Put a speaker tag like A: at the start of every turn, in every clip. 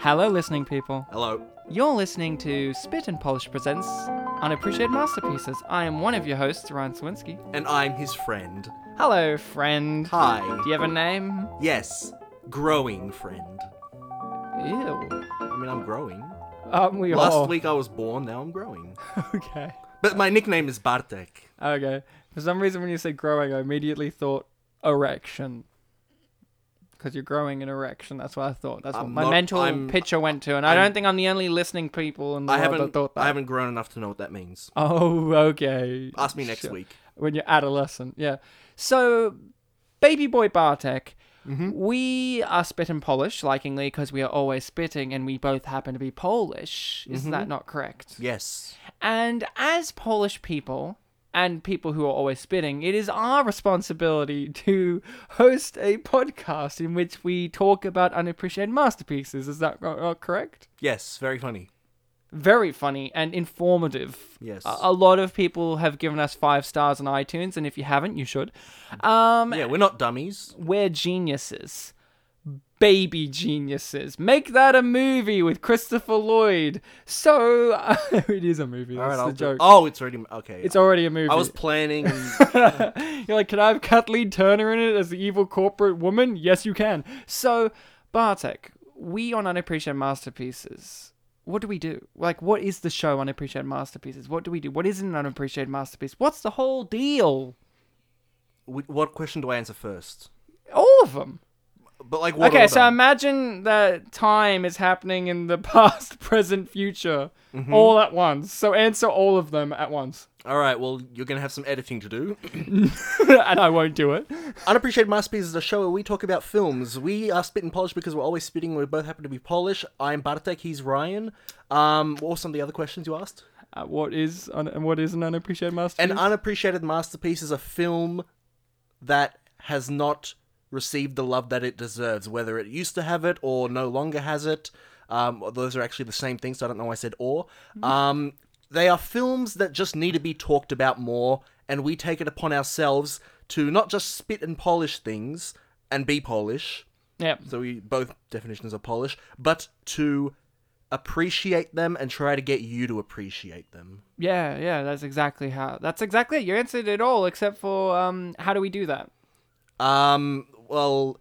A: Hello, listening people.
B: Hello.
A: You're listening to Spit and Polish Presents Unappreciated Masterpieces. I am one of your hosts, Ryan Swinsky.
B: And I'm his friend.
A: Hello, friend.
B: Hi.
A: Do you have a name?
B: Yes, growing friend.
A: Ew.
B: I mean, I'm growing.
A: Aren't we
B: Last
A: all?
B: week I was born, now I'm growing.
A: okay.
B: But my nickname is Bartek.
A: Okay. For some reason, when you said growing, I immediately thought erection. Because you're growing an erection. That's what I thought. That's what
B: I'm
A: my
B: not-
A: mental
B: I'm-
A: picture went to. And I'm, I do not think I'm the only listening people in the
B: I
A: world that
B: haven't
A: thought that.
B: I haven't grown enough to know what that means.
A: Oh, okay.
B: Ask me next
A: Sure.
B: week.
A: When you're adolescent, yeah. So, baby boy Bartek, we are spit and Polish, likingly, because we are always spitting and we both happen to be Polish. Is that not correct?
B: Yes.
A: And as Polish people and people who are always spitting, it is our responsibility to host a podcast in which we talk about unappreciated masterpieces. Is that not not correct?
B: Yes, very funny.
A: very funny and informative.
B: Yes.
A: A, a lot of people have given us five stars on iTunes, and if you haven't, you should. Um,
B: Yeah, we're not dummies.
A: We're geniuses. Baby geniuses. Make that a movie with Christopher Lloyd. So, it is a movie. That's the
B: I'll do-
A: joke.
B: Oh, it's already okay.
A: It's already a movie.
B: I was planning
A: You're like, can I have Kathleen Turner in it as the evil corporate woman? Yes, you can. So, Bartek, we on Unappreciated Masterpieces, what do we do? Like, what is the show Unappreciated Masterpieces? What do we do? What is an unappreciated masterpiece? What's the whole deal?
B: wh- what question do I answer first?
A: All of them.
B: But like what
A: okay,
B: order?
A: so imagine that time is happening in the past, present, future, all at once. So answer all of them at once.
B: All right, well, you're going to have some editing to do.
A: and I won't do it.
B: Unappreciated Masterpieces is a show where we talk about films. We are spit and Polish because we're always spitting. We both happen to be Polish. I'm Bartek, he's Ryan. Um, what were some of the other questions you asked?
A: Uh, what is un- what is an unappreciated masterpiece?
B: An unappreciated masterpiece is a film that has not received the love that it deserves, whether it used to have it or no longer has it. Um, those are actually the same thing, so I don't know why I said or. Um, they are films that just need to be talked about more, and we take it upon ourselves to not just spit and polish things and be Polish,
A: yeah.
B: so we both definitions are Polish, but to appreciate them and try to get you to appreciate them.
A: Yeah, yeah, that's exactly how. That's exactly it. You answered it all, except for um, how do we do that?
B: Um, well,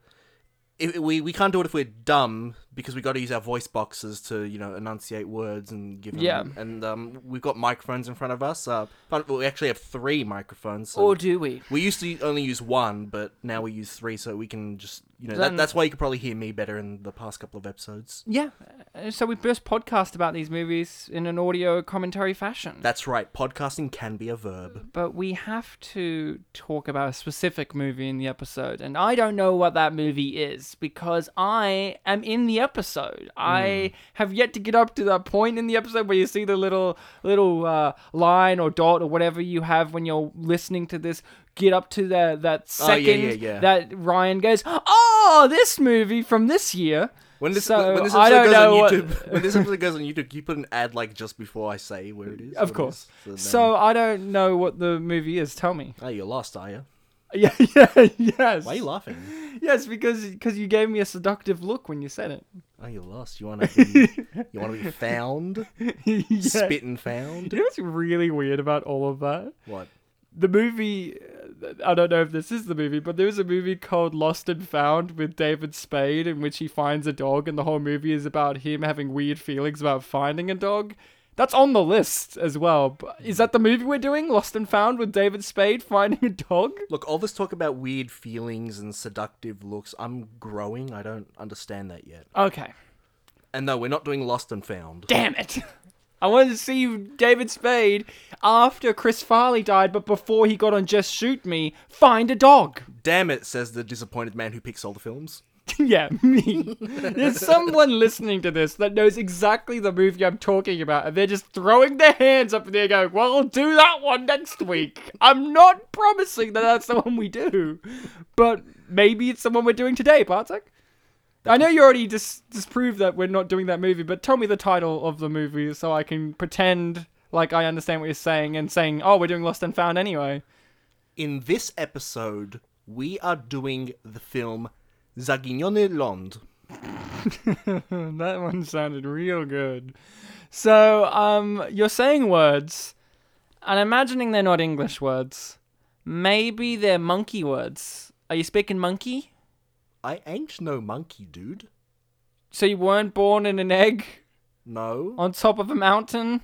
B: if, we we can't do it if we're dumb because we got to use our voice boxes to you know enunciate words and give. Them,
A: Yeah.
B: And um, we've got microphones in front of us. Uh, but we actually have three microphones. So
A: Or do we?
B: we used to only use one, but now we use three, so we can just you know
A: Then-
B: that, that's why you could probably hear me better in the past couple of episodes.
A: Yeah. uh, So we first podcast about these movies in an audio commentary fashion.
B: That's right. Podcasting can be a verb.
A: but we have to talk about a specific movie in the episode, and I don't know what that movie is because I am in the episode. I
B: Hmm.
A: have yet to get up to that point in the episode where you see the little little uh, line or dot or whatever you have when you're listening to this. Get up to the, that
B: Oh,
A: second
B: yeah, yeah, yeah.
A: that Ryan goes, oh, this movie from this year.
B: When this
A: So,
B: when this
A: I
B: episode
A: don't
B: goes
A: know
B: on
A: what-
B: YouTube, when this episode goes on YouTube, can you put an ad like just before I say where it is. What it
A: Of
B: is?
A: course.
B: then-
A: So I don't know what the movie is. Tell me.
B: Oh, you're lost, are you?
A: Yeah, yeah, yes.
B: Why are you laughing?
A: Yes, because because you gave me a seductive look when you said it.
B: Oh, you're lost. You want to be, you want to be found,
A: Yeah.
B: spit and found.
A: You know what's really weird about all of that?
B: What?
A: The movie, uh, I don't know if this is the movie, but there was a movie called Lost and Found with David Spade in which he finds a dog, and the whole movie is about him having weird feelings about finding a dog. That's on the list as well. But is that the movie we're doing? Lost and Found with David Spade finding a dog?
B: Look, all this talk about weird feelings and seductive looks. I'm growing. I don't understand that yet.
A: Okay.
B: And no, we're not doing lost and found.
A: Damn it. I wanted to see you, David Spade after Chris Farley died, but before he got on Just Shoot Me, find a dog.
B: Damn it, says the disappointed man who picks all the films.
A: yeah, me. There's someone listening to this that knows exactly the movie I'm talking about, and they're just throwing their hands up in the air going, Well, I'll do that one next week. I'm not promising that that's the one we do, but maybe it's the one we're doing today, Bartek. I know you already dis- disproved that we're not doing that movie, but tell me the title of the movie so I can pretend like I understand what you're saying and saying, oh, we're doing Lost and Found anyway.
B: In this episode, we are doing the film Zaginiony Lond.
A: that one sounded real good. So, um, you're saying words, and imagining they're not English words. Maybe they're monkey words. Are you speaking monkey?
B: I ain't no monkey, dude.
A: So you weren't born in an egg
B: No.
A: on top of a mountain?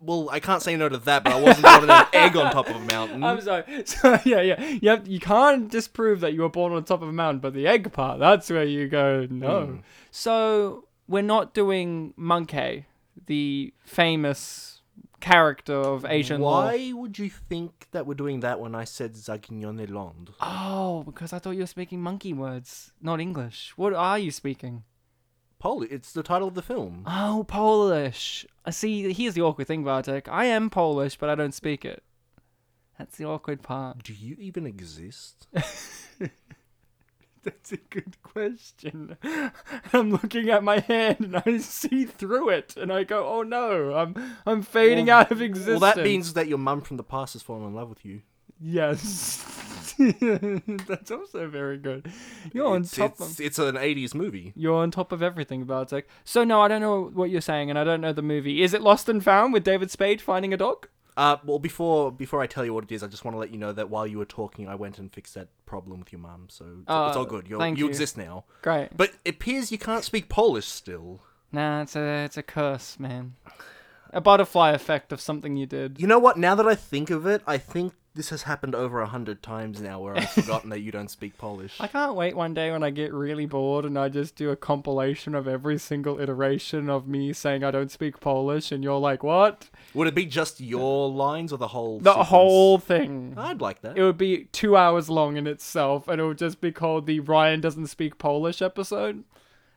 B: Well, I can't say no to that, but I wasn't born in an egg on top of a mountain.
A: I'm sorry. Hmm? So yeah, yeah. You have, you can't disprove that you were born on top of a mountain, but the egg part, that's where you go, no. So we're not doing Monkey, the famous character of Asian lore.
B: Why would you think that we're doing that when I said Zagignone Land?
A: Oh, because I thought you were speaking monkey words, not English. What are you speaking?
B: Poli, it's the title of the film.
A: Oh, Polish. I see. Here's the awkward thing, Bartek. I am Polish, but I don't speak it. That's the awkward part.
B: Do you even exist?
A: That's a good question. I'm looking at my hand and I see through it, and I go, "Oh no, I'm I'm fading
B: Well-
A: out of
B: well,
A: existence."
B: that means that your mum from the past has fallen in love with you.
A: yes. That's also very good. You're on
B: it's,
A: top of
B: it's, it's an 80s movie.
A: you're on top of everything, Bartek. So no, I don't know what you're saying, and I don't know the movie. Is it Lost and Found with David Spade finding a dog?
B: Uh, well, before before I tell you what it is, I just want to let you know that while you were talking, I went and fixed that problem with your mum, so it's, it's
A: Uh,
B: all good. You're,
A: thank
B: you
A: you.
B: exist now.
A: Great.
B: But it appears you can't speak Polish still.
A: Nah, it's a it's a curse, man. A butterfly effect of something you did.
B: You know what? Now that I think of it, I think this has happened over a hundred times now where I've forgotten that you don't speak Polish.
A: I can't wait one day when I get really bored and I just do a compilation of every single iteration of me saying I don't speak Polish, and you're like, what?
B: Would it be just your lines or the whole
A: The
B: sequence?
A: whole thing.
B: I'd like that.
A: It would be two hours long in itself, and it would just be called the Ryan Doesn't Speak Polish episode.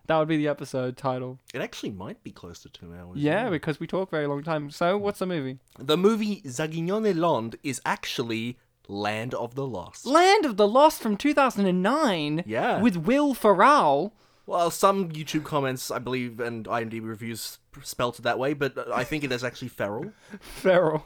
A: That would be the episode title.
B: It actually might be close to two hours.
A: Yeah, because we talk very long time. So, what's the movie?
B: The movie Zaginione Land is actually Land of the Lost.
A: Land of the Lost from 2009.
B: Yeah.
A: With Will Ferrell.
B: Well, some YouTube comments, I believe, and IMDb reviews spelt it that way, but I think it is actually Feral.
A: Ferrell.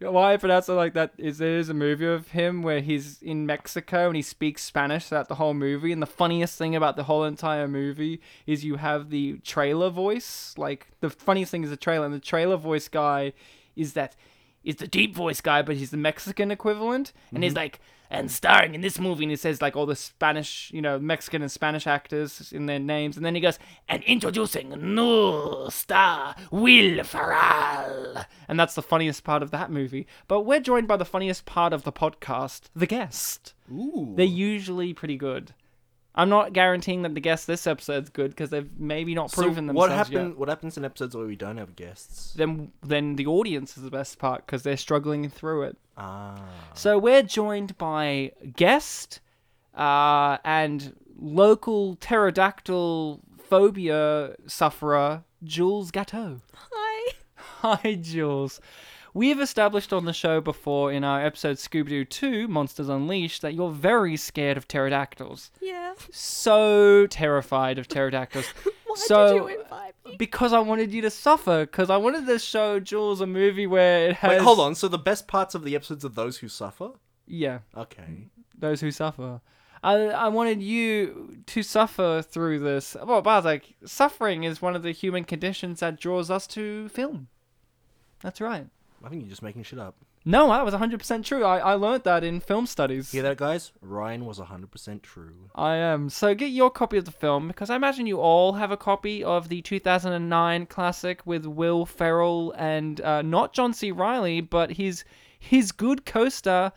A: Why I pronounce it like that is there is a movie of him where he's in Mexico and he speaks Spanish throughout the whole movie. And the funniest thing about the whole entire movie is you have the trailer voice. Like the funniest thing is the trailer, and the trailer voice guy is that is the deep voice guy, but he's the Mexican equivalent, and
B: Mm-hmm.
A: he's like. And starring in this movie, and he says like all the Spanish, you know, Mexican and Spanish actors in their names, and then he goes, and introducing new star Will Ferrell. And that's the funniest part of that movie. But we're joined by the funniest part of the podcast, the guest.
B: Ooh.
A: They're usually pretty good. I'm not guaranteeing that the guest this episode's good because they've maybe not
B: so
A: proven
B: what
A: themselves
B: happen-
A: yet.
B: What happens in episodes where we don't have guests?
A: Then, then the audience is the best part because they're struggling through it.
B: Ah.
A: So we're joined by guest uh, and local pterodactyl phobia sufferer Jules Gateau.
C: Hi.
A: Hi, Jules. We've established on the show before in our episode Scooby Doo 2 Monsters Unleashed that you're very scared of pterodactyls.
C: Yeah.
A: So terrified of pterodactyls.
C: Why
A: so,
C: did you invite me?
A: Because I wanted you to suffer, because I wanted to show Jules a movie where it has.
B: Wait, hold on. So the best parts of the episodes are those who suffer?
A: Yeah.
B: Okay.
A: those who suffer. I, I wanted you to suffer through this. Well, Bartek, suffering is one of the human conditions that draws us to film. That's right.
B: I think you're just making shit up.
A: No, that was 100% true. I, I learned that in film studies.
B: Hear that, guys? Ryan was 100% true.
A: I am. So get your copy of the film because I imagine you all have a copy of the 2009 classic with Will Ferrell and uh, not John C. Riley, but his his good co-star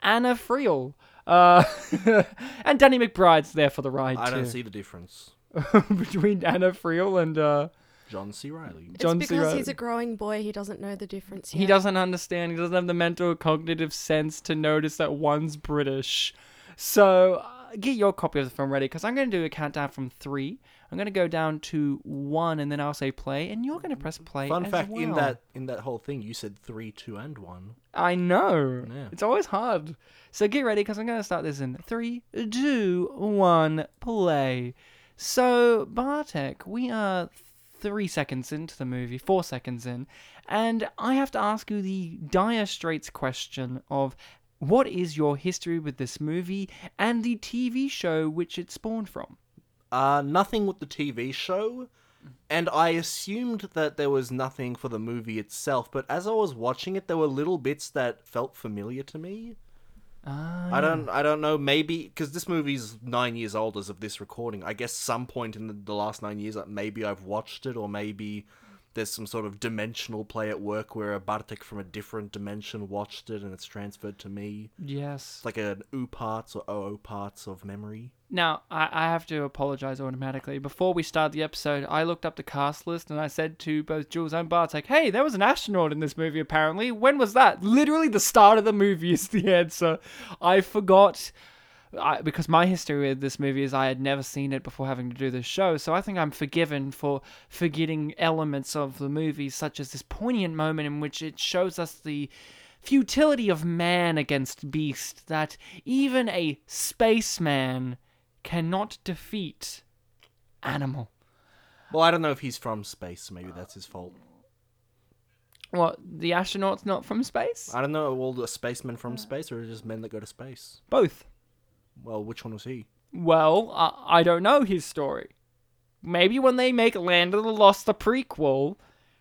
A: Anna Friel. Uh, and Danny McBride's there for the ride
B: I don't
A: too.
B: see the difference.
A: between Anna Friel and uh,
B: John C. Riley.
A: John C.
C: it's because
A: Reilly.
C: he's a growing boy. He doesn't know the difference yet.
A: he doesn't understand. He doesn't have the mental cognitive sense to notice that one's British. So uh, get your copy of the film ready because I'm going to do a countdown from three. I'm going to go down to one, and then I'll say play, and you're going to press play.
B: Fun
A: as
B: fact: in
A: well.
B: that in that whole thing, you said three, two, and one.
A: I know.
B: Yeah.
A: It's always hard. So get ready because I'm going to start this in three, two, one, play. So, Bartek, we are three seconds into the movie, four seconds in, and I have to ask you the dire straits question of what is your history with this movie and the TV show which it spawned from?
B: Uh, nothing with the TV show, and I assumed that there was nothing for the movie itself. But as I was watching it, there were little bits that felt familiar to me. I don't, I don't know. Maybe because this movie's nine years old as of this recording. I guess some point in the, the last nine years, like, maybe I've watched it, or maybe there's some sort of dimensional play at work where a Bartek from a different dimension watched it and it's transferred to me.
A: Yes.
B: It's like an U parts or OO parts of memory.
A: Now, I, I have to apologize automatically. Before we start the episode, I looked up the cast list and I said to both Jules and Bartek, hey, there was an astronaut in this movie apparently. When was that? Literally the start of the movie is the answer. I forgot. I, because my history with this movie is I had never seen it before having to do this show, so I think I'm forgiven for forgetting elements of the movie, such as this poignant moment in which it shows us the futility of man against beast, that even a spaceman cannot defeat animal.
B: Well, I don't know if he's from space. Maybe that's his fault.
A: What, the astronaut's not from space?
B: I don't know. Well, the spacemen from space, or just men that go to space.
A: Both.
B: Well, which one was he?
A: Well, I, I don't know his story. Maybe when they make Land of the Lost the prequel,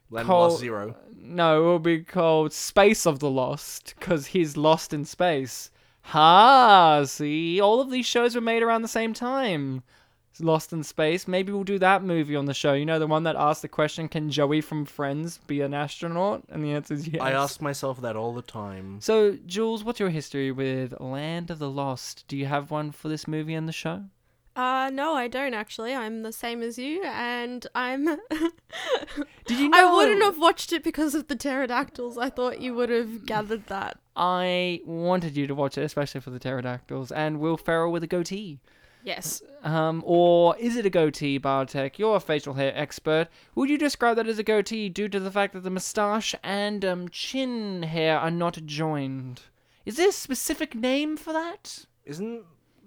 B: Land
A: Col-
B: Lost Zero.
A: No, it will be called Space of the Lost because he's lost in space. Ha! See, all of these shows were made around the same time. Lost in Space. Maybe we'll do that movie on the show. You know, the one that asked the question, "Can Joey from Friends be an astronaut?" And the answer is yes.
B: I ask myself that all the time.
A: So, Jules, what's your history with Land of the Lost? Do you have one for this movie and the show?
C: Uh, no, I don't actually. I'm the same as you, and I'm.
A: Did you
C: I
A: know?
C: wouldn't have watched it because of the pterodactyls. I thought you would have gathered that.
A: I wanted you to watch it, especially for the pterodactyls and Will Ferrell with a goatee.
C: Yes.
A: Um, or is it a goatee, Bartek? You're a facial hair expert. Would you describe that as a goatee due to the fact that the moustache and um, chin hair are not joined? Is there a specific name for that?
B: Isn't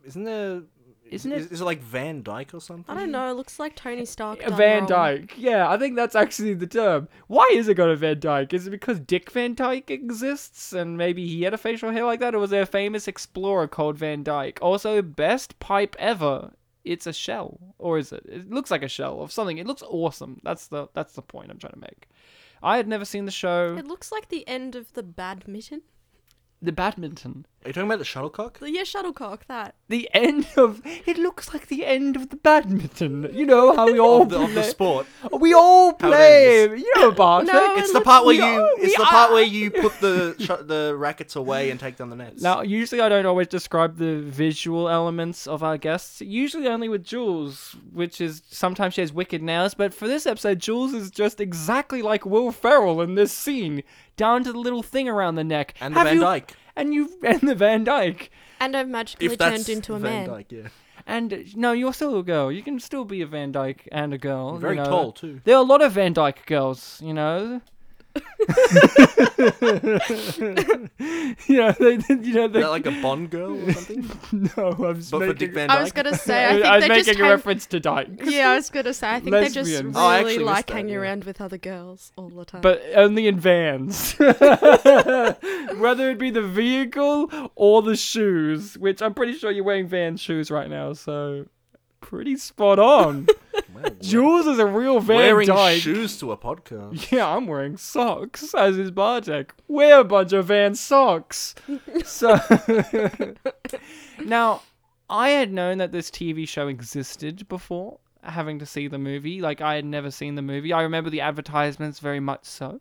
B: isn't there?
A: Isn't
B: is,
A: it-
B: is it like Van Dyke or
C: I
B: something?
C: don't know. It looks like Tony Stark.
A: A
C: done
A: Van
C: wrong.
A: Dyke. Yeah, I think that's actually the term. Why is it got a Van Dyke? Is it because Dick Van Dyke exists and maybe he had a facial hair like that? Or was there a famous explorer called Van Dyke? Also, best pipe ever. It's a shell. Or is it? It looks like a shell of something. It looks awesome. That's the that's the point I'm trying to make. I had never seen the show
C: It looks like the end of the badminton.
A: The Badminton.
B: Are you talking about the shuttlecock?
C: Yeah, shuttlecock. That.
A: The end of it looks like the end of the badminton. You know how we all
B: Of the, of the
A: play-
B: sport.
A: we all
B: How it
A: play.
B: ends.
A: You know, Bartek.
C: No,
B: It's
C: it
B: the
C: looks-
B: part where
A: we
B: you.
A: are-
B: It's
A: we
B: the part
A: are-
B: where you put the shut the rackets away and take down the nets.
A: Now, usually I don't always describe the visual elements of our guests, usually only with Jules, which is sometimes she has wicked nails, but for this episode, Jules is just exactly like Will Ferrell in this scene, down to the little thing around the neck.
B: And the Van
A: you,
B: Dyke.
A: And you and the Van Dyke.
C: And I've magically
B: If that's
C: turned into a
B: Van
C: man.
B: Dyke, yeah.
A: And uh, no, you're still a girl. You can still be a Van Dyke and a girl. you
B: Very
A: know.
B: tall too.
A: There are a lot of Van Dyke girls, you know. you know, they, you know,
B: Is
A: they,
B: that like a Bond girl or something?
A: no, I'm just
B: but for
A: making-
B: Dick Van Dyke.
C: I was gonna say. I think
A: I was
C: they
A: making
C: just
A: a
C: hang-
A: reference to Dyke.
C: Yeah, I was gonna say. I think they just really
A: Lesbians. Oh,
B: I actually missed
C: like
B: that,
C: hanging
B: yeah.
C: around with other girls all the time.
A: But only in vans. Whether it be the vehicle or the shoes, which I'm pretty sure you're wearing van shoes right now, so pretty spot on.
B: Wow,
A: Jules is a real Van
B: wearing
A: Dyke.
B: shoes to a podcast.
A: Yeah, I'm wearing socks, as is Bartek. We're a bunch of Van socks. so now, I had known that this TV show existed before having to see the movie. Like I had never seen the movie. I remember the advertisements very much so.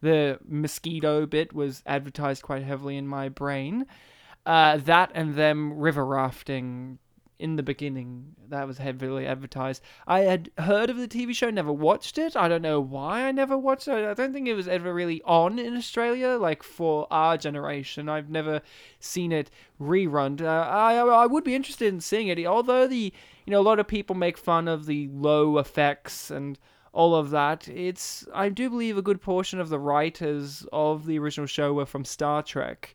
A: The mosquito bit was advertised quite heavily in my brain. Uh, that and them river rafting in the beginning that was heavily advertised. I had heard of the TV show, never watched it. I don't know why I never watched it. I don't think it was ever really on in Australia, like for our generation. I've never seen it rerun. Uh, I I would be interested in seeing it, although the you know a lot of people make fun of the low effects and all of that. It's I do believe a good portion of the writers of the original show were from Star Trek.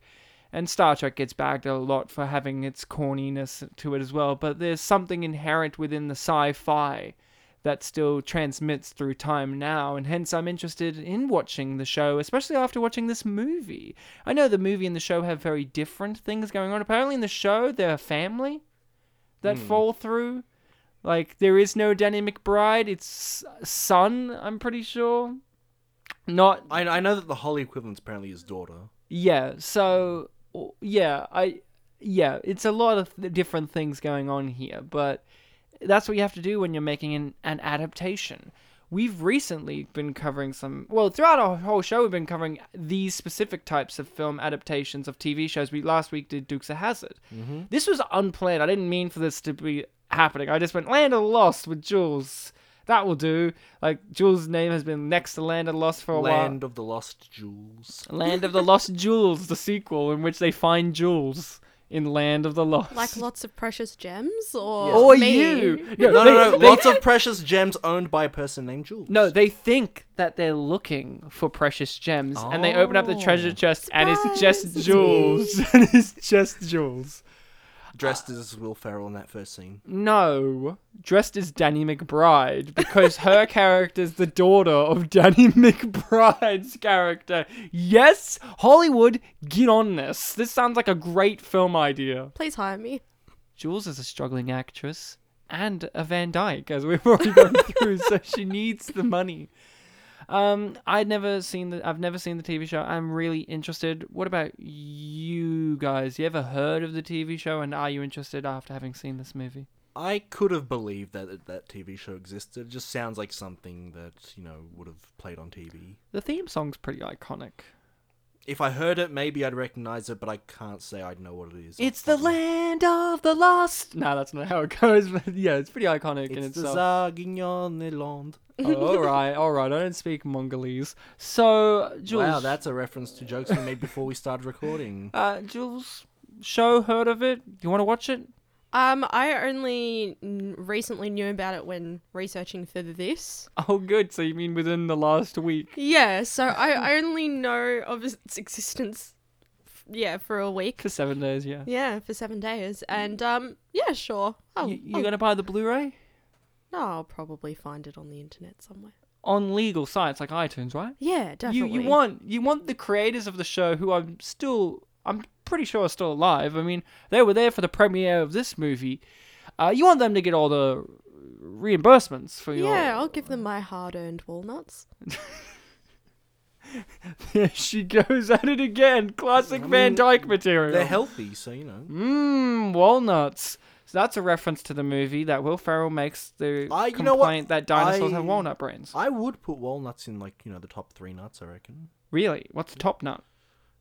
A: And Star Trek gets bagged a lot for having its corniness to it as well, but there's something inherent within the sci fi that still transmits through time now, and hence I'm interested in watching the show, especially after watching this movie. I know the movie and the show have very different things going on. Apparently, in the show, they're a family that fall through. Like there is no Danny McBride. It's son. I'm pretty sure. Not
B: I, I know that the Holly equivalent apparently is daughter.
A: yeah. So w- yeah, I yeah. It's a lot of th- different things going on here, but that's what you have to do when you're making an, an adaptation. We've recently been covering some. Well, throughout our whole show, we've been covering these specific types of film adaptations of TV shows. We last week did Dukes of Hazard. This was unplanned. I didn't mean for this to be happening. I just went Land of Lost with Jules. That will do. Like Jules' name has been next to Land of Lost for a while.
B: Land of the Lost Jewels.
A: Land of the Lost Jewels, the sequel in which they find jewels in Land of the Lost.
C: Like lots of precious gems, or
A: or
C: me?
A: you.
B: No, no, no.
A: they-
B: Lots of precious gems owned by a person named Jules.
A: No, they think that they're looking for precious gems, and they open up the treasure chest, and it's
C: Surprise,
A: just
C: it's
A: jewels. and it's just jewels.
B: Dressed as Will Ferrell in that first scene.
A: No, dressed as Danny McBride because her character's the daughter of Danny McBride's character. Yes, Hollywood, get on this. This sounds like a great film idea.
C: Please hire me.
A: Jules is a struggling actress and a Van Dyke, as we've already gone through, so she needs the money. Um, I'd never seen the I've never seen the TV show. I'm really interested. What about you guys? You ever heard of the TV show and are you interested after having seen this movie?
B: I could have believed that that TV show existed. It just sounds like something that, you know, would have played on TV.
A: The theme song's pretty iconic.
B: If I heard it, maybe I'd recognize it, but I can't say I'd know what it is.
A: It's the land of the lost. No, that's not how it goes, but yeah, it's pretty iconic in
B: It's the
A: itself.
B: Zargignonland.
A: Oh, all right, all right. I don't speak Mongolese. So, Jules,
B: Wow, that's a reference to jokes we made before we started recording.
A: Uh, Jules, show heard of it? You want to watch it?
C: Um, I only n- recently knew about it when researching for this.
A: Oh, good. So you mean within the last week?
C: Yeah, so I only know of its existence. f- Yeah, for a week.
A: For seven days, yeah.
C: Yeah, Oh, for seven days, and um, yeah, sure. I'll,
A: you,
C: I'll-
A: you gonna buy the Blu-ray
C: no, I'll probably find it on the internet somewhere.
A: on legal sites like iTunes, right?
C: Yeah, definitely.
A: You you want you want the creators of the show who I'm still I'm pretty sure are still alive. I mean, they were there for the premiere of this movie. Uh, you want them to get all the reimbursements for your
C: Yeah, I'll give them my hard-earned walnuts.
A: There she goes at it again. Classic Van Dyke material.
B: They're healthy, so, you know.
A: Mmm, walnuts. So that's a reference to the movie that Will Ferrell makes the
B: I- you know what?
A: complaint that dinosaurs have
B: I-
A: walnut brains.
B: I would put walnuts in, like, you know, the top three nuts, I reckon.
A: really? What's the top nut?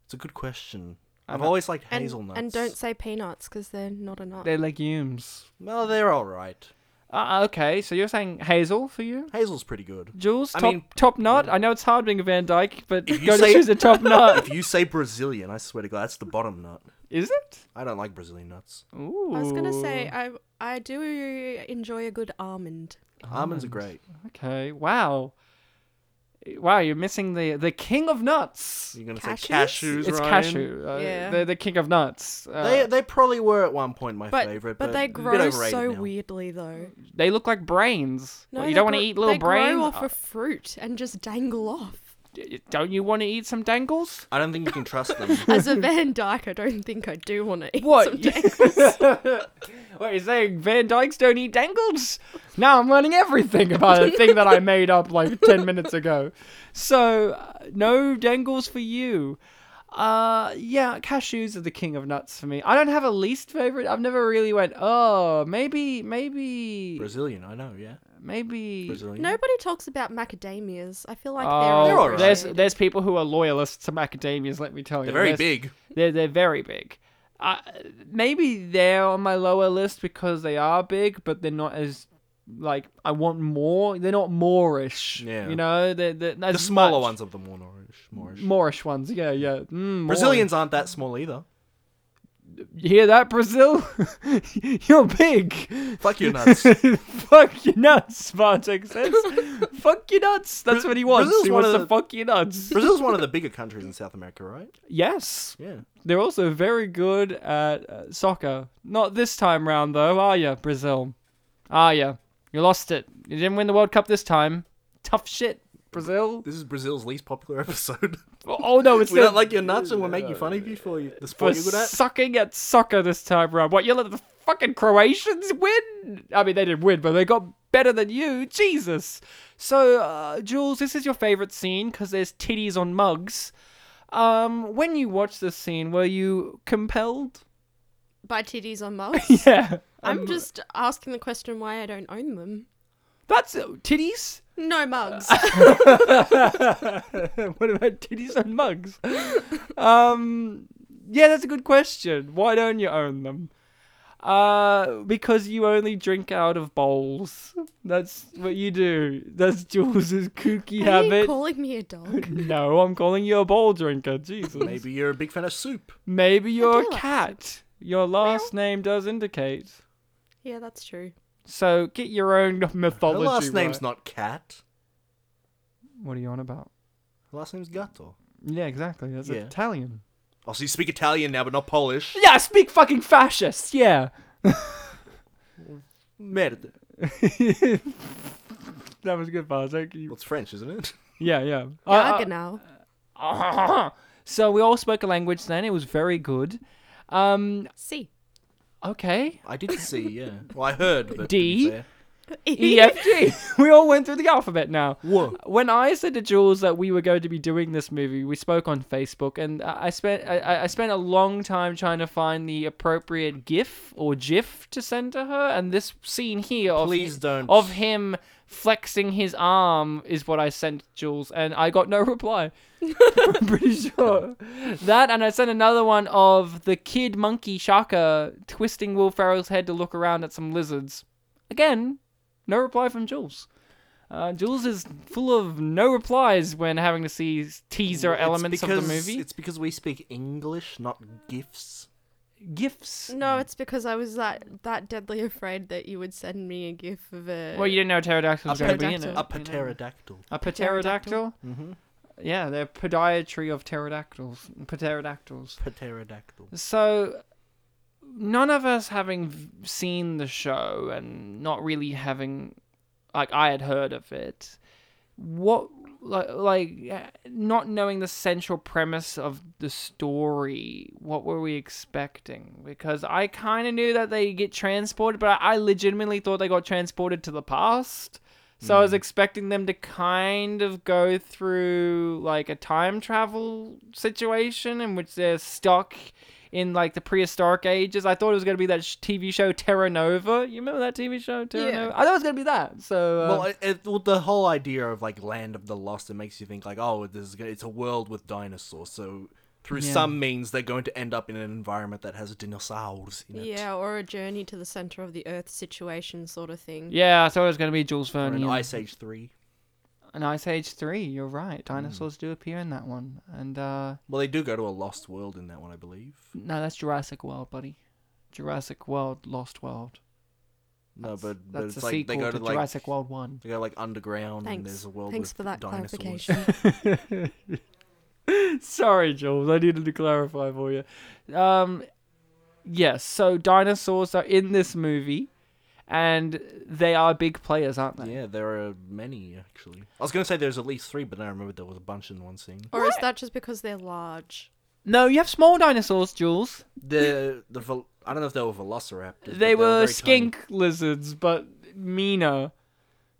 B: It's a good question.
A: I
B: I've
A: don't-
B: always liked
C: And,
B: hazelnuts.
C: and don't say peanuts because they're not a nut.
A: They're legumes.
B: Well, they're alright.
A: Uh, okay, so you're saying hazel for you?
B: Hazel's pretty good.
A: Jules,
B: I
A: top,
B: mean-
A: top nut? I know it's hard being a Van Dyke, but
B: If you
A: gotta
B: say-
A: choose a top nut.
B: If you say Brazilian, I swear to God, that's the bottom nut.
A: Is it?
B: I don't like Brazilian nuts.
A: Ooh.
C: I was gonna say I I do enjoy a good almond.
B: Almonds are great.
A: Okay, wow. Wow, you're missing the the king of nuts.
B: You're gonna say
C: Cashews?
B: cashews.
A: It's
B: Ryan?
A: cashew. Uh,
C: Yeah.
A: They're the king of nuts. Uh,
B: They they probably were at one point my
C: But
B: favorite,
C: but,
B: but
C: they
B: a bit
C: grow
B: overrated
C: so
B: now.
C: weirdly though.
A: they look like brains. What, you
C: they
A: don't want to
C: grow-
A: eat little
C: they grow
A: brains? Oh.
C: off a fruit and just dangle off.
A: Uh, Don't you want to eat some dangles?
B: I don't think you can trust them.
C: As a Van Dyke, I don't think I do want to eat some dangles.
A: Wait, you saying Van Dykes don't eat dangles? Now I'm learning everything about a thing that I made up like 10 minutes ago. So, uh, no dangles for you. Uh, yeah, cashews are the king of nuts for me. I don't have a least favorite. I've never really went, oh, maybe, maybe,
B: Brazilian, I know, yeah.
A: maybe.
B: Brazilian.
C: Nobody talks about macadamias. I feel like
A: Oh,
C: they're,
B: They're all right.
A: there's
C: overrated.
A: there's people who are loyalists to macadamias. Let me tell you,
B: They're very
A: There's-
B: big.
A: They're they're very big. Uh, maybe they're on my lower list because they are big, but they're not as like I want more. They're not Moorish.
B: Yeah.
A: You know, they're, they're not
B: The
A: as
B: smaller
A: much.
B: ones of the more Moorish. Moorish.
A: Moorish ones. Yeah, yeah. Mm, Moorish.
B: Brazilians aren't that small either.
A: You hear that, Brazil? You're big.
B: Fuck your nuts.
A: fuck your nuts, Spartak says. fuck your nuts. That's
B: Bra-
A: what he wants.
B: Brazil's
A: he
B: one
A: wants
B: of
A: to
B: the-
A: fuck your nuts.
B: Brazil's one of the bigger countries in South America, right?
A: Yes.
B: Yeah.
A: They're also very good at uh, soccer. Not this time round, though, are you, Brazil? Are you? You lost it. You didn't win the World Cup this time. Tough shit. Brazil?
B: This is Brazil's least popular episode.
A: Oh no, it's
B: we
A: the,
B: don't like your nuts and we're making fun of you for you- the
A: for
B: sport you're good at.
A: sucking at soccer this time round. What you let the fucking Croatians win? I mean, they didn't win, but they got better than you. Jesus. So, uh, Jules, this is your favorite scene because there's titties on mugs. Um, when you watched this scene, were you compelled?
C: By titties on mugs.
A: Yeah.
C: I'm just asking the question why I don't own them.
A: That's uh, titties.
C: No mugs.
A: what about titties and mugs? um, yeah, that's a good question. Why don't you own them? Uh, because you only drink out of bowls. That's what you do. That's Jules's kooky
C: Are you
A: habit.
C: calling me a dog?
A: no, I'm calling you a bowl drinker. Jesus. Maybe,
B: Maybe you're a big fan of soup.
A: you're
C: do
A: a
C: like
A: cat. Your last name does indicate.
C: yeah, that's true.
A: So get your own
B: Her
A: mythology.
B: last name's
A: right.
B: not Cat.
A: What are you on about?
B: Her last name's Gatto.
A: Yeah, exactly. That's
B: Yeah.
A: Italian.
B: Oh, so you speak Italian now, but not Polish.
A: Yeah, I speak fucking fascist. Yeah.
B: Merde.
A: that was good, Buzz. Thank you.
B: Well, it's French, isn't it?
A: Yeah, yeah. Uh,
C: Diagonal.
A: uh, so we all spoke a language then. It was very good. Um,
C: C.
A: okay.
B: I did see, yeah. Well, I heard. But
A: D.
B: to be fair.
A: E F G. we all went through the alphabet now.
B: Whoa.
A: When I said to Jules that we were going to be doing this movie, we spoke on Facebook, and I I spent I- I, I spent a long time trying to find the appropriate GIF or GIF to send to her, and this scene here of
B: Please don't.
A: of him flexing his arm is what I sent Jules, and I got no reply. I'm pretty sure that, and I sent another one of the kid monkey Shaka twisting Will Ferrell's head to look around at some lizards. Again, no reply from Jules. Uh, Jules is full of no replies when having to see teaser
B: It's
A: elements of the
B: because-
A: movie.
B: It's because we speak English, not gifts.
A: Gifts.
C: No, it's because I was that that deadly afraid that you would send me a gif of a.
A: Well, you didn't know pterodactyl was
B: A
A: going to be in it.
C: pterodactyl.
B: A
A: you know.
B: pterodactyl.
A: A pterodactyl?
B: Mm-hmm.
A: Yeah, they're podiatry of pterodactyls. Pterodactyls.
B: Pterodactyl.
A: So, none of us having v- seen the show and not really having, like, I had heard of it, what, like, like eh, not knowing the central premise of the story, what were we expecting? Because I kind of knew that they get transported, but I I legitimately thought they got transported to the past. So I was expecting them to kind of go through like a time travel situation in which they're stuck in like the prehistoric ages. I thought it was going to be that sh- TV show Terra Nova. You remember that TV show Terra
C: Yeah.
A: Nova? I thought it was going to be that. So uh,
B: well, it, it, well, the whole idea of like land of the lost, it makes you think like, oh, this is gonna, it's a world with dinosaurs. So through
A: Yeah.
B: some means, they're going to end up in an environment that has dinosaurs in it.
C: Yeah, or a journey to the center of the earth situation sort of thing.
A: yeah, I thought it was going to be Jules
B: Or
A: Verne.
B: an
A: and
B: Ice Age Hmm. three.
A: An Ice Age 3, you're right. Dinosaurs do appear in that one. And uh
B: Well, they do go to a lost world in that one, I believe.
A: no, that's Jurassic World, buddy. Jurassic World Lost World.
B: No,
A: That's-
B: but, but
A: that's
B: it's
A: a
B: like
A: sequel
B: they go to, like
A: Jurassic World 1.
B: they go like underground and
C: Thanks.
B: there's a world
C: Thanks
B: with
C: for that
B: dinosaurs.
C: clarification.
A: Sorry, Jules. I needed to clarify for you. Um, yes. So dinosaurs are in this movie, and they are big players, aren't they?
B: Yeah, there are many actually. I was gonna say there's at least three, but then I remembered there was a bunch in one scene.
C: Or is that just because they're large?
A: No, you have small dinosaurs, Jules.
B: The the vel- I don't know if they were velociraptors. but
A: They were,
B: very
A: skink lizards, but meaner.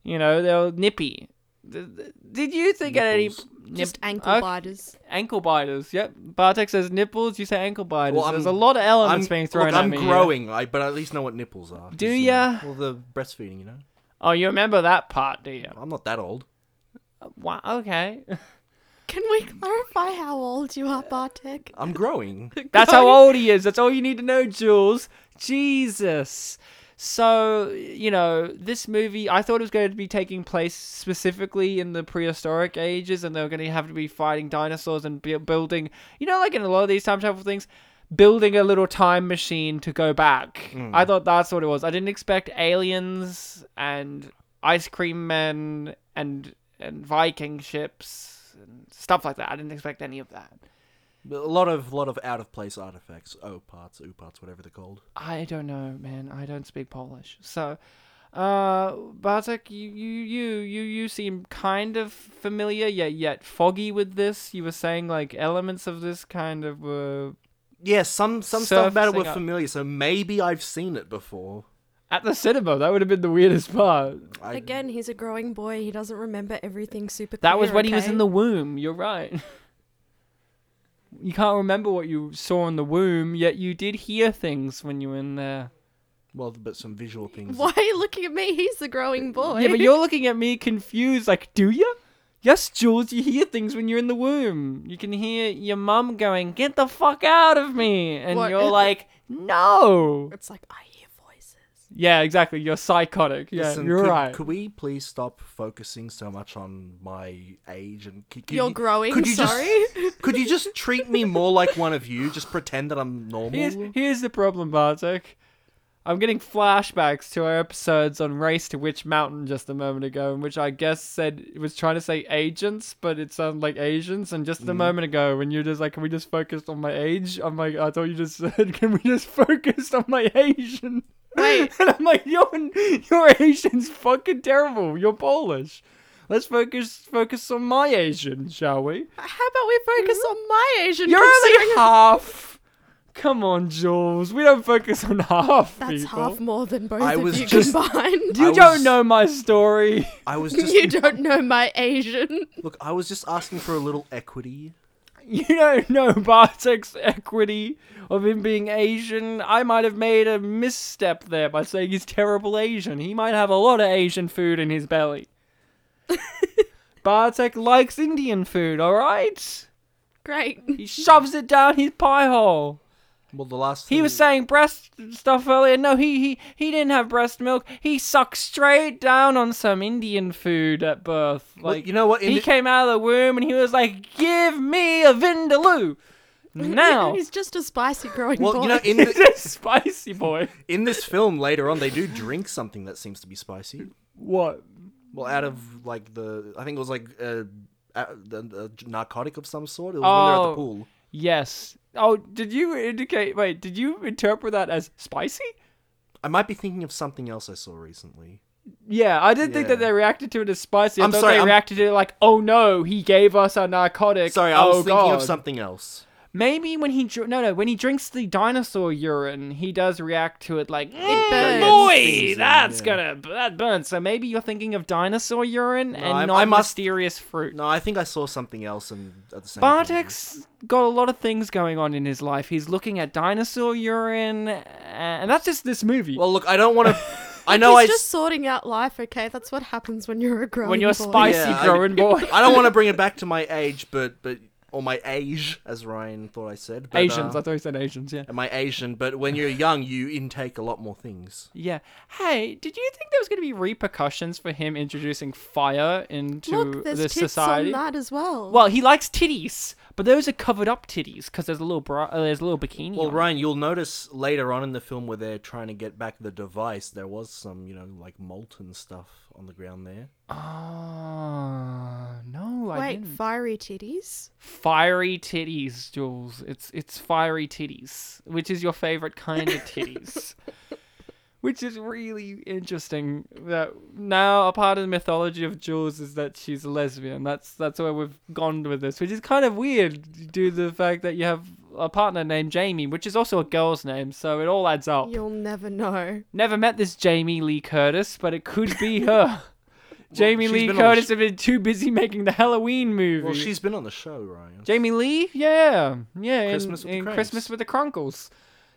A: You know, they were nippy. Th- th- Did you think at any
B: Nipples.
A: nip-
C: Just ankle
A: okay,
C: biters.
A: ankle biters? Yep. Bartek says nipples. You say ankle biters.
B: Well, I'm-
A: There's a lot of
B: tiny.
A: elements
B: I'm,
A: being thrown
B: look,
A: at
B: I'm
A: me. here.
B: growing, I, but I at least know what nipples are. 'cause,
A: Do
B: you know,
A: ya?
B: Well, the breastfeeding, you know.
A: Oh, you remember that part, do you?
B: I'm not that old.
A: Wow. Okay.
C: Can we clarify how old you are, Bartek?
B: I'm growing.
A: That's how old he is. That's all you need to know, Jules. Jesus. So, you know, this movie, I thought it was going to be taking place specifically in the prehistoric ages, and they were going to have to be fighting dinosaurs and bu- building, you know, like in a lot of these time travel things, building a little time machine to go back. I thought that's what it was. I didn't expect aliens and ice cream men and and Viking ships and stuff like that. I didn't expect any of that.
B: a lot of lot of out of place artifacts, O parts, U parts, whatever they're called.
A: I don't know, man. I don't speak Polish. So, Uh, Bartek, you, you, you, you, you seem kind of familiar yet yet foggy with this. You were saying like elements of this kind of were
B: Yeah, some some stuff about it were
A: Surfacing up.
B: familiar, so maybe I've seen it before.
A: at the cinema. That would have been the weirdest part.
B: I,
C: Again, he's a growing boy. He doesn't remember everything super
A: That
C: clear,
A: was when he was
C: okay?
A: in the womb. You're right. You can't remember what you saw in the womb, yet you did hear things when you were in there.
B: well, but some visual things.
C: Why are you looking at me? He's the growing boy.
A: Yeah, but you're looking at me confused, like, do you? Yes, Jules, you hear things when you're in the womb. You can hear your mum going, get the fuck out of me. And
C: What?
A: you're like, no.
C: It's like I hear voices.
A: Yeah, exactly. You're psychotic. Yeah,
B: Listen,
A: you're
B: could,
A: right.
B: Could we please stop focusing so much on my age and could, could
C: You're
B: you-
C: growing,
B: Could you
C: sorry.
B: just could you just treat me more like one of you? Just pretend that I'm normal.
A: Here's, here's the problem, Bartek. I'm getting flashbacks to our episodes on Race to Witch Mountain just a moment ago, in which I guess said it was trying to say agents, but it sounded like Asians. And just a moment ago, when you're just like, "Can we just focus on my age?" I'm like, "I thought you just said, can we just focus on my Asian?"
C: Wait.
A: and I'm like, "Your your Asian's fucking terrible. You're Polish. Let's focus focus on my Asian, shall we?"
C: How about we focus
B: Mm-hmm.
C: on my Asian?
A: You're only
C: considering-
A: half. Come on, Jules. We don't focus on half
C: That's
A: people.
C: half more than both
B: I
C: of
B: was
C: you
B: just-
C: combined.
A: You
B: I
A: don't
B: was-
A: know my story.
B: I was just
C: you don't know my Asian.
B: look. I was just asking for a little equity.
A: You don't know Bartek's equity of him being Asian. I might have made a misstep there by saying he's terrible Asian. He might have a lot of Asian food in his belly. Bartek likes Indian food, alright?
C: Great.
A: He shoves it down his pie hole.
B: Well, the last
A: He
B: thing-
A: was saying breast stuff earlier. No, he he he didn't have breast milk. He sucked straight down on some Indian food at birth. Like
B: Well, you know what?
A: he
B: Indi-
A: came out of the womb and he was like, "Give me a vindaloo now."
C: He's just a spicy growing boy.
B: well, you know, in,
A: He's
B: the,
A: a spicy boy.
B: in this film later on, they do drink something that seems to be spicy.
A: What?
B: Well, out of like the, I think it was like uh, a, the, the narcotic of some sort. It was when they're at
A: Oh.
B: the pool.
A: Yes. Oh, did you indicate? Wait, did you interpret that as spicy?
B: I might be thinking of something else I saw recently.
A: Yeah, I didn't think that
B: Yeah.
A: they reacted to it as spicy. I
B: I'm
A: thought
B: sorry,
A: they
B: I'm-
A: reacted to it like, "Oh no, he gave us a narcotic."
B: Sorry, I was
A: oh,
B: thinking
A: God.
B: of something else.
A: Maybe when he dr- no no when he drinks the dinosaur urine, he does react to it like "Mm,
C: burns.
A: Boy,
B: Things in,
A: that's
B: yeah.
A: gonna that burns. So maybe you're thinking of dinosaur urine and
B: I-
A: not
B: I must-
A: mysterious fruit.
B: No, I think I saw something else and at the same time.
A: Bartek's got a lot of things going on in his life. He's looking at dinosaur urine, uh, and that's just this movie.
B: Well, look, I don't want to. I know
C: He's
B: I. s-
C: just sorting out life, okay? That's what happens when you're a growing
A: when you're
C: boy.
A: spicy,
B: Yeah, I-
A: growing boy,
B: I don't want to bring it back to my age, but but or my age, as Ryan thought I said. But,
A: Asians.
B: uh,
A: I thought he said Asians. Yeah.
B: and my Asian, but when you're young, you intake a lot more things.
A: Yeah. Hey, did you think there was going to be repercussions for him introducing fire into
C: Look, there's
A: this
C: tits
A: society?
C: on that as well.
A: Well, he likes titties, but those are covered up titties because there's a little bra, uh, there's a little bikini.
B: Well,
A: on.
B: Ryan, you'll notice later on in the film where they're trying to get back the device, there was some, you know, like molten stuff on the ground there.
A: Ah, no, I
C: Wait,
A: didn't.
C: fiery titties?
A: Fiery titties, Jules. It's it's fiery titties, which is your favorite kind of titties. Which is really interesting. That now a part of the mythology of Jules is that she's a lesbian. That's that's where we've gone with this, which is kind of weird due to the fact that you have a partner named Jamie, which is also a girl's name. So it all adds up.
C: You'll never know.
A: Never met this Jamie Lee Curtis, but it could be her. Jamie
B: she's
A: Lee
B: been on the
A: Curtis
B: sh-
A: have been too busy making the Halloween movie.
B: Well, she's been on the show, Ryan.
A: Jamie Lee, yeah, yeah, in-
B: Christmas with the
A: in
B: Cranks.
A: Christmas with the Kronkles.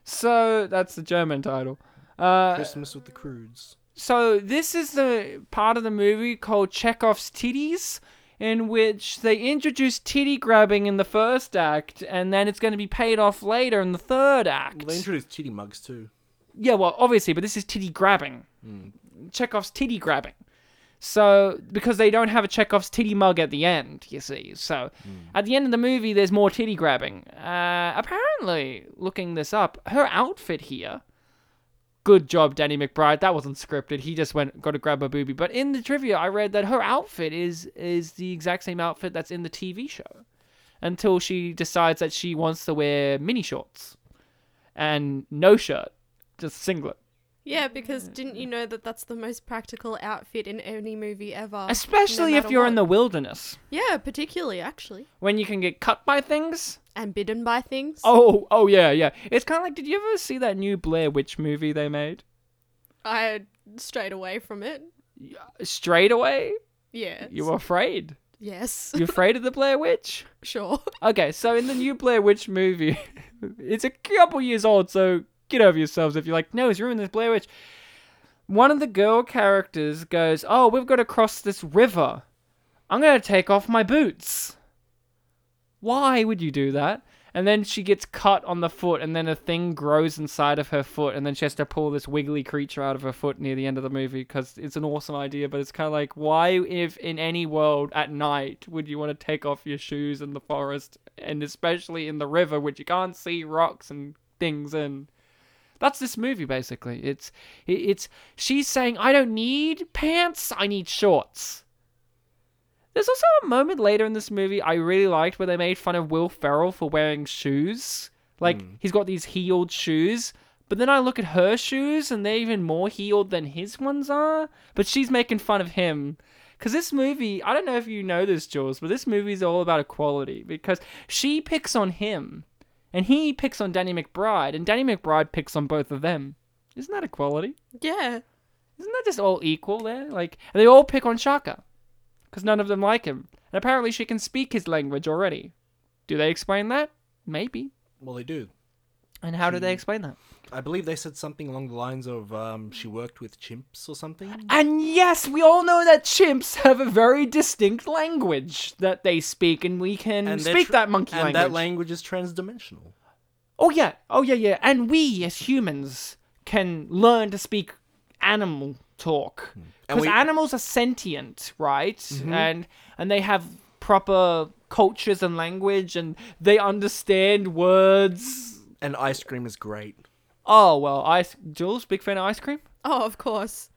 A: So that's the German title. Uh,
B: Christmas with the Crudes.
A: so this is the part of the movie called Chekhov's Titties, in which they introduce titty grabbing in the first act, and then it's going to be paid off later in the third act.
B: Well, they introduced titty mugs too.
A: Yeah, well, obviously, but this is titty grabbing. Chekhov's titty grabbing. So, because they don't have a Chekhov's titty mug at the end, you see. So, at the end of the movie, there's more titty grabbing. Uh, apparently, looking this up, her outfit here. Good job, Danny McBride. That wasn't scripted. He just went, got to grab a boobie. But in the trivia, I read that her outfit is is the exact same outfit that's in the TV show, until she decides that she wants to wear mini shorts and no shirt, just singlet.
C: Yeah, because didn't you know that that's the most practical outfit in any movie ever?
A: Especially
C: Oh, no
A: if
C: matter
A: you're in the
C: what.
A: wilderness,
C: Yeah, particularly actually.
A: when you can get cut by things.
C: And bidden by things.
A: Oh, oh yeah, yeah. It's kind of like, did you ever see that new Blair Witch movie they made?
C: I strayed away from it.
A: Straight away,
C: Yes.
A: you were afraid.
C: Yes.
A: You're afraid of the Blair Witch.
C: sure.
A: Okay, so in the new Blair Witch movie, it's a couple years old, so get over yourselves if you're like, no, he's ruined this Blair Witch. One of the girl characters goes, oh, we've got to cross this river. I'm going to take off my boots. Why would you do that? And then she gets cut on the foot, and then a thing grows inside of her foot, and then she has to pull this wiggly creature out of her foot near the end of the movie because it's an awesome idea. But it's kind of like, why, if in any world at night, would you want to take off your shoes in the forest, and especially in the river, which you can't see rocks and things in? That's this movie basically. It's it- it's she's saying, I don't need pants, I need shorts. There's also a moment later in this movie I really liked where they made fun of Will Ferrell for wearing shoes. Like he's got these heeled shoes, but then I look at her shoes and they're even more heeled than his ones are. But she's making fun of him. Because this movie, I don't know if you know this, Jules, but this movie is all about equality because she picks on him and he picks on Danny McBride and Danny McBride picks on both of them. Isn't that equality?
C: Yeah.
A: Isn't that just all equal there? Like, and they all pick on Shaka because none of them like him. And apparently, she can speak his language already. Do they explain that? Maybe.
B: Well, they do.
A: And how do they explain that?
B: I believe they said something along the lines of um, she worked with chimps or something.
A: And yes, we all know that chimps have a very distinct language that they speak, and we can
B: And they're
A: speak
B: tr-
A: that monkey
B: and
A: language.
B: that language is transdimensional.
A: Oh yeah, oh yeah, yeah. And we as humans can learn to speak animal talk
B: Hmm. And
A: because
B: we- Mm-hmm.
A: animals are sentient, right? And and they have proper cultures and language, and they understand words.
B: And ice cream is great.
A: Oh well, ice. Jules, big fan of ice cream.
C: Oh, of course.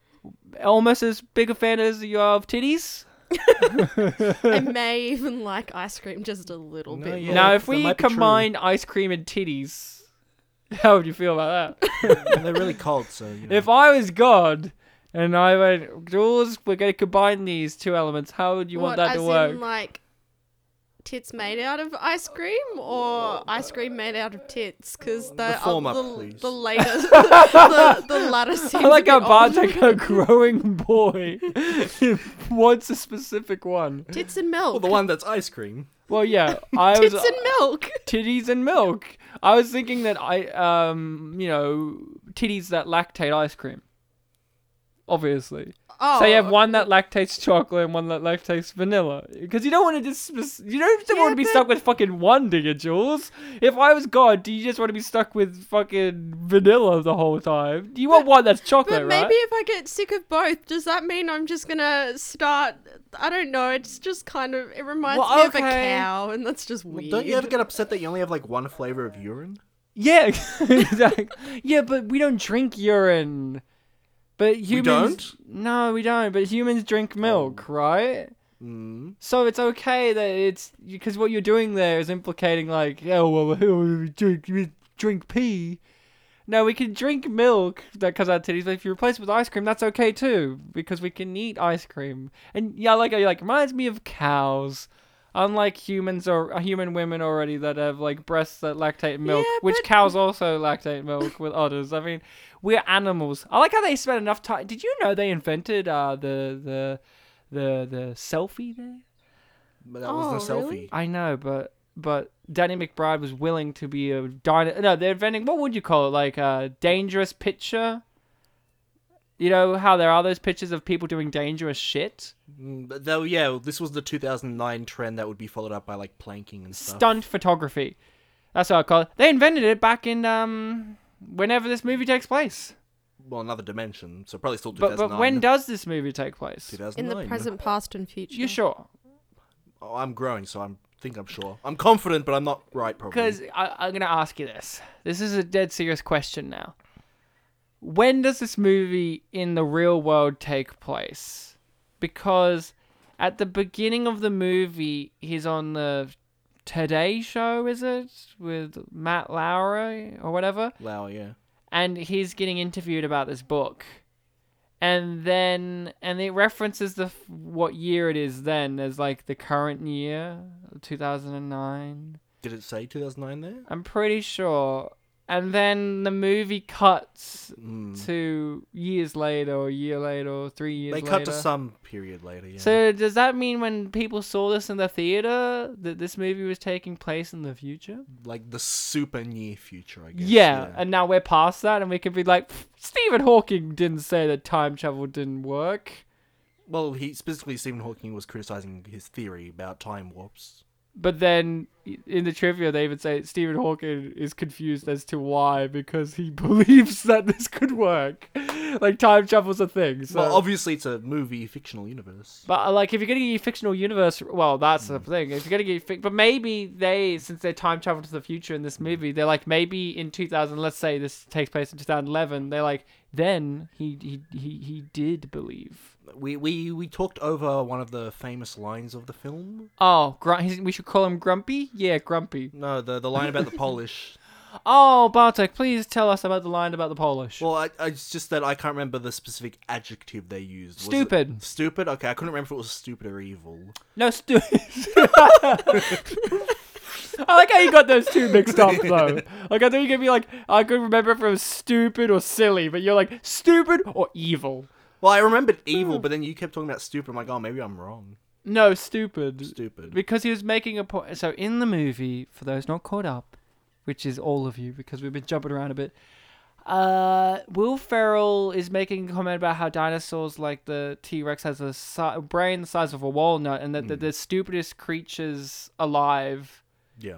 A: Almost as big a fan as you are of titties.
C: I may even like ice cream just a little
B: No,
C: bit.
B: yeah.
C: more.
A: now, if
B: that
A: we
B: might be true.
A: combine ice cream and titties, how would you feel about that?
B: And they're really cold, so you know.
A: If I was God and I went, Jules, we're going to combine these two elements, how would you want
C: What,
A: that to
C: as
A: work?
C: In, like tits made out of ice cream or ice cream made out of tits because the, uh,
B: former,
C: the,
B: please.
C: the later the, the latter seems
A: I like how
C: a bit
A: Bart's
C: odd.
A: like a growing boy wants a specific one.
C: tits and milk
B: Well, the one that's ice cream.
A: Well, yeah, I was
C: tits and milk
A: titties and milk. I was thinking that I, um, you know, titties that lactate ice cream. Obviously.
C: oh
A: So you have one that lactates chocolate and one that lactates vanilla, because you don't want to just spec- you don't just
C: Yeah,
A: want to be
C: but-
A: stuck with fucking one, do you, Jules? If I was God, do you just want to be stuck with fucking vanilla the whole time? Do you want one that's
C: but
A: chocolate,
C: maybe
A: right?
C: if I get sick of both, does that mean I'm just gonna start? I don't know. It's just kind of. It reminds
A: Well,
C: me of a
A: okay.
C: cow, and that's just weird.
B: Don't you ever get upset that you only have like one flavor of urine?
A: Yeah, exactly. yeah, but we don't drink urine. But humans,
B: don't?
A: No, we don't. But humans drink milk, right?
B: Mm.
A: So it's okay that it's because what you're doing there is implicating like, oh well, we drink we drink pee. No, we can drink milk that comes out of titties, but if you replace it with ice cream, that's okay too because we can eat ice cream. And yeah, I like how you're like reminds me of cows. Unlike humans or uh, human women already that have like breasts that lactate milk,
C: Yeah,
A: which
C: but-
A: cows also lactate milk with others. I mean, we're animals. I like how they spent enough time. Did you know they invented uh, the the the the selfie there?
B: But that was the
C: Oh,
B: selfie.
C: really?
A: I know, but but Danny McBride was willing to be a dino. No, they're inventing what would you call it? Like a dangerous picture. You know how there are those pictures of people doing dangerous shit,
B: Mm, but though, yeah, well, this was the 2009 trend that would be followed up by like planking and stuff.
A: stunt photography. That's what I call it. They invented it back in um whenever this movie takes place.
B: Well, another dimension, so probably still
A: But
B: 2009.
A: but when does this movie take place?
B: 2009.
C: in the present, past, and future?
A: You sure?
B: Oh, I'm growing, so I'm think I'm sure. I'm confident, but I'm not right. Probably
A: Because I'm going to ask you this. This is a dead serious question now. When does this movie in the real world take place? Because at the beginning of the movie, he's on the Today Show, is it? With Matt Lowry or whatever.
B: Wow, yeah.
A: and he's getting interviewed about this book, and then and it references the f- what year it is then as like the current year, two thousand and nine.
B: Did it say 2009 there?
A: I'm pretty sure. And then the movie cuts
B: Hmm.
A: to years later, or a year later, or three years
B: They
A: later.
B: cut to some period later. Yeah.
A: So does that mean when people saw this in the theater that this movie was taking place in the future?
B: like the super near future, I guess.
A: Yeah, and now we're past that, and we could be like, "Pfft, Stephen Hawking didn't say that time travel didn't work.
B: well, he specifically Stephen Hawking was criticizing his theory about time warps.
A: But then in the trivia, they even say Stephen Hawking is confused as to why because he believes that this could work. Like time travel's a thing. So.
B: well, obviously it's a movie fictional universe.
A: But uh, like, if you're gonna get your fictional universe, well, that's the thing. If you're gonna get, fic- but maybe they, since they time travel to the future in this movie, they're like maybe in 2000. Let's say this takes place in 2011. They're like, then he he he he did believe.
B: We we we talked over one of the famous lines of the film.
A: Oh, gr- he's, we should call him Grumpy. Yeah, Grumpy.
B: No, the the line about the Polish.
A: Oh, Bartek, please tell us about the line about the Polish.
B: Well, I, I, it's just that I can't remember the specific adjective they used. Was it
A: Stupid.
B: Stupid. Okay, I couldn't remember if it was stupid or evil.
A: no, stu. I like how you got those two mixed up though. Like I thought you could be like, I could remember if it was stupid or silly, but you're like stupid or evil.
B: Well, I remembered evil, but then you kept talking about stupid. I'm like, oh, maybe I'm wrong.
A: No, stupid.
B: Stupid.
A: Because he was making a point. So in the movie, for those not caught up, which is all of you, because we've been jumping around a bit. Uh, Will Ferrell is making a comment about how dinosaurs, like the T Rex, has a si- brain the size of a walnut, and that they're the stupidest creatures alive,
B: Yeah.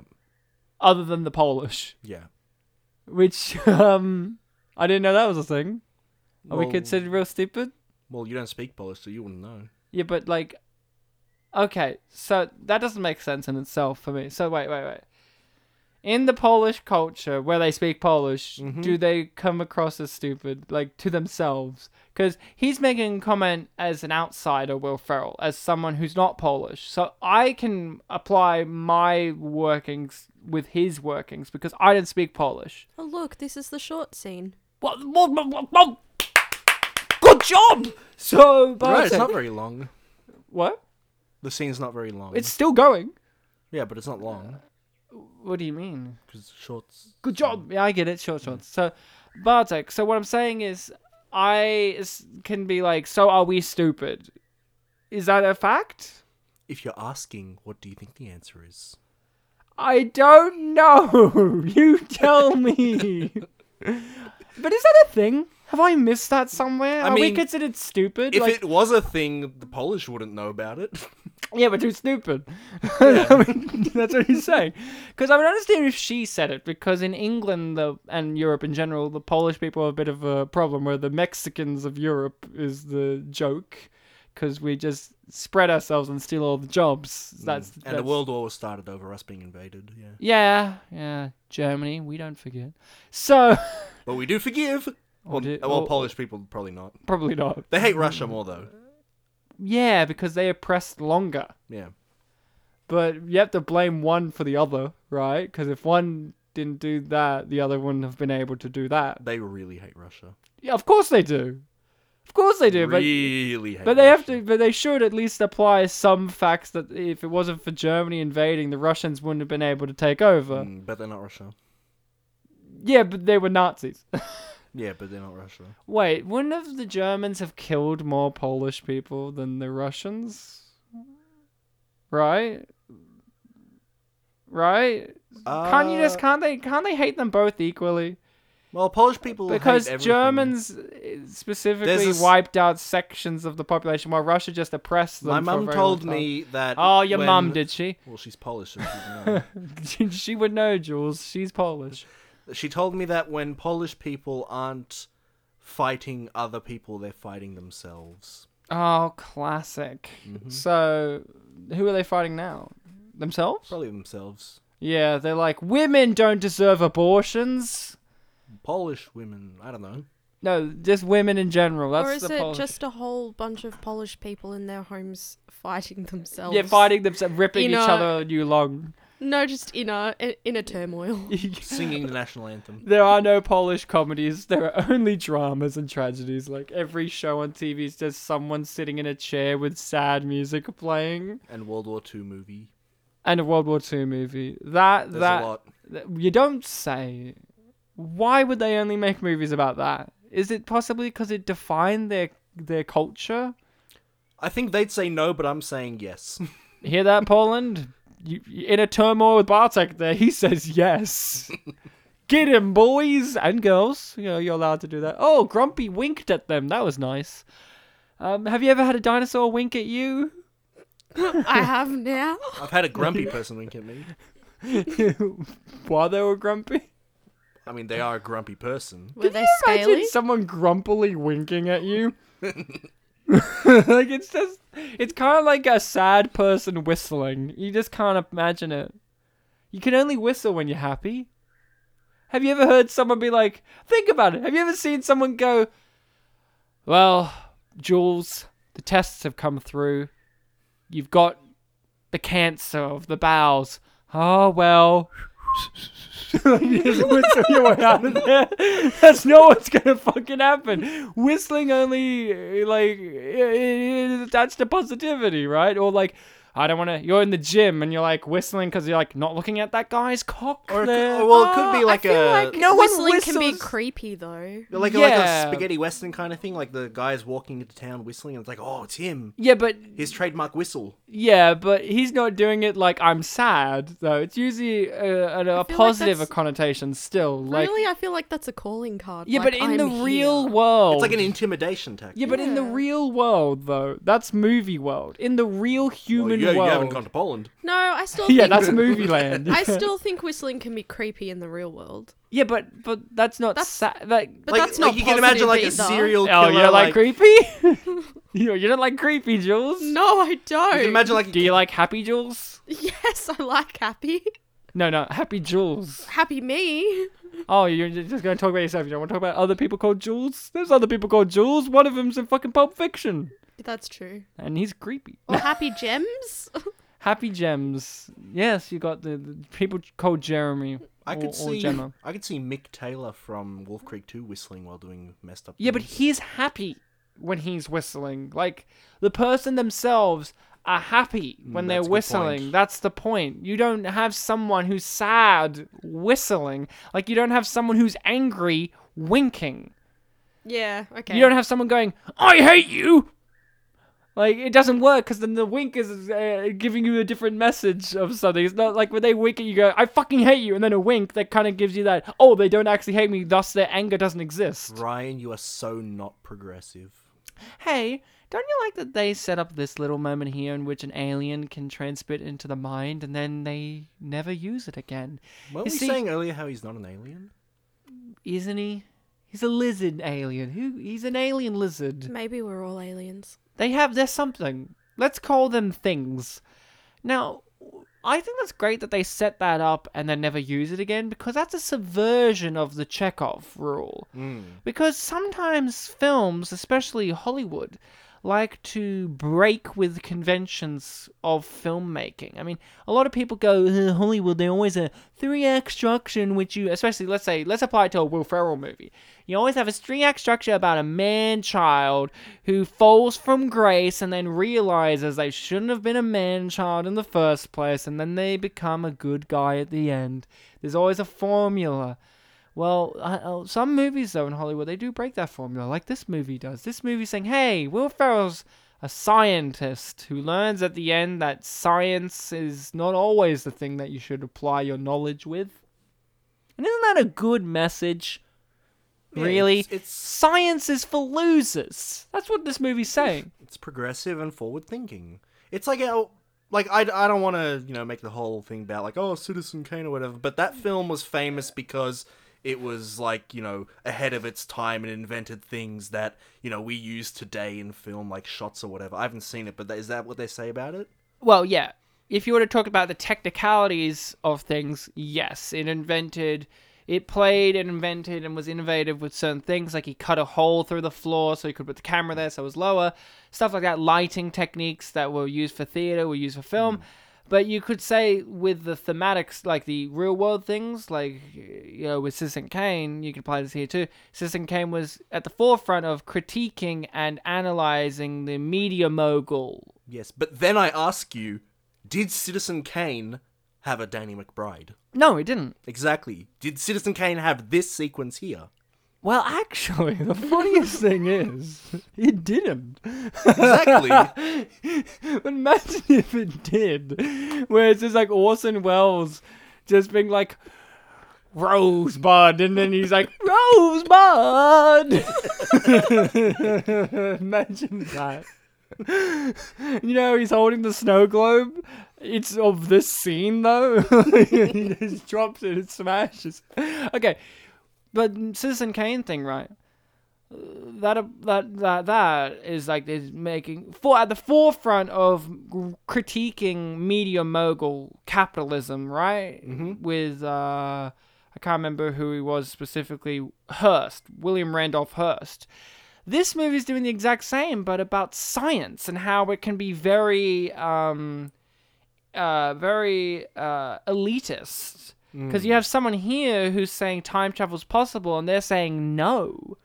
A: other than the Polish.
B: Yeah.
A: Which um, I didn't know that was a thing. Are we
B: Well-
A: considered real stupid?
B: Well, you don't speak Polish, so you wouldn't know.
A: Yeah, but like, okay, so that doesn't make sense in itself for me. So wait, wait, wait. In the Polish culture, where they speak Polish, do they come across as stupid, like to themselves? Because he's making a comment as an outsider, Will Ferrell, as someone who's not Polish. So I can apply my workings with his workings because I don't speak Polish.
C: Oh, look, this is the short scene.
A: What? what, what, what, what? Good job. So, but
B: Right, it's not very long.
A: what?
B: The scene's not very long.
A: It's still going.
B: yeah, but it's not long
A: What do you mean?
B: because shorts.
A: Good job. Mm. Yeah, I get it. Short shorts. So, Bartek. So what I'm saying is, I s- can be like, so are we stupid? Is that a fact?
B: If you're asking, what do you think the answer is?
A: I don't know. You tell me. but is that a thing? Have I missed that somewhere?
B: I
A: are we
B: mean,
A: considered stupid?
B: If
A: Like-
B: it was a thing, the Polish wouldn't know about it.
A: Yeah, but too stupid. I mean, that's what he's saying. Because I would understand if she said it, because in England the and Europe in general, the Polish people have a bit of a problem where the Mexicans of Europe is the joke, because we just spread ourselves and steal all the jobs. That's,
B: Mm. and
A: that's
B: the world war was started over us being invaded. Yeah,
A: Yeah, yeah. Germany, we don't forget. So
B: but we do forgive. Well,
A: do-
B: well,
A: or-
B: Polish people probably not.
A: probably not.
B: They hate Russia more though.
A: Yeah, because they oppressed longer.
B: Yeah,
A: But you have to blame one for the other, right? Because if one didn't do that, the other wouldn't have been able to do that.
B: they really hate Russia.
A: Yeah, of course they do. Of course they do,
B: really
A: but
B: hate.
A: but they have
B: Russia.
A: to but they should at least apply some facts that if it wasn't for Germany invading, the Russians wouldn't have been able to take over.
B: Mm, but they're not Russia.
A: Yeah, but they were Nazis.
B: Yeah, but they're not Russia.
A: Wait, wouldn't have the Germans have killed more Polish people than the Russians? Right? Right? can't you just
B: Uh,
A: can't they can't they hate them both equally?
B: Well, Polish people hate
A: because
B: everything.
A: Germans uh, specifically
B: There's a s-
A: wiped out sections of the population while Russia just oppressed them.
B: My
A: for a
B: mum
A: very
B: told
A: long time.
B: me that.
A: Oh, your
B: when-
A: mum did she?
B: Well, she's Polish. So she's not.
A: she would know, Jules. She's Polish.
B: she told me that when Polish people aren't fighting other people, they're fighting themselves. Mm-hmm.
A: Oh, classic. So, who are they fighting now? Themselves?
B: Probably themselves.
A: Yeah, they're like women don't deserve abortions.
B: Polish women. I don't know.
A: No, just women in general. That's
C: or is
A: the
C: it
A: Polish.
C: just a whole bunch of Polish people in their homes fighting themselves?
A: yeah, fighting themselves, ripping
C: You know-
A: each other new long.
C: No, just inner i- inner turmoil.
B: singing the national anthem.
A: There are no Polish comedies. There are only dramas and tragedies. Like every show on TV is just someone sitting in a chair with sad music playing
B: And World War II movie.
A: and a World War II movie. That
B: There's
A: that
B: a lot.
A: th- you don't say. Why would they only make movies about that? Is it possibly because it defined their their culture?
B: I think they'd say no, but I'm saying yes.
A: Hear that, Poland? You, you- in a turmoil with Bartek there, he says yes. Get him, boys and girls. You know, you're allowed to do that. Oh, Grumpy winked at them. That was nice. Um, have you ever had a dinosaur wink at you?
C: I have now.
B: I've had a grumpy person wink at me.
A: While they were grumpy?
B: I mean, they are a grumpy person.
C: Were
A: Can
C: they
A: you imagine
C: scaly?
A: someone grumpily winking at you? like it's just, it's kind of like a sad person whistling. You just can't imagine it. You can only whistle when you're happy. Have you ever heard someone be like, think about it. Have you ever seen someone go, well, Jules, the tests have come through. You've got the cancer of the bowels. Oh, well. Like, you just whistle your way out of there. That's not what's gonna fucking happen. Whistling only, uh, like, i- i- that's the positivity, right? Or like, I don't want to. You're in the gym and you're like whistling because you're like not looking at that guy's cock.
B: Or it
A: there. Ah,
B: could, well, it could be
C: Oh,
B: like
C: I feel
B: a
C: like
A: uh, No one
C: whistling can be
A: whistles.
C: creepy though.
B: like, a- like
A: Yeah.
B: a spaghetti western kind of thing. Like the guy's walking into town whistling, and it's like, oh, it's him.
A: yeah, but
B: His trademark whistle.
A: yeah, but he's not doing it like I'm sad though. It's usually a, a, a
C: feel like
A: positive
C: that's-
A: connotation still. Like,
C: really, I feel like that's a calling card.
A: yeah,
C: like,
A: but in
C: I'm
A: the
C: here.
A: real world,
B: It's like an intimidation tactic.
A: Oh, Yeah, but in the
C: Yeah.
A: real world, though, that's movie world. In the real
B: Well,
A: human
B: Oh, you, you haven't
A: world,
B: gone to Poland.
C: No, I still.
A: yeah,
C: think-
A: that's movie land.
C: I still think whistling can be creepy in the real world.
A: yeah, but but that's not
C: That's-
A: sa- like.
C: But
B: like,
C: that's not
B: like you can imagine
C: positive
B: like a
C: either.
B: serial killer.
A: Oh, you don't like,
B: like,
A: creepy? you, you don't like creepy, Jules?
C: No, I
B: You
C: don't.
B: can imagine like
A: Do you like happy Jules?
C: Yes, I like happy.
A: No, no, happy Jules.
C: Happy me.
A: Oh, you're ju- just gonna talk about yourself. You don't want to talk about other people called Jules. There's other people called Jules. One of them's in fucking Pulp Fiction,
C: That's true.
A: and he's creepy.
C: Or happy gems.
A: Happy Gems. Yes, you got the, the people called Jeremy.
B: I
A: or-
B: could
A: or
B: see
A: Gemma.
B: I could see Mick Taylor from Wolf Creek 2 whistling while doing messed up.
A: Yeah, but
B: things.
A: he's happy when he's whistling. Like the person themselves are happy when
B: Mm,
A: they're
B: that's a good
A: whistling.
B: point.
A: That's the point. You don't have someone who's sad whistling. Like you don't have someone who's angry winking.
C: yeah. Okay.
A: You don't have someone going, "I hate you." Like it doesn't work because then the wink is uh, giving you a different message of something. It's not like when they wink at you, go, "I fucking hate you," and then a wink that kind of gives you that, "Oh, they don't actually hate me," thus their anger doesn't exist.
B: Ryan, you are so not progressive.
A: hey, don't you like that they set up this little moment here in which an alien can transmit into the mind and then they never use it again?
B: Weren't
A: You
B: we
A: see-
B: saying earlier how he's not an alien?
A: Isn't he? He's a lizard alien. Who? He's an alien lizard.
C: Maybe we're all aliens.
A: They have there's something. Let's call them things. Now, I think that's great that they set that up and then never use it again because that's a subversion of the Chekhov rule. Because sometimes films, especially Hollywood, like to break with conventions of filmmaking. I mean, a lot of people go "Ugh, Hollywood. They always a three-act structure in which you, especially let's say, let's apply it to a Will Ferrell movie. You always have a three-act structure about a man-child who falls from grace and then realizes they shouldn't have been a man-child in the first place, and then they become a good guy at the end. There's always a formula. Well, I, uh, some movies though in Hollywood they do break that formula, like this movie does. This movie's saying, "Hey, Will Ferrell's a scientist who learns at the end that science is not always the thing that you should apply your knowledge with." And isn't that a good message?
B: Yeah,
A: really,
B: it's- it's-
A: science is for losers. That's what this movie's saying.
B: It's progressive and forward thinking. It's like how like I, I don't want to you know make the whole thing about like oh Citizen Kane or whatever, but that film was famous because it was like you know ahead of its time and invented things that you know we use today in film like shots or whatever. I haven't seen it, but that, is that what they say about it?
A: Well, yeah. If you were to talk about the technicalities of things, yes, it invented, it played and invented and was innovative with certain things. Like he cut a hole through the floor so he could put the camera there, so it was lower. Stuff like that, lighting techniques that were used for theater were used for film. But you could say with the thematics, like the real world things, like you know, with Citizen Kane, you can apply this here too. Citizen Kane was at the forefront of critiquing and analyzing the media mogul.
B: Yes, but then I ask you, did Citizen Kane have a Danny McBride?
A: No, it didn't.
B: Exactly. Did Citizen Kane have this sequence here?
A: Well, actually, the funniest thing is, it didn't.
B: Exactly.
A: Imagine if it did, where it's just like Orson Welles just being like, Rosebud, and then he's like, Rosebud! Imagine that. You know, he's holding the snow globe. It's of this scene, though. he just drops it and smashes. Okay, but Citizen Kane thing, right? that that that that is like is making for at the forefront of critiquing media mogul capitalism, right? With uh, I can't remember who he was specifically. Hearst, William Randolph Hearst. This movie is doing the exact same, but about science and how it can be very um, uh, very uh, elitist. Because you have someone here who's saying time travel's possible, and they're saying no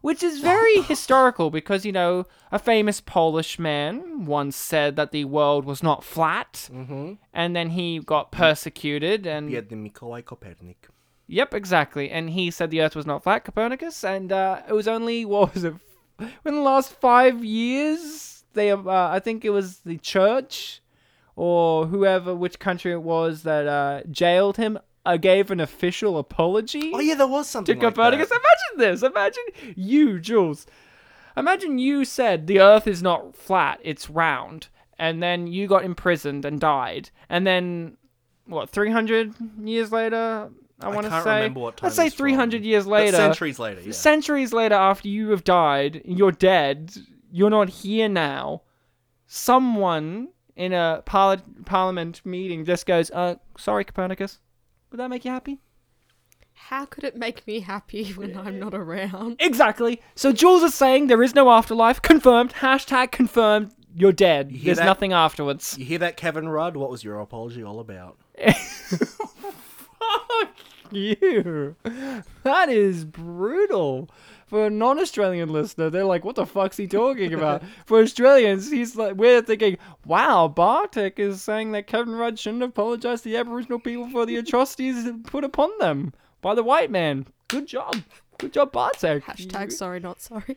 A: which is very historical because you know a famous Polish man once said that the world was not flat, mm-hmm. and then he got persecuted and
B: he had the Mikołaj Kopernik.
A: yep, exactly, and he said the Earth was not flat, Copernicus, and uh, it was only what was it in the last five years they uh, I think it was the church or whoever which country it was that uh, jailed him. I gave an official apology
B: Oh yeah, there was
A: to
B: something like
A: Copernicus.
B: that.
A: Imagine this. Imagine you, Jules. Imagine you said the Earth is not flat; it's round, and then you got imprisoned and died, and then what? Three hundred years later, I want to
B: can't
A: say.
B: remember what time
A: let's say
B: it's from,
A: three hundred years
B: But
A: later,
B: centuries later. Yeah.
A: centuries later, after you have died, you're dead. You're not here now. Someone in a par- parliament meeting just goes, "Uh, sorry, Copernicus. Would that make you happy?"
C: How could it make me happy when I'm not around?
A: Exactly. So Jules is saying there is no afterlife. Confirmed. Hashtag confirmed. You're dead.
B: hear
A: There's
B: that?
A: nothing afterwards.
B: you hear that, Kevin Rudd? What was your apology all about?
A: Fuck you. That is brutal. For a non-Australian listener, they're like, "What the fuck's he talking about?" For Australians, he's like, "We're thinking, wow, Bartek is saying that Kevin Rudd shouldn't apologise to the Aboriginal people for the atrocities put upon them by the white man." Good job, good job, Bartek.
C: Hashtag sorry, not sorry.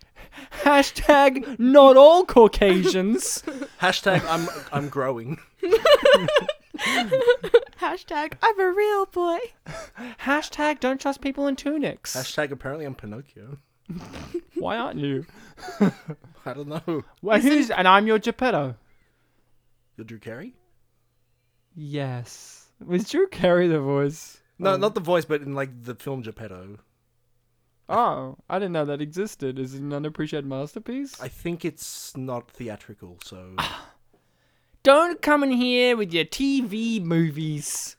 A: Hashtag not all Caucasians.
B: Hashtag I'm I'm growing.
C: Hashtag I'm a real boy.
A: Hashtag don't trust people in tunics.
B: Hashtag apparently I'm Pinocchio.
A: Why aren't you?
B: I don't know.
A: Well, who's and I'm your Geppetto.
B: You're Drew Carey?
A: Yes. Was Drew Carey the voice?
B: No, not the voice, but in like the film Geppetto.
A: Oh, I didn't know that existed. Is it an unappreciated masterpiece?
B: I think it's not theatrical, so
A: Don't come in here with your TV movies.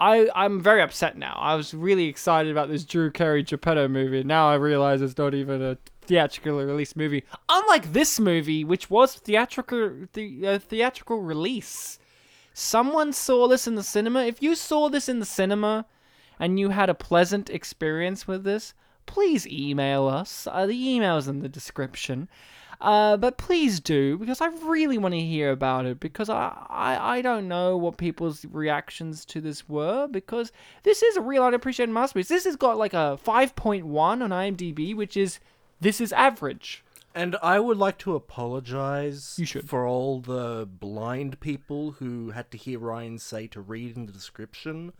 A: I I'm very upset now. I was really excited about this Drew Carey Geppetto movie. Now I realize it's not even a theatrically released movie. Unlike this movie, which was theatrical the, uh, theatrical release. Someone saw this in the cinema. If you saw this in the cinema and you had a pleasant experience with this, please email us. Uh, the email's in the description. Uh, but please do because I really want to hear about it because I, I I don't know what people's reactions to this were because this is a real unappreciated masterpiece. This has got like a 5.1 on IMDb, which is this is average.
B: And I would like to apologize
A: You should.
B: for all the blind people who had to hear Ryan say to read in the description.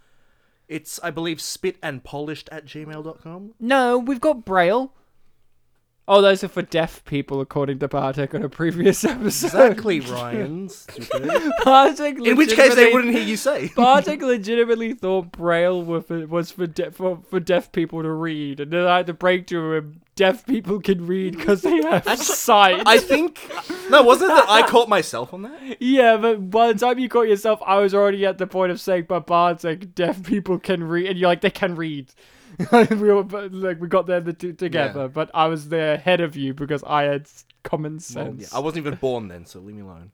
B: It's, I believe, spit and polished at gmail.com.
A: No, we've got braille. Oh, those are for deaf people, according to Bartek on a previous episode.
B: Exactly, Ryan. stupid.
A: Bartek
B: in which case, they
A: legitimately-
B: wouldn't hear you say.
A: Bartek legitimately thought Braille were for, was for, de- for for deaf people to read, and then I had to break to him: deaf people can read because they have sight.
B: I think. No, wasn't it that I caught myself on that?
A: yeah, but by the time you caught yourself, I was already at the point of saying, "But Bartek, deaf people can read," and you're like, "They can read." we were but, like we got there the two together, but I was there ahead of you because I had s- common
B: Well,
A: sense.
B: yeah, I wasn't even born then, so leave me alone.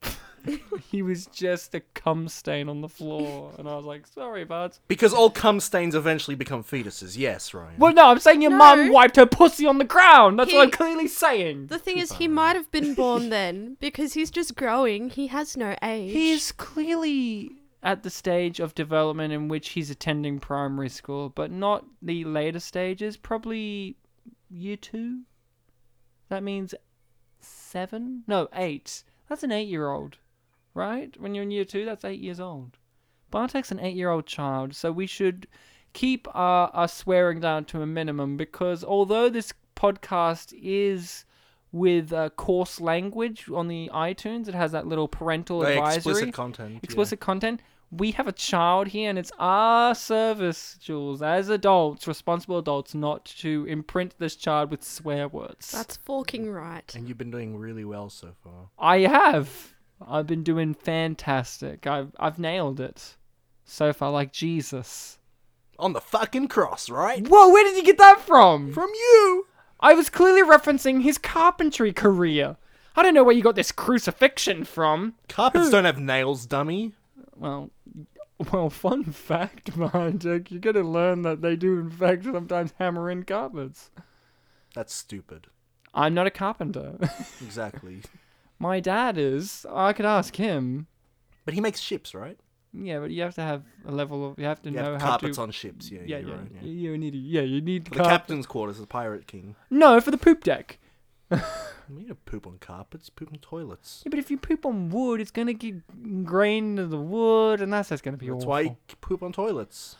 A: he was just a cum stain on the floor, and I was like, "Sorry, buds."
B: Because all cum stains eventually become fetuses. Yes, Ryan.
A: Well, no, I'm saying your mum
C: No.
A: wiped her pussy on the ground. That's what I'm
C: He-
A: clearly saying.
C: The thing is, he might have been born then because he's just growing. He has no age.
A: He's clearly at the stage of development in which he's attending primary school, but not the later stages, probably year two. That means seven? No, eight. That's an eight year old, right? When you're in year two, that's eight years old. Bartek's an eight year old child, so we should keep our, our swearing down to a minimum because although this podcast is with uh, coarse language on the iTunes, it has that little parental
B: Like
A: advisory
B: explicit content.
A: explicit content. We have a child here, and it's our service, Jules, as adults, responsible adults, not to imprint this child with swear words.
C: That's fucking right.
B: Yeah. And you've been doing really well so far.
A: I have. I've been doing fantastic. I've I've nailed it so far, like Jesus.
B: On the fucking cross, right?
A: Whoa, where did you get that from?
B: From you.
A: I was clearly referencing his carpentry career. I don't know where you got this crucifixion from.
B: Carpets don't have nails, dummy.
A: Well, well, fun fact, Bartek, you're gonna learn that they do, in fact, sometimes hammer in carpets.
B: That's stupid.
A: I'm not a carpenter.
B: Exactly.
A: My dad is. I could ask him.
B: but he makes ships, right?
A: Yeah, but you have to have a level of. You have to
B: You
A: know
B: have
A: how
B: carpets
A: to.
B: on ships. Yeah,
A: yeah,
B: you're
A: yeah,
B: right.
A: yeah,
B: yeah.
A: you need. Yeah, you need.
B: For the
A: carp-
B: captain's quarters, the pirate king.
A: No, for the poop deck.
B: I mean, you don't poop on carpets. You poop on toilets.
A: Yeah, but if you poop on wood, it's gonna get ingrained into the wood, and that's just gonna be
B: That's
A: awful.
B: why you poop on toilets.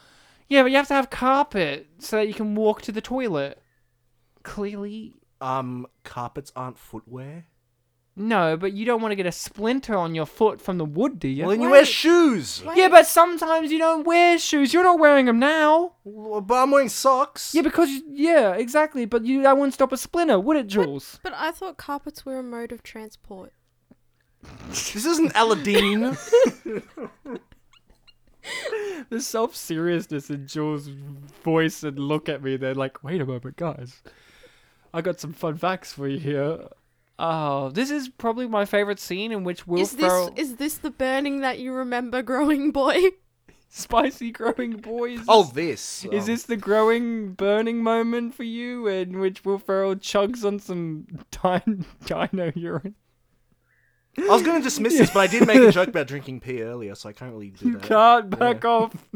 A: Yeah, but you have to have carpet so that you can walk to the toilet. Clearly,
B: Um, carpets aren't footwear.
A: no. But you don't want to get a splinter on your foot from the wood, do you?
B: Well, then you
C: Wait.
B: wear shoes.
A: yeah, but sometimes you don't wear shoes. You're not wearing them now.
B: Well, But I'm wearing socks.
A: Yeah, because you- yeah, exactly. But you, that wouldn't stop a splinter, would it, Jules?
C: But I thought carpets were a mode of transport.
B: This isn't Aladdin.
A: The self seriousness in Jules' voice and look at me, they're like, wait a moment, guys. I got some fun facts for you here. Oh, this is probably my favorite scene in which Will
C: is this
A: Ferrell,
C: is this the burning that you remember, growing boy?
A: spicy growing boys.
B: oh, this.
A: Is
B: um,
A: this the growing, burning moment for you in which Will Ferrell chugs on some din- dino urine?
B: I was going to dismiss this, but I did make a joke about drinking pee earlier, so I can't really do
A: You
B: that.
A: can't back off.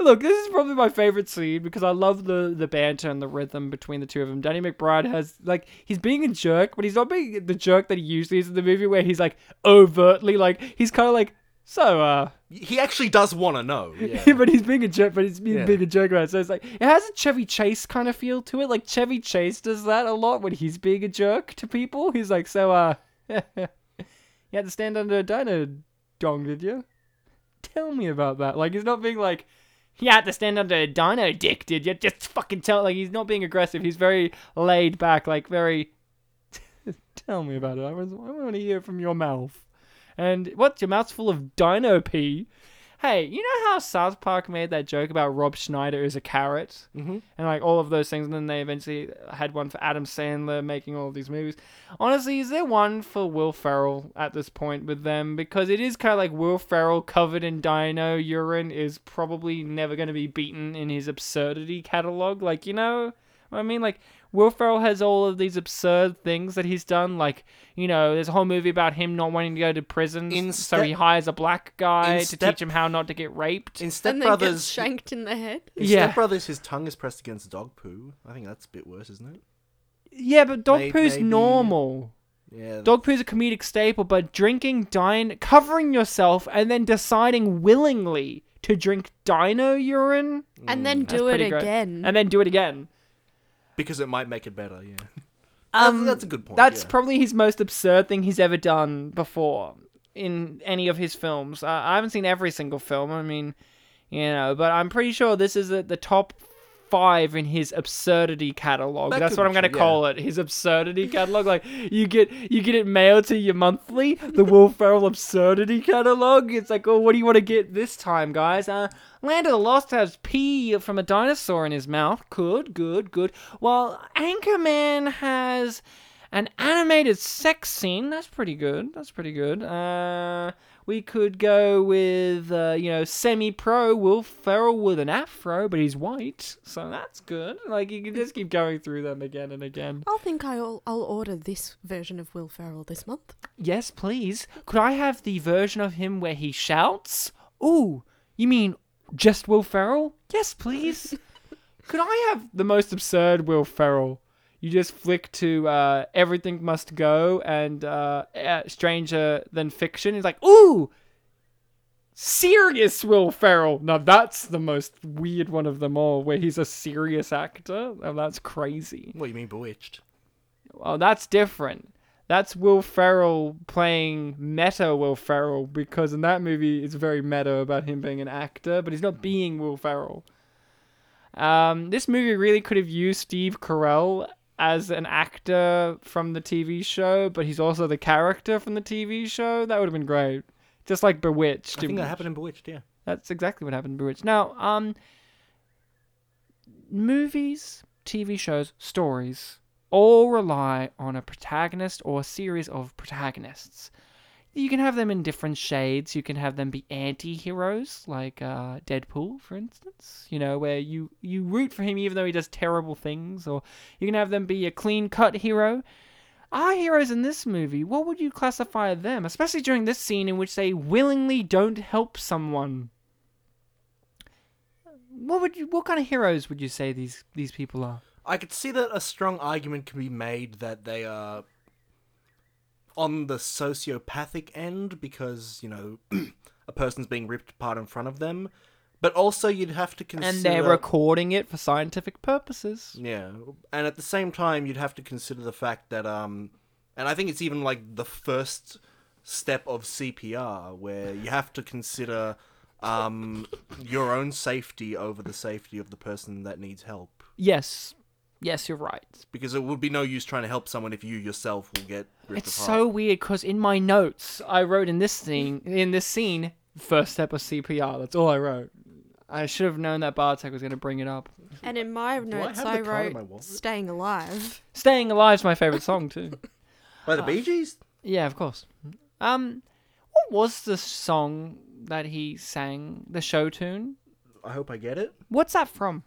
A: Look, this is probably my favorite scene because I love the the banter and the rhythm between the two of them. Danny McBride has like he's being a jerk, but he's not being the jerk that he usually is in the movie, where he's like overtly like he's kind of like so uh,
B: He actually does want to know. Yeah.
A: but he's being a jerk, but he's being,
B: Yeah.
A: being a jerk about it. So it's like it has a Chevy Chase kind of feel to it. Like Chevy Chase does that a lot when he's being a jerk to people. He's like so uh, you had to stand under a dino dong, did you? tell me about that. Like he's not being like, he had to stand under a dino dick, did you? Just fucking tell. Like he's not being aggressive. He's very laid back. Like very. tell me about it. I was. I want to hear from your mouth. And what's your mouth's full of dino pee? Hey, you know how South Park made that joke about Rob Schneider is a carrot, mm-hmm. and like all of those things, and then they eventually had one for Adam Sandler making all of these movies. Honestly, is there one for Will Ferrell at this point with them? Because it is kind of like Will Ferrell covered in dino urine is probably never going to be beaten in his absurdity catalog. Like, you know what I mean? Like, Will Ferrell has all of these absurd things that he's done. Like, you know, there's a whole movie about him not wanting to go to prison,
B: In
A: so
B: Step-
A: he hires a black guy
B: In
A: to
B: Step-
A: teach him how not to get raped.
B: In
C: and
B: Step
C: then gets
B: Brothers, in
C: shanked in the head.
A: Yeah.
B: Step Brothers, his tongue is pressed against dog poo. I think that's a bit worse, isn't it?
A: yeah, but dog
B: May-
A: poo's
B: maybe-
A: normal.
B: Yeah.
A: Dog poo's a comedic staple, but drinking dine, covering yourself, and then deciding willingly to drink dino urine
C: And then
A: Mm, That's
C: do it
A: pretty great.
C: again.
A: and then do it again.
B: because it might make it better. Yeah.
A: Um,
B: that's, that's a good point.
A: That's
B: yeah.
A: probably his most absurd thing he's ever done before in any of his films. Uh, I haven't seen every single film. I mean, you know, but I'm pretty sure this is at the top five in his absurdity catalog.
B: That
A: That's
B: could
A: what
B: be
A: I'm going to
B: true, yeah.
A: call it. His absurdity catalog. Like you get you get it mailed to you monthly. The Will Ferrell absurdity catalog. It's like, oh, what do you want to get this time, guys? Uh, Land of the Lost has pee from a dinosaur in his mouth. Good, good, good. While Anchorman has An animated sex scene. That's pretty good. That's pretty good. Uh, we could go with uh, you know semi-pro Will Ferrell with an afro, but he's white, so that's good. Like you can just keep going through them again and again.
C: I'll think I'll I'll order this version of Will Ferrell this month.
A: Yes, please. Could I have the version of him where he shouts? Ooh, you mean just Will Ferrell? Yes, please. Could I have the most absurd Will Ferrell? You just flick to uh, Everything Must Go and uh, uh, Stranger Than Fiction. He's like, ooh, serious Will Ferrell. Now that's the most weird one of them all, where he's a serious actor. Oh, that's crazy.
B: What do you mean bewitched?
A: Oh, that's different. That's Will Ferrell playing meta Will Ferrell because in that movie it's very meta about him being an actor, but he's not being Will Ferrell. Um, this movie really could have used Steve Carell as an actor from the TV show, but he's also the character from the TV show. That would have been great. Just like Bewitched.
B: I think
A: it-
B: that happened in Bewitched. Yeah.
A: that's exactly what happened in Bewitched. Now, um, movies, TV shows, stories all rely on a protagonist or a series of protagonists. You can have them in different shades. You can have them be anti-heroes, like uh, Deadpool, for instance. You know, where you you root for him even though he does terrible things, or you can have them be a clean-cut hero. Our heroes in this movie, what would you classify them, especially during this scene in which they willingly don't help someone? What would you? What kind of heroes would you say these these people are?
B: I could see that a strong argument can be made that they are on the sociopathic end because, you know, a person's being ripped apart in front of them. But also, you'd have to consider.
A: And they're recording it for scientific purposes.
B: Yeah, and at the same time, you'd have to consider the fact that, um, and I think it's even like the first step of CPR, where you have to consider um, your own safety over the safety of the person that needs help,
A: Yes, yes, you're right.
B: because it would be no use trying to help someone if you yourself will get ripped
A: It's
B: apart.
A: so weird because in my notes I wrote in this thing in this scene first step of CPR. That's all I wrote. I should have known that Bartek was going to bring it up.
C: And in my notes,
B: have
C: I,
B: the card in my
C: wrote
B: wallet?
C: "Staying Alive."
A: Staying Alive's my favorite song too.
B: By the Bee Gees,
A: Yeah, of course. Um, what was the song that he sang? The show tune.
B: I hope I get it.
A: What's that from?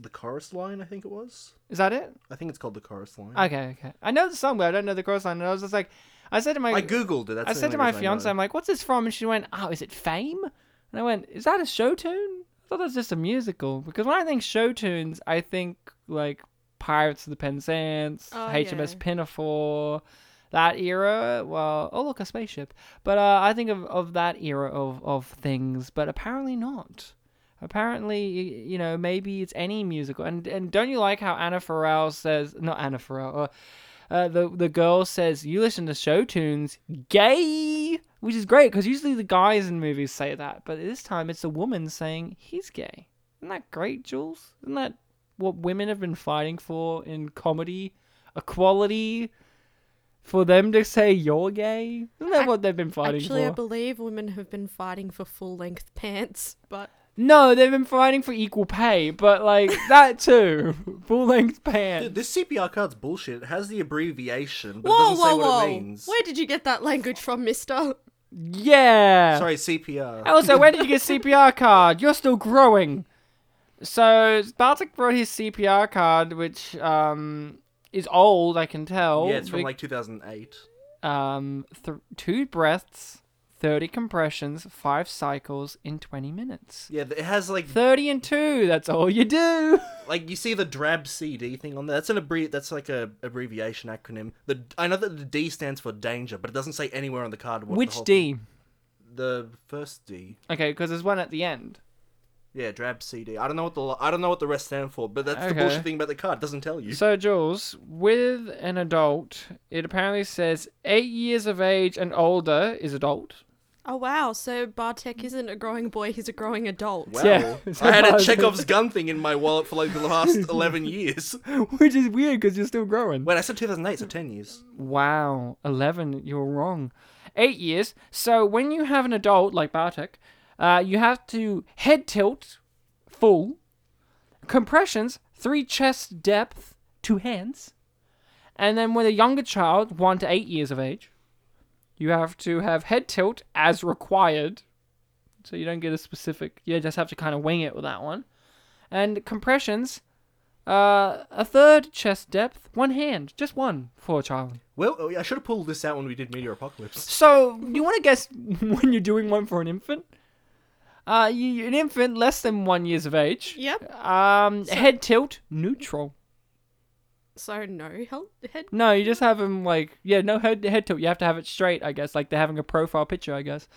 B: The chorus line, I think it was.
A: Is that it?
B: I think it's called the chorus line.
A: Okay, okay. I know the song, but I don't know the chorus line. And I was just like, I said to my,
B: I googled it. That's
A: I
B: the
A: said to
B: only
A: my
B: reason I know.
A: fiance, I'm like, what's this from? And she went, oh, is it Fame? And I went, is that a show tune? I thought that's just a musical because when I think show tunes, I think like Pirates of the Penzance,
C: Oh,
A: HMS
C: yeah.
A: Pinafore, that era. Well, oh look, a spaceship. But uh, I think of, of that era of of things, but apparently not. Apparently, y- you know, maybe it's any musical. And and don't you like how Anna Farrell says, not Anna Farrell, uh, uh, the the girl says, "You listen to show tunes, gay," which is great because usually the guys in movies say that, but this time it's a woman saying he's gay. Isn't that great, Jules? Isn't that what women have been fighting for in comedy? Equality. For them to say you're gay, isn't that
C: Ac-
A: what they've been fighting
C: Actually,
A: for?
C: I believe women have been fighting for full-length pants, but
A: no, they've been fighting for equal pay, but like that too, full length
B: Dude,
A: pants.
B: this CPR card's bullshit. It has the abbreviation, but it
C: whoa,
B: doesn't say
C: whoa,
B: what
C: whoa!
B: it means.
C: Where did you get that language from, Mister?
A: Yeah.
B: Sorry, CPR.
A: Also, where did you get CPR card? You're still growing. So Bartek brought his CPR card, which um is old, I can tell.
B: yeah, it's from
A: Be-
B: like 2008.
A: um th- two breaths, thirty compressions, five cycles in twenty minutes.
B: Yeah, it has like
A: Thirty and two. That's all you do.
B: like you see the drab CD thing on there. That's an abbre- that's like a abbreviation acronym. The I know that the D stands for danger, but it doesn't say anywhere on the card what the
A: Which
B: whole-
A: D?
B: The first D.
A: Okay, because there's one at the end.
B: Yeah, drab CD. I don't know what the I don't know what the rest stand for, but that's the
A: Okay.
B: bullshit thing about the card. It doesn't tell you.
A: So Jules, with an adult, it apparently says eight years of age and older is adult.
C: Oh wow! So Bartek isn't a growing boy; he's a growing adult.
B: Wow.
A: Yeah.
B: I had a Chekhov's gun thing in my wallet for like the last 11 years.
A: Which is weird because you're still growing.
B: Wait, I said 2008, so 10 years.
A: Wow, 11, you're wrong. Eight years. So when you have an adult like Bartek, uh, you have to head tilt, full, compressions, three chest depth, two hands, And then with a younger child, one to eight years of age, you have to have head tilt as required. So you don't get a specific. You just have to kind of wing it with that one. And compressions, uh, a third chest depth, one hand, just one for a child.
B: Well, oh, I should have pulled this out when we did Meteor Apocalypse.
A: So you want to guess when you're doing one for an infant? Uh, you, an infant less than one years of age.
C: Yep.
A: Um, head tilt, neutral.
C: So no help head.
A: No, you just have them like yeah, no head head tilt. You have to have it straight, I guess. Like they're having a profile picture, I guess.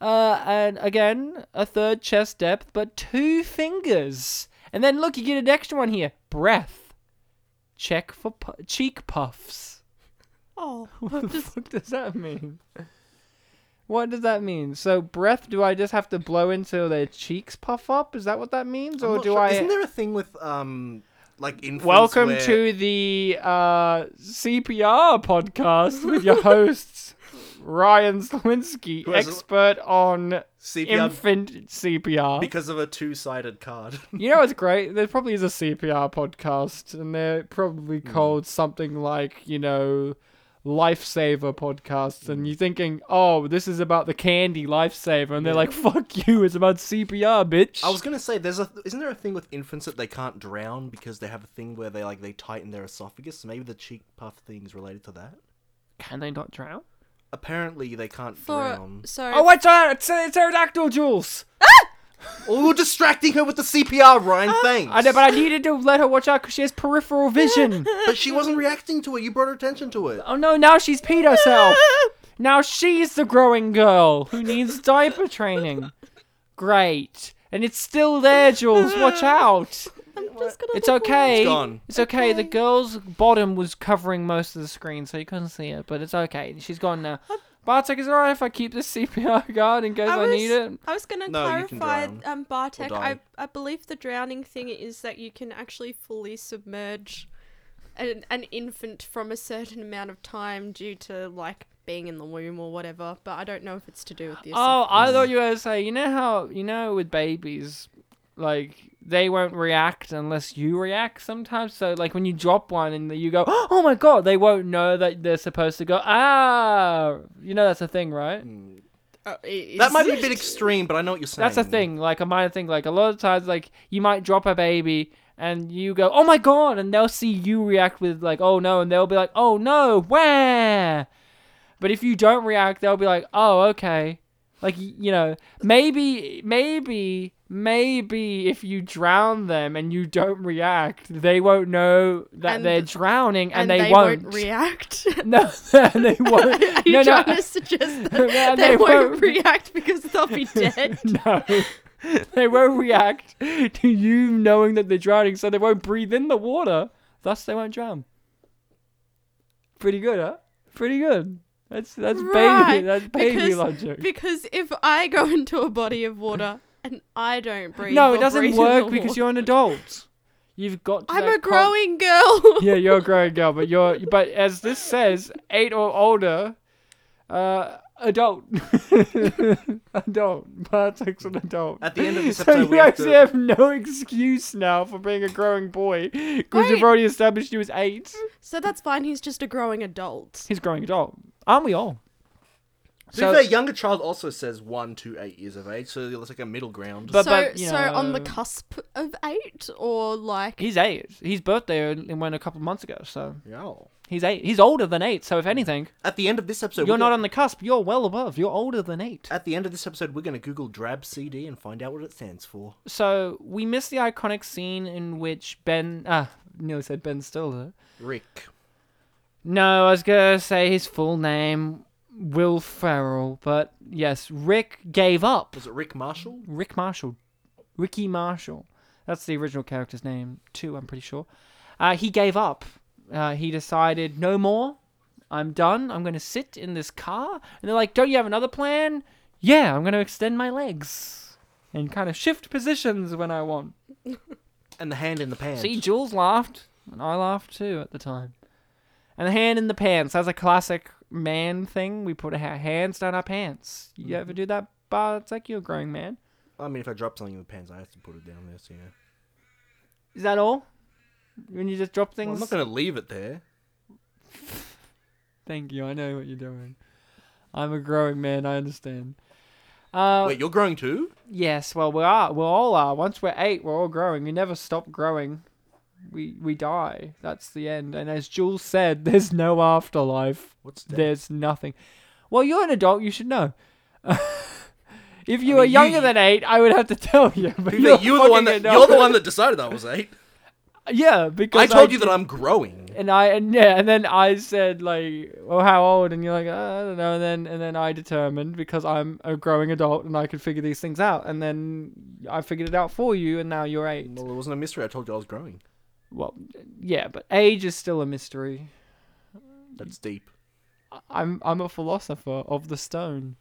A: Uh, and again, a third chest depth, but two fingers. And then look, you get an extra one here. Breath. Check for pu- cheek puffs.
C: Oh,
A: What the fuck does that mean? What does that mean? So breath? Do I just have to blow until their cheeks puff up? Is that what that means, or do I?
B: Isn't there a thing with um, like infants
A: Welcome
B: where-
A: to the uh, CPR podcast with your hosts, Ryan Slinsky,
B: has a-
A: expert on
B: CPR
A: infant CPR.
B: because of a two-sided card.
A: you know what's great? There probably is a CPR podcast, and they're probably called something like, you know, Lifesaver podcasts. And you're thinking, oh, this is about the candy Lifesaver. And they're like, fuck you, it's about CPR, bitch.
B: I was gonna say, there's a isn't there a thing with infants that they can't drown because they have a thing where they like they tighten their esophagus? So maybe the cheek puff thing is related to that.
A: Can they not drown?
B: Apparently, they can't
C: for
B: drown.
C: so
A: Oh, wait, sorry, it's it's pterodactyl, Jules.
B: Oh, you're distracting her with the CPR, Ryan. Thanks.
A: Uh, I know, but I needed to let her watch out because she has peripheral vision.
B: But she wasn't reacting to it. You brought her attention to it.
A: oh no, now she's peed herself. Now she's the growing girl who needs diaper training. Great. And it's still there, Jules. Watch out.
C: I'm just gonna
A: It's
C: look away.
A: okay.
B: It's gone.
A: It's okay. The girl's bottom was covering most of the screen, so you couldn't see it, but it's okay. She's gone now. Bartek, is it alright if I keep this CPR guard in case I,
C: I was,
A: need it?
C: I was gonna
B: No, you can
C: clarify,
B: drown.
C: um, Bartek.
B: Or
C: I,
B: die.
C: I believe the drowning thing is that you can actually fully submerge an, an infant from a certain amount of time due to like being in the womb or whatever. But I don't know if it's to do with this.
A: Oh, I thought you were gonna say, you know how you know with babies, like they won't react unless you react sometimes. So like when you drop one and you go, oh my god, they won't know that they're supposed to go. Ah, you know that's a thing, right?
C: Uh,
B: That might be a bit extreme, but I know what you're saying.
A: That's a thing, like a minor thing. Like a lot of times, like you might drop a baby and you go, oh my god, and they'll see you react with like, oh no, and they'll be like, oh no, where? But if you don't react, they'll be like, oh okay, like y- you know, maybe, maybe, maybe if you drown them and you don't react, they won't know that
C: And-
A: they're drowning and,
C: and
A: they,
C: won't,
A: won't.
C: react.
A: no, they won't.
C: Are you
A: no,
C: trying
A: no,
C: to suggest that
A: Yeah,
C: they,
A: they
C: won't,
A: won't.
C: react because they'll be dead?
A: No. they won't react to you knowing that they're drowning, so they won't breathe in the water. Thus, they won't drown. Pretty good, huh? Pretty good. That's that's
C: Right,
A: baby. That's baby
C: because-
A: logic.
C: because if I go into a body of water and I don't breathe,
A: no,
C: or
A: it doesn't
C: breathe in
A: work
C: the
A: because
C: water-
A: you're an adult. You've got. To
C: I'm
A: that
C: a
A: con-
C: growing girl.
A: yeah, you're a growing girl, but you're but as this says, eight or older, uh, adult, adult. Bartek's an adult.
B: At the end of this
A: So
B: episode,
A: you
B: we have
A: actually
B: to.
A: have no excuse now for being a growing boy because you've
C: Wait.
A: already established you was eight.
C: So that's fine. He's just a growing adult.
A: He's a growing adult, aren't we all?
B: To be fair, younger child also says one to eight years of age, so it's like a middle ground.
A: But-
C: so,
A: you
C: so on the
A: know-
C: cusp of eight, or like,
A: he's eight. His birthday went a couple of months ago, so
B: yeah.
A: he's eight. He's older than eight. So if anything,
B: At the end of this episode,
A: you're
B: we're
A: not
B: gonna-
A: on the cusp. You're well above. You're older than eight.
B: At the end of this episode, we're going to Google Drab CD and find out what it stands for.
A: So we miss the iconic scene in which Ben, ah, nearly said Ben Stiller.
B: Rick.
A: No, I was gonna say his full name, Will Ferrell, but yes, Rick gave up.
B: Was it Rick Marshall?
A: Rick Marshall, Ricky Marshall. That's the original character's name too. I'm pretty sure. Uh, he gave up. Uh, he decided no more. I'm done. I'm gonna sit in this car. And they're like, "Don't you have another plan?" Yeah, I'm gonna extend my legs and kind of shift positions when I want.
B: And the hand in the pan.
A: See, Jules laughed, and I laughed too at the time. And the hand in the pants. That's a classic man thing. We put our hands down our pants. You ever do that, Bart? It's like you're a growing man.
B: I mean, if I drop something in the pants, I have to put it down there, so yeah.
A: Is that all? When you just drop things?
B: Well, I'm not going to leave it there.
A: Thank you. I know what you're doing. I'm a growing man. I understand. Uh,
B: Wait, you're growing too?
A: Yes, well we are. We all are. Once we're eight, we're all growing. We never stop growing. We we die. That's the end. And as Jules said, there's no afterlife.
B: What's that?
A: There's nothing. Well, you're an adult. You should know. if you
B: mean,
A: were
B: you-
A: younger than eight, I would have to tell you. But
B: You're,
A: you're,
B: the one that
A: fucking
B: you're the
A: adult.
B: one that decided I was eight.
A: Yeah, because
B: I told you
A: did-
B: that I'm growing.
A: and I and yeah, and then I said like, "Oh, how old?" And you're like, "Uh, "I don't know." And then and then I determined because I'm a growing adult and I could figure these things out. And then I figured it out for you, and now you're eight.
B: Well, it wasn't a mystery. I told you I was growing.
A: Well, yeah, but age is still a mystery.
B: That's deep.
A: I- I'm I'm a philosopher of the stone.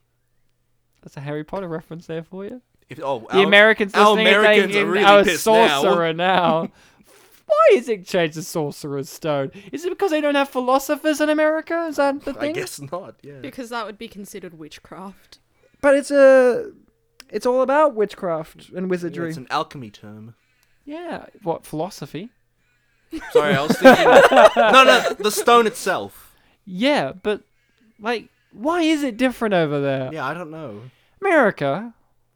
A: That's a Harry Potter reference there for you.
B: If oh,
A: The Americans,
B: our
A: listening are
B: Americans
A: thinking,
B: are really
A: "Oh,
B: pissed now."
A: sorcerer now. Why is it changed to Sorcerer's Stone? Is it because they don't have philosophers in America? Is that the
B: I
A: thing?
B: guess not. Yeah.
C: Because that would be considered witchcraft.
A: But it's a, it's all about witchcraft and
B: Yeah,
A: wizardry.
B: it's an alchemy term.
A: Yeah, what philosophy?
B: Sorry, I was thinking. no, no, the stone itself.
A: Yeah, but like, why is it different over there?
B: Yeah, I don't know.
A: America,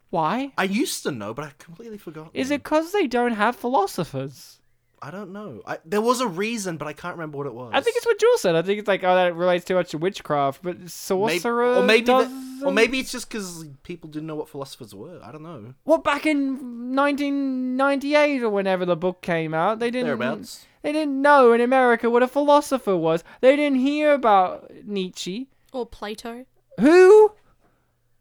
A: why?
B: I used to know, but I completely forgot.
A: Is it because they don't have philosophers?
B: I don't know. I, there was a reason, but I can't remember what it was.
A: I think it's what Jules said. I think it's like, oh, that relates too much to witchcraft, but
B: maybe,
A: sorcerer.
B: or maybe, the- or
A: doesn't-
B: maybe it's just because people didn't know what philosophers were. I don't know.
A: Well, back in 1998 or whenever the book came out, they didn't.
B: Thereabouts.
A: They didn't know in America what a philosopher was. They didn't hear about Nietzsche.
C: Or Plato.
A: Who?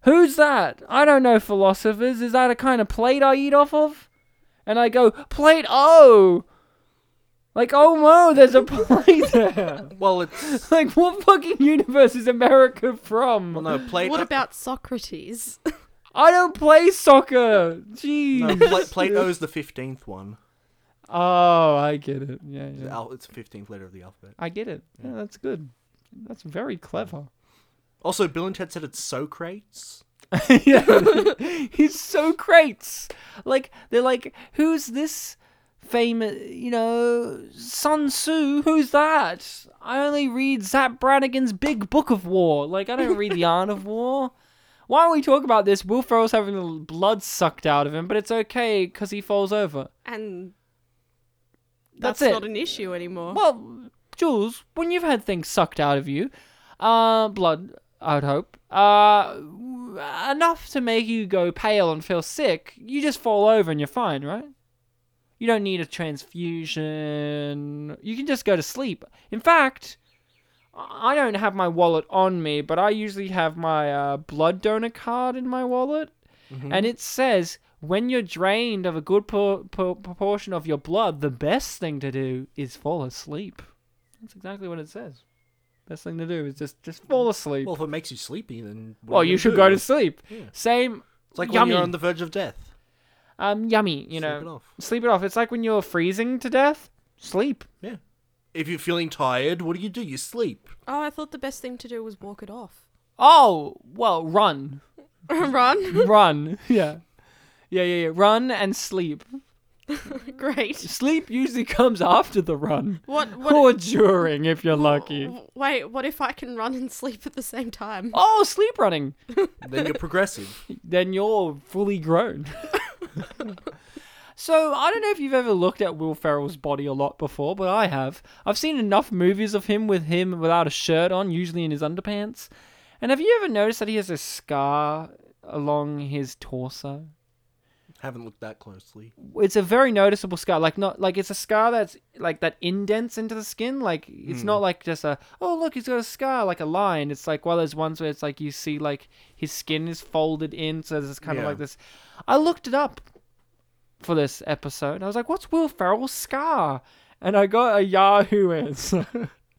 A: Who's that? I don't know philosophers. Is that a kind of plate I eat off of? And I go, plate oh! Like, oh no, there's a plate there.
B: Well, it's
A: like, what fucking universe is America from?
B: well, no Plato.
C: What about Socrates?
A: I don't play soccer. Jeez.
B: no, Pla- Plato's the fifteenth one.
A: Oh, I get it. Yeah,
B: The
A: yeah.
B: al- It's the fifteenth letter of the alphabet.
A: I get it. Yeah, that's good. That's very clever.
B: Also, Bill and Ted said it's Socrates.
A: yeah. He's so great. Like they're like, who's this famous? You know, Sun Tzu. Who's that? I only read Zap Brannigan's Big Book of War. Like I don't read the Art of War. Why we talk about this? Will Ferrell's having the blood sucked out of him, but it's okay because he falls over.
C: And
A: That's
C: that's,
A: it.
C: not an issue anymore.
A: Well, Jules, when you've had things sucked out of you, uh, blood, I would hope, uh, w- enough to make you go pale and feel sick, you just fall over and you're fine, right? You don't need a transfusion. You can just go to sleep. In fact, I I don't have my wallet on me, but I usually have my uh, blood donor card in my wallet,
B: Mm-hmm.
A: and it says when you're drained of a good por- por- proportion of your blood, the best thing to do is fall asleep. That's exactly what it says. Best thing to do is just just fall asleep.
B: Well,
A: Well,
B: if it makes you sleepy, then what are
A: you
B: gonna
A: should
B: do?
A: go to sleep.
B: Yeah.
A: Same.
B: It's like when
A: yummy.
B: you're on the verge of death.
A: um, yummy. You
B: Sleep
A: know,
B: it off.
A: sleep it off. It's like when you're freezing to death. Sleep.
B: Yeah. If you're feeling tired, what do you do? You sleep.
C: oh, I thought the best thing to do was walk it off.
A: Oh well, run,
C: Run.
A: run. yeah, yeah, yeah, yeah. Run and sleep.
C: Great.
A: Sleep usually comes after the run.
C: What? What?
A: Or during, if you're lucky.
C: w- Wait, what if I can run and sleep at the same time?
A: Oh, sleep running.
B: Then you're progressive.
A: Then you're fully grown. so I don't know if you've ever looked at Will Ferrell's body a lot before, but I have. I've seen enough movies of him with him without a shirt on, usually in his underpants. And have you ever noticed that he has a scar along his torso?
B: Haven't looked that closely.
A: it's a very noticeable scar like not like it's a scar that's like that indents into the skin like it's not like just a oh look he's got a scar like a line it's like well there's ones where it's like you see like his skin is folded in so there's kind of
B: Yeah.
A: like this i looked it up for this episode i was like what's will ferrell's scar and i got a yahoo answer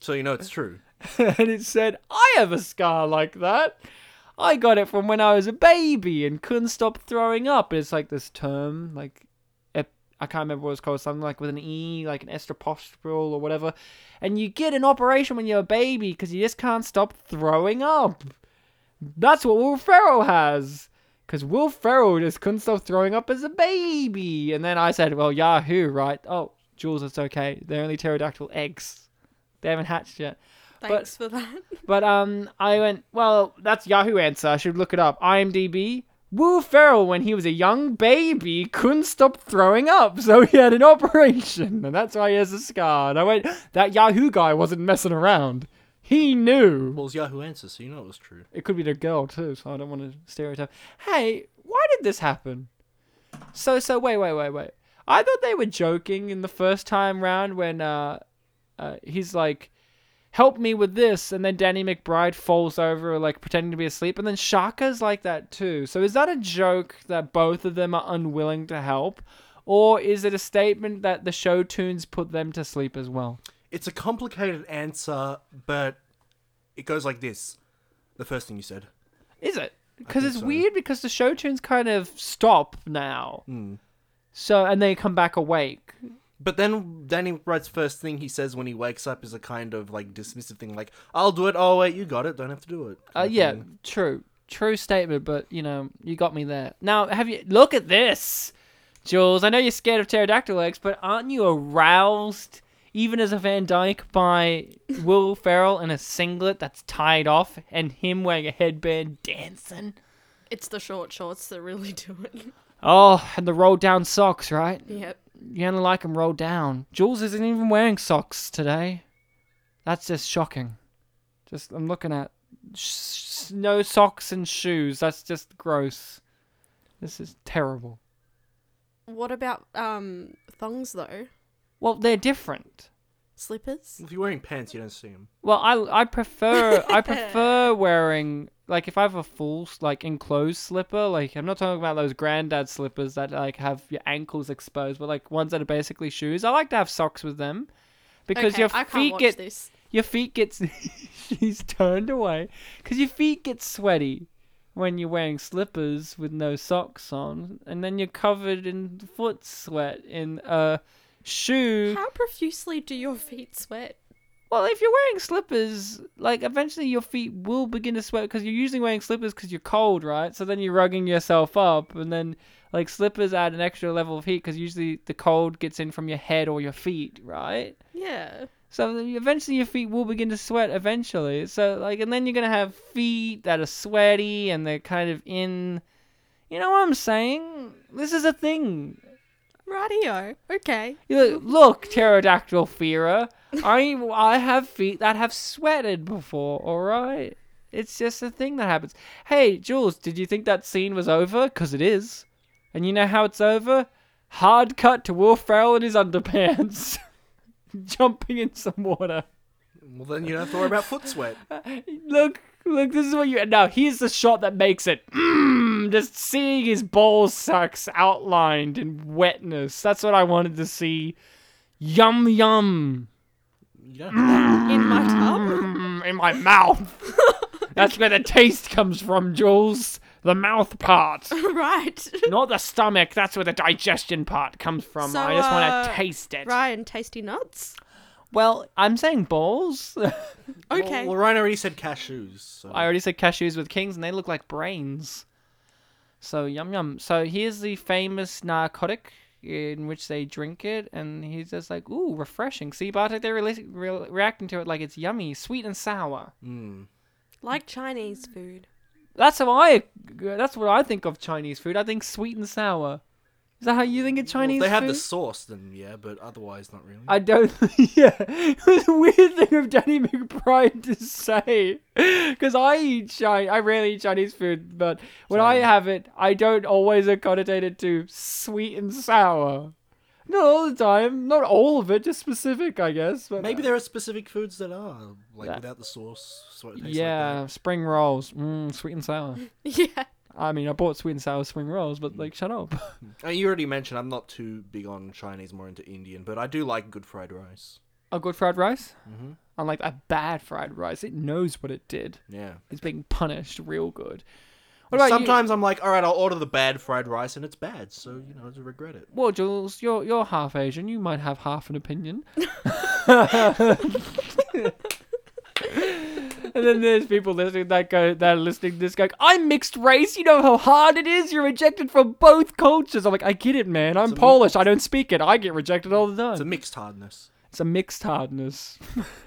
B: So you know it's true.
A: and it said, I have a scar like that. I got it from when I was a baby and couldn't stop throwing up. It's like this term, like, ep- I can't remember what it's called, something like with an E, like an estropostrel or whatever. And you get an operation when you're a baby because you just can't stop throwing up. That's what Will Ferrell has. Because Will Ferrell just couldn't stop throwing up as a baby. And then I said, well, Yahoo, right? Oh, Jules, it's okay. They're only pterodactyl eggs. They haven't hatched yet.
C: Thanks for that.
A: But um, I went, well, that's Yahoo answer. I should look it up. IMDb. Will Ferrell, when he was a young baby, couldn't stop throwing up, so he had an operation, and that's why he has a scar. And I went, that Yahoo guy wasn't messing around. He knew.
B: Well, it's Yahoo Answers, so you know it was true.
A: It could be the girl too, so I don't want to stereotype. Hey, why did this happen? So so wait wait wait wait. I thought they were joking in the first time round when uh, uh he's like, "Help me with this," and then Danny McBride falls over like pretending to be asleep, and then Shaka's like that too. So is that a joke that both of them are unwilling to help, or is it a statement that the show tunes put them to sleep as well?
B: It's a complicated answer, but it goes like this. The first thing you said.
A: Is it? Because
B: think
A: it's
B: so.
A: weird because the show tunes kind of stop now.
B: Hmm.
A: So and they come back awake.
B: But then Danny McBride's first thing he says when he wakes up is a kind of like dismissive thing, like "I'll do it." Oh wait, you got it. Don't have to do it.
A: Uh,
B: kind of
A: yeah,
B: thing.
A: true, true statement. But you know, you got me there. Now, have you look at this, Jules? I know you're scared of pterodactyl eggs, but aren't you aroused, even as a Van Dyke, by Will Ferrell in a singlet that's tied off and him wearing a headband dancing?
C: It's the short shorts that really do it.
A: Oh, and the rolled down socks, right?
C: Yep.
A: You only like 'em rolled down. Jules isn't even wearing socks today. That's just shocking. Just I'm looking at sh- no socks and shoes. That's just gross. This is terrible.
C: What about um thongs though?
A: Well, they're different.
C: Slippers?
B: If you're wearing pants, you don't see him.
A: Well, I I prefer I prefer wearing like if I have a full s- like enclosed slipper. Like I'm not talking about those granddad slippers that like have your ankles exposed, but like ones that are basically shoes. I like to have socks with them because
C: okay,
A: your
C: I can't
A: feet
C: watch
A: get
C: this.
A: your feet gets she's turned away because your feet get sweaty when you're wearing slippers with no socks on and then you're covered in foot sweat in a shoe
C: How profusely do your feet sweat?
A: well if you're wearing slippers like eventually your feet will begin to sweat because you're usually wearing slippers because you're cold right so then you're rugging yourself up and then like slippers add an extra level of heat because usually the cold gets in from your head or your feet right
C: Yeah.
A: so then you- eventually your feet will begin to sweat eventually. So like and then you're going to have feet that are sweaty and they're kind of in You know what I'm saying? This is a thing.
C: Radio. Okay.
A: You Look, look pterodactyl fearer. I I have feet that have sweated before, all right? It's just a thing that happens. Hey, Jules, did you think that scene was over? 'Cause it is. And you know how it's over? Hard cut to Will Ferrell in his underpants, jumping in some water.
B: Well, then you don't have to worry about foot sweat.
A: Look, look, this is what you. Now, here's the shot that makes it. Mm, just seeing his ball sucks outlined in wetness. That's what I wanted to see. Yum, yum.
B: You don't. Have
C: In my tub?
A: Mm, in my mouth. That's where the taste comes from, Jules. The mouth part.
C: right.
A: Not the stomach. That's where the digestion part comes from.
C: So,
A: I just want to
C: uh,
A: taste it.
C: Ryan, tasty nuts?
A: Well, I'm saying balls.
B: to.
C: Okay.
B: Well, Ryan already said cashews. So.
A: I already said cashews with kings, and they look like brains. So yum yum. So here's the famous narcotic in which they drink it, and he's just like, ooh, refreshing. See, Bartek, they're rela- re- reacting to it like it's yummy, sweet and sour.
C: Like Chinese food.
A: That's how I. That's what I think of Chinese food. I think sweet and sour. Is that how you think of
B: Well,
A: Chinese
B: if they have
A: food?
B: the sauce, then yeah, but otherwise not really.
A: I don't. Yeah, it was a weird thing of Danny McBride to say because I eat Chinese. I rarely eat Chinese food, but when I
B: Same.
A: have it, I don't always connotate it to sweet and sour. Not all the time, not all of it, just specific, I guess. But uh,
B: Maybe there are specific foods that are like
A: That-
B: without the sauce, so it tastes
A: yeah, spring rolls, mm, sweet and sour.
C: Yeah.
A: I mean, I bought sweet and sour spring rolls, but like, shut up.
B: like that. Uh, you already mentioned I'm not too big on Chinese, more into Indian, but I do like good fried rice.
A: A good fried rice,
B: Mm-hmm.
A: unlike a bad fried rice, it knows what it did.
B: Yeah.
A: It's being punished real good. What about you?
B: Sometimes I'm like, all right, I'll order the bad fried rice, and it's bad, so you know, I regret it.
A: Well, Jules, you're you're half Asian. You might have half an opinion. and then there's people listening that go that are listening to this going, I'm mixed race. You know how hard it is. You're rejected from both cultures. I'm like, I get it, man. I'm
B: a mi-
A: Polish. I don't speak it. I get rejected all the time.
B: It's a mixed hardness.
A: It's a mixed hardness.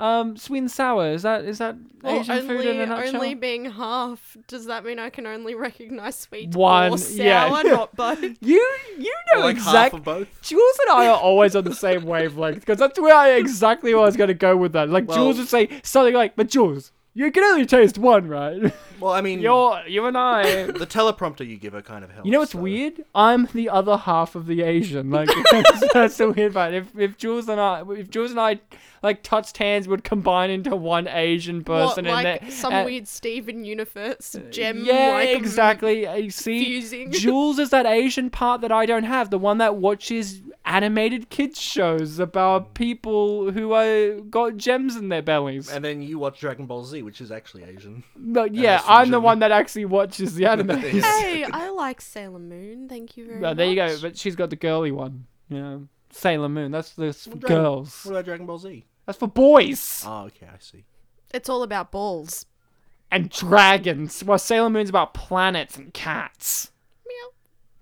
A: Um, sweet and sour is that is that
C: Well,
A: Asian
C: only,
A: food in a nutshell?
C: only being half, does that mean I can only recognize sweet
A: One,
C: or
A: yeah.
C: sour, not both?
A: You you know
B: like half
A: exactly.
B: of both.
A: Jules and I are always on the same wavelength because that's where I exactly where I was going to go with that. Like
B: Well-
A: Jules would say something like, "But Jules, you can only taste one, right?
B: Well, I mean,
A: You're you and I."
B: the teleprompter you give her kind of helps.
A: You know what's
B: so-
A: weird? I'm the other half of the Asian. Like that's, that's the weird part. If if Jules and I, if Jules and I, like touched hands, would combine into one Asian
C: What,
A: person, and
C: like
A: that,
C: some
A: and- Uh,
C: weird Steven Universe gem
A: Yeah,
C: like
A: exactly. Uh, You see,
C: fusing.
A: Jules is that Asian part that I don't have. The one that watches animated kids shows about people who are got gems in their bellies.
B: And then you watch Dragon Ball Z, which is actually Asian.
A: no, yeah,
B: that's
A: I'm the
B: Asian.
A: one that actually watches the anime.
C: Hey, I like Sailor Moon. Thank you very
A: Well,
C: much.
A: there you go. But she's got the girly one. Yeah. Sailor Moon. That's the s- for
B: Dragon-
A: girls.
B: What about Dragon Ball Z?
A: That's for boys
B: Oh, okay, I see.
C: it's all about balls.
A: and dragons. Well, Sailor Moon's about planets and cats.
C: Meow.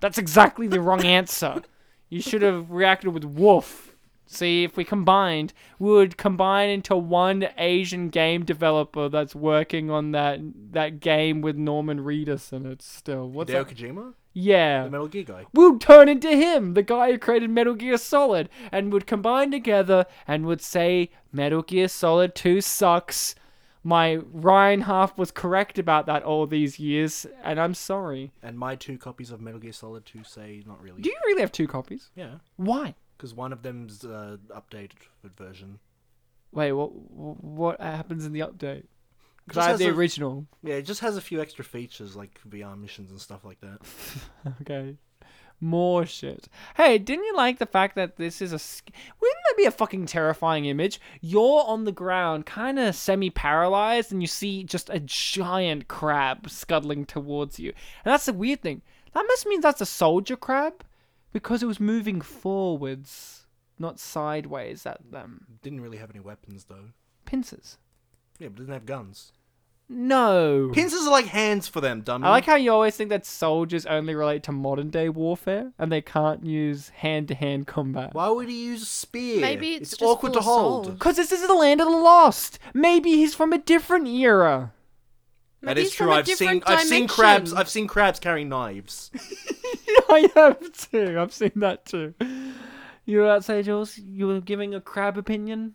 A: That's exactly the wrong answer. You should have reacted with wolf. See, if we combined, we would combine into one Asian game developer that's working on that that game with Norman Reedus in it still. What's
B: Hideo
A: that?
B: Kojima,
A: Yeah.
B: the Metal Gear guy.
A: we would turn into him, the guy who created Metal Gear Solid, and would combine together and would say, Metal Gear Solid 2 sucks. My Ryan Half was correct about that all these years, and I'm sorry.
B: And my two copies of Metal Gear Solid 2 say not really.
A: Do you really have two copies?
B: Yeah,
A: Why?
B: because one of them's uh, updated version.
A: Wait, what what happens in the update? Because
B: Just
A: I have
B: has
A: the
B: a-
A: original.
B: Yeah, it just has a few extra features like VR missions and stuff like that.
A: Okay. More shit. Hey, didn't you like the fact that this is a. Sc- Wouldn't that be a fucking terrifying image? You're on the ground, kind of semi paralyzed, and you see just a giant crab scuttling towards you. And that's the weird thing. That must mean that's a soldier crab because it was moving forwards, not sideways at them.
B: Didn't really have any weapons though.
A: Pincers.
B: Yeah, but didn't have guns.
A: No.
B: Pincers are like hands for them, dummy.
A: I like how you always think that soldiers only relate to modern day warfare and they can't use hand to hand combat.
B: Why would he use a spear?
C: Maybe it's just
B: awkward
C: full
B: to
C: of
B: hold.
C: soul.
A: Because this is the land of the lost. Maybe he's from a different era.
B: That
C: Maybe
B: is
C: he's from
B: true.
C: a
B: I've seen
C: different
B: I've seen crabs.
C: dimension.
B: I've seen crabs carrying knives.
A: I have too. I've seen that too. You were outside, Jules. You were giving a crab opinion.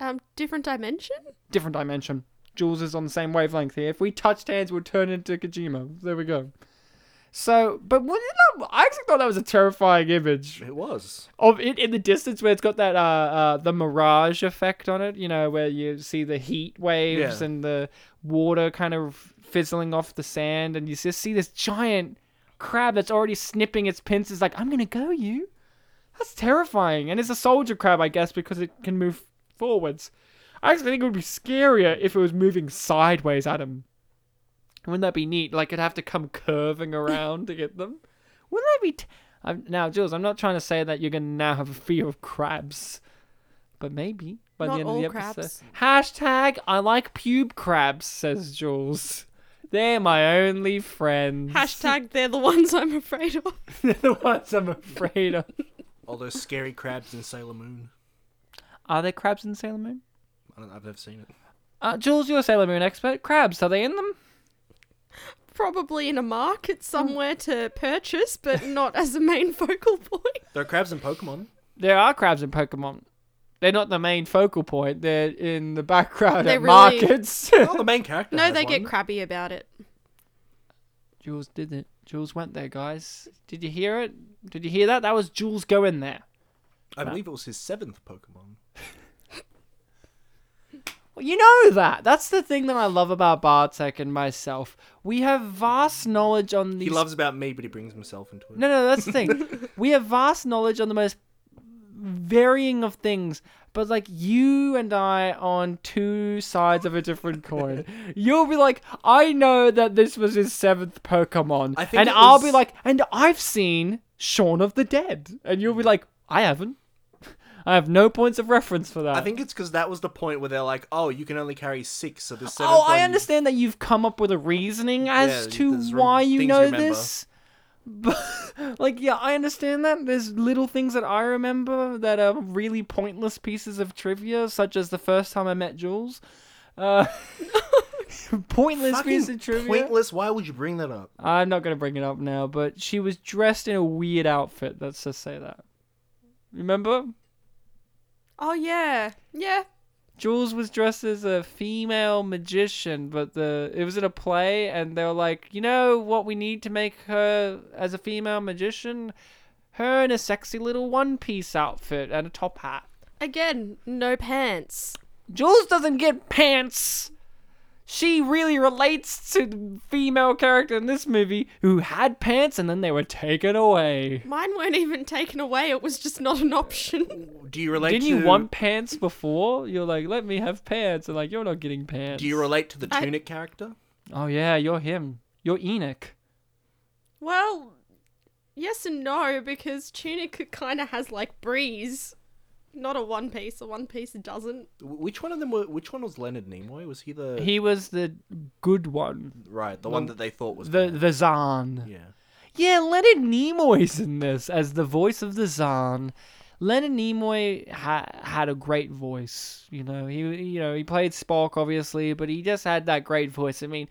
C: Um, different dimension?
A: Different dimension. Jules is on the same wavelength here. If we touched hands, we'd turn into Kojima. There we go. So, but wouldn't that, I actually thought that was a terrifying image.
B: It was.
A: of it in the distance where it's got that uh, uh the mirage effect on it you know where you see the heat waves
B: Yeah.
A: and the water kind of fizzling off the sand and you just see this giant crab that's already snipping its pincers like i'm gonna go you that's terrifying and it's a soldier crab i guess because it can move forwards i actually think it would be scarier if it was moving sideways at him wouldn't that be neat like it'd have to come curving around to get them wouldn't that be? T- I'm, now, Jules, I'm not trying to say that you're gonna now have a fear of crabs, but maybe by
C: Not
A: the end of the
C: all
A: episode.
C: crabs.
A: Hashtag I like pube crabs, says Jules. They're my only friends.
C: Hashtag they're the ones I'm afraid of.
A: They're the ones I'm afraid of.
B: All those scary crabs in Sailor Moon.
A: Are there crabs in Sailor Moon?
B: I don't, I've never seen it.
A: Uh, Jules, you're a Sailor Moon expert. Crabs, are they in them?
C: Probably in a
B: Hmm.
C: market somewhere to purchase, but not as a main focal point.
B: There are crabs in Pokemon.
A: There are crabs in Pokemon. They're not the main focal point. They're in the background
C: They
A: at
C: really-
A: markets.
B: Oh, the main character.
C: No,
B: has
C: they get
B: one.
C: crabby about it.
A: Jules did it. Jules went there, guys. Did you hear it? Did you hear that? That was Jules going there.
B: I believe it was his seventh Pokemon.
A: Well, you know that. That's the thing that I love about Bartek and myself. We have vast knowledge on
B: He
A: these.
B: loves about me, but he brings himself into it.
A: no, no, that's the thing. we have vast knowledge on the most varying of things. But like you and I on two sides of a different coin. You'll be like, I know that this was his seventh Pokemon.
B: I think
A: and
B: it
A: I'll be
B: was-
A: like, and I've seen Shaun of the Dead. And you'll be like, I haven't. I have no points of reference for that.
B: I think it's because that was the point where they're like, "Oh, you can only carry six, so the seventh
A: Oh, I
B: one-
A: understand that you've come up with a reasoning as
B: Yeah,
A: to
B: there's rem-
A: why you
B: things you
A: know
B: remember.
A: this. But like yeah, I understand that. There's little things that I remember that are really pointless pieces of trivia, such as the first time I met Jules. Uh, pointless piece
B: Fucking
A: of trivia.
B: pointless. Why would you bring that up?
A: I'm not gonna bring it up now, but she was dressed in a weird outfit. Let's just say that. Remember,
C: Oh yeah, yeah.
A: Jules was dressed as a female magician, but the it was in a play, and they were like, you know what we need to make her as a female magician, her in a sexy little one piece outfit and a top hat.
C: Again, no pants.
A: Jules doesn't get pants. She really relates to the female character in this movie who had pants and then they were taken away.
C: Mine weren't even taken away. It was just not an option.
B: Do you relate?
A: Didn't
B: to,
A: you want pants before? You're like, let me have pants, and like, you're not getting pants.
B: Do you relate to the
C: I-
B: tunic character?
A: oh yeah, you're him. You're Enoch.
C: well, yes and no because tunic kind of has like breeze. Not a one piece. A one piece doesn't.
B: Wh- Which one of them? Were, which one was Leonard Nimoy? Was he the
A: He was the good one.
B: right? The one that they thought was
A: The
B: bad?
A: the Zahn.
B: yeah.
A: Yeah, Leonard Nimoy's in this as the voice of the Zahn. Leonard Nimoy ha- had a great voice, you know. He you know, he played Spock obviously, but he just had that great voice. I mean,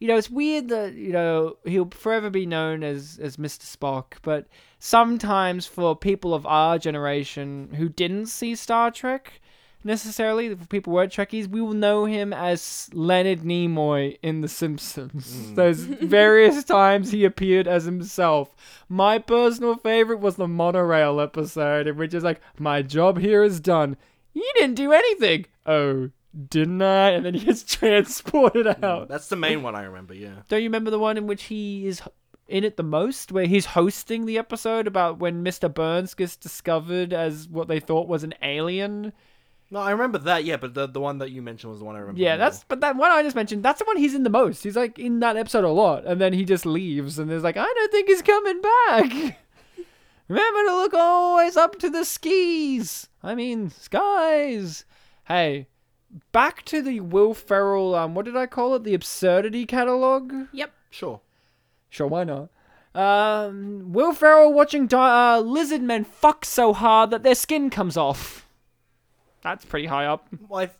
A: you know, it's weird that, you know, he'll forever be known as as Mr. Spock, but sometimes for people of our generation who didn't see Star Trek necessarily, if people were Trekkies, we will know him as Leonard Nimoy in The Simpsons. Those various times he appeared as himself. My personal favorite was the monorail episode, in which is like, my job here is done. You didn't do anything. Oh, didn't I? And then he gets transported out.
B: That's the main one I remember. Yeah.
A: Don't you remember the one in which he is h- in it the most, where he's hosting the episode about when Mr. Burns gets discovered as what they thought was an alien?
B: No, I remember that. Yeah, but the the one that you mentioned was the one I remember.
A: Yeah,
B: more.
A: that's but that one I just mentioned. That's the one he's in the most. He's like in that episode a lot, and then he just leaves, and there's like, I don't think he's coming back. Remember to look always up to the skis. I mean, skies. Hey, back to the Will Ferrell. Um, what did I call it? The absurdity catalog.
C: Yep.
B: sure.
A: Sure, why not? Um, Will Ferrell watching di- uh, lizard men fuck so hard that their skin comes off. That's pretty high up.
B: Well, I,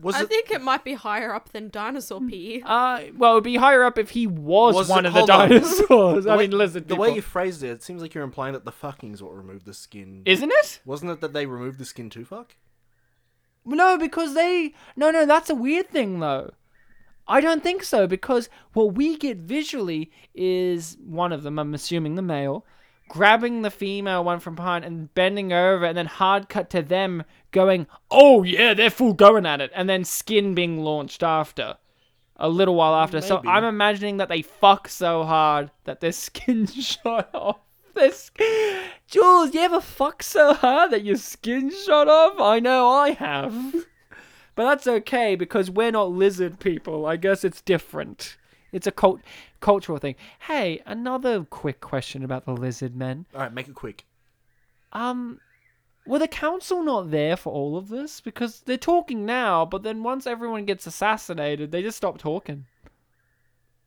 B: was
C: I
B: it
C: think it might be higher up than dinosaur pee.
A: Uh, well, it'd be higher up if he was,
B: Was
A: one
B: it-
A: of the
B: hold on.
A: dinosaurs.
B: the
A: I
B: way-
A: mean, lizard
B: The
A: people.
B: way you phrased it, it seems like you're implying that the fucking's what removed the skin.
A: Isn't it?
B: Wasn't it that they removed the skin to fuck?
A: No, because they. No, no, that's a weird thing, though. I don't think so, because what we get visually is one of them, I'm assuming the male, grabbing the female one from behind and bending over, and then hard cut to them going, oh yeah, they're full going at it, and then skin being launched after. A little while after. So
B: Maybe.
A: I'm imagining that they fuck so hard that their skin shot off. This Jules, you ever fuck so hard that your skin shot off? I know I have. But that's okay because we're not lizard people. I guess it's different. It's a cult- cultural thing. Hey, another quick question about the lizard men.
B: All right, make it quick.
A: Um, were the council not there for all of this? Because they're talking now, but then once everyone gets assassinated, they just stop talking.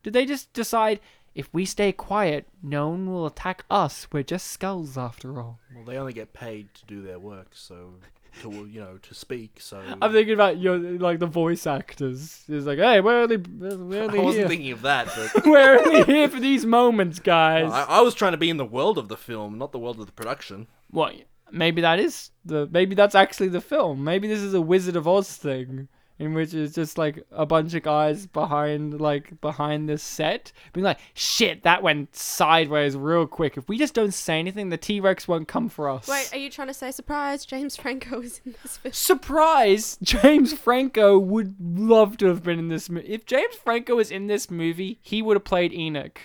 A: Did they just decide if we stay quiet, no one will attack us? We're just skulls after all.
B: Well, they only get paid to do their work, so to you know to speak. So
A: I'm thinking about your like the voice actors. It's like, hey, we're only we're
B: I
A: only
B: wasn't
A: here.
B: thinking of that. But
A: We're only here for these moments, guys.
B: I, I was trying to be in the world of the film, not the world of the production.
A: What? Maybe that is the. Maybe that's actually the film. Maybe this is a Wizard of Oz thing, in which it's just like a bunch of guys behind, like behind this set, being like, "Shit, that went sideways real quick. If we just don't say anything, the T Rex won't come for us."
C: Wait, are you trying to say surprise? James Franco is in this film.
A: Surprise! James Franco would love to have been in this movie. If James Franco was in this movie, he would have played Enoch.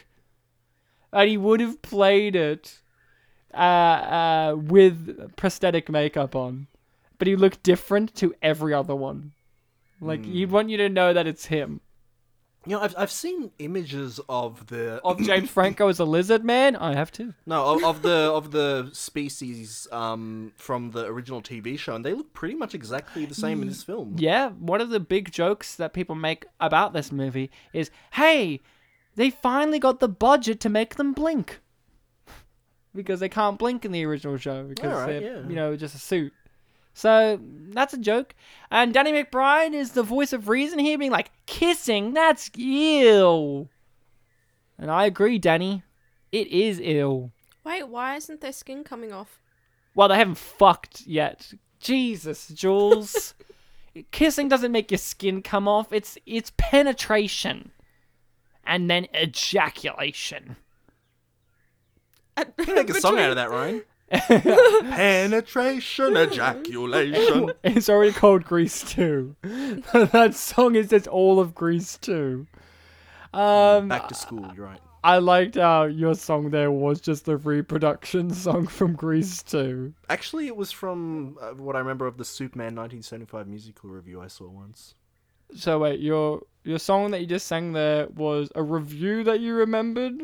A: And he would have played it uh, uh, with prosthetic makeup on. But he looked different to every other one. Like, he'd want you to know that it's him.
B: You know, I've I've seen images of the
A: Of James Franco as a lizard man? I have too.
B: no of, of the of the species um from the original TV show, and they look pretty much exactly the same in this film.
A: Yeah, one of the big jokes that people make about this movie is hey, they finally got the budget to make them blink. because they can't blink in the original show because
B: Alright,
A: they're
B: yeah.
A: you know just a suit. So that's a joke. And Danny McBride is the voice of reason here, being like, "Kissing, that's ill." And I agree, Danny. It is ill.
C: Wait, why isn't their skin coming off?
A: Well, they haven't fucked yet. Jesus, Jules. Kissing doesn't make your skin come off. It's it's penetration, and then ejaculation.
B: You make a song out of that, Ryan. Penetration, ejaculation.
A: It's already called Grease 2. that song is just all of Grease 2. Um,
B: Back to school, you're right.
A: I liked how your song there was just a reproduction song from Grease 2.
B: Actually, it was from uh, what I remember of the Superman 1975 musical review I saw once.
A: So wait, your your song that you just sang there was a review that you remembered?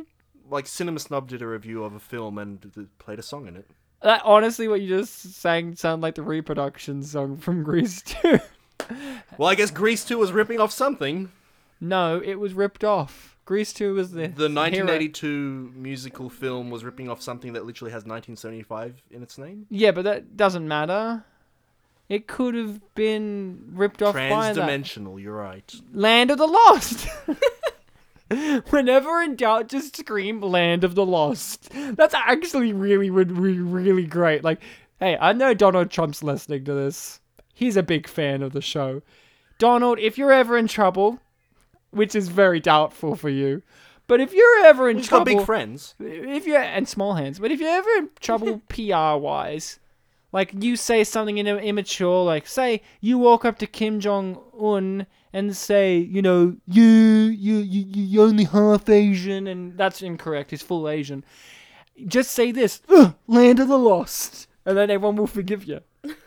B: Like, Cinema Snob did a review of a film and th- played a song in it.
A: That honestly, what you just sang sounded like the reproduction song from Grease 2.
B: Well, I guess Grease 2 was ripping off something.
A: no, it was ripped off. Grease 2 was the
B: The
A: hero.
B: 1982 musical film was ripping off something that literally has 1975 in its name.
A: Yeah, but that doesn't matter. It could have been ripped off by that.
B: Transdimensional, you're right.
A: Land of the Lost. Whenever in doubt, just scream "Land of the Lost." That's actually really would be really great. Like, hey, I know Donald Trump's listening to this. He's a big fan of the show. Donald, if you're ever in trouble, which is very doubtful for you, but if you're ever in
B: He's got
A: trouble,
B: big friends.
A: if you're and small hands, but if you're ever in trouble PR wise, like you say something in immature, like say you walk up to Kim Jong Un and say, you know, you you you you're only half Asian, and that's incorrect. He's full Asian. Just say this, "Ugh, land of the lost, and then everyone will forgive you.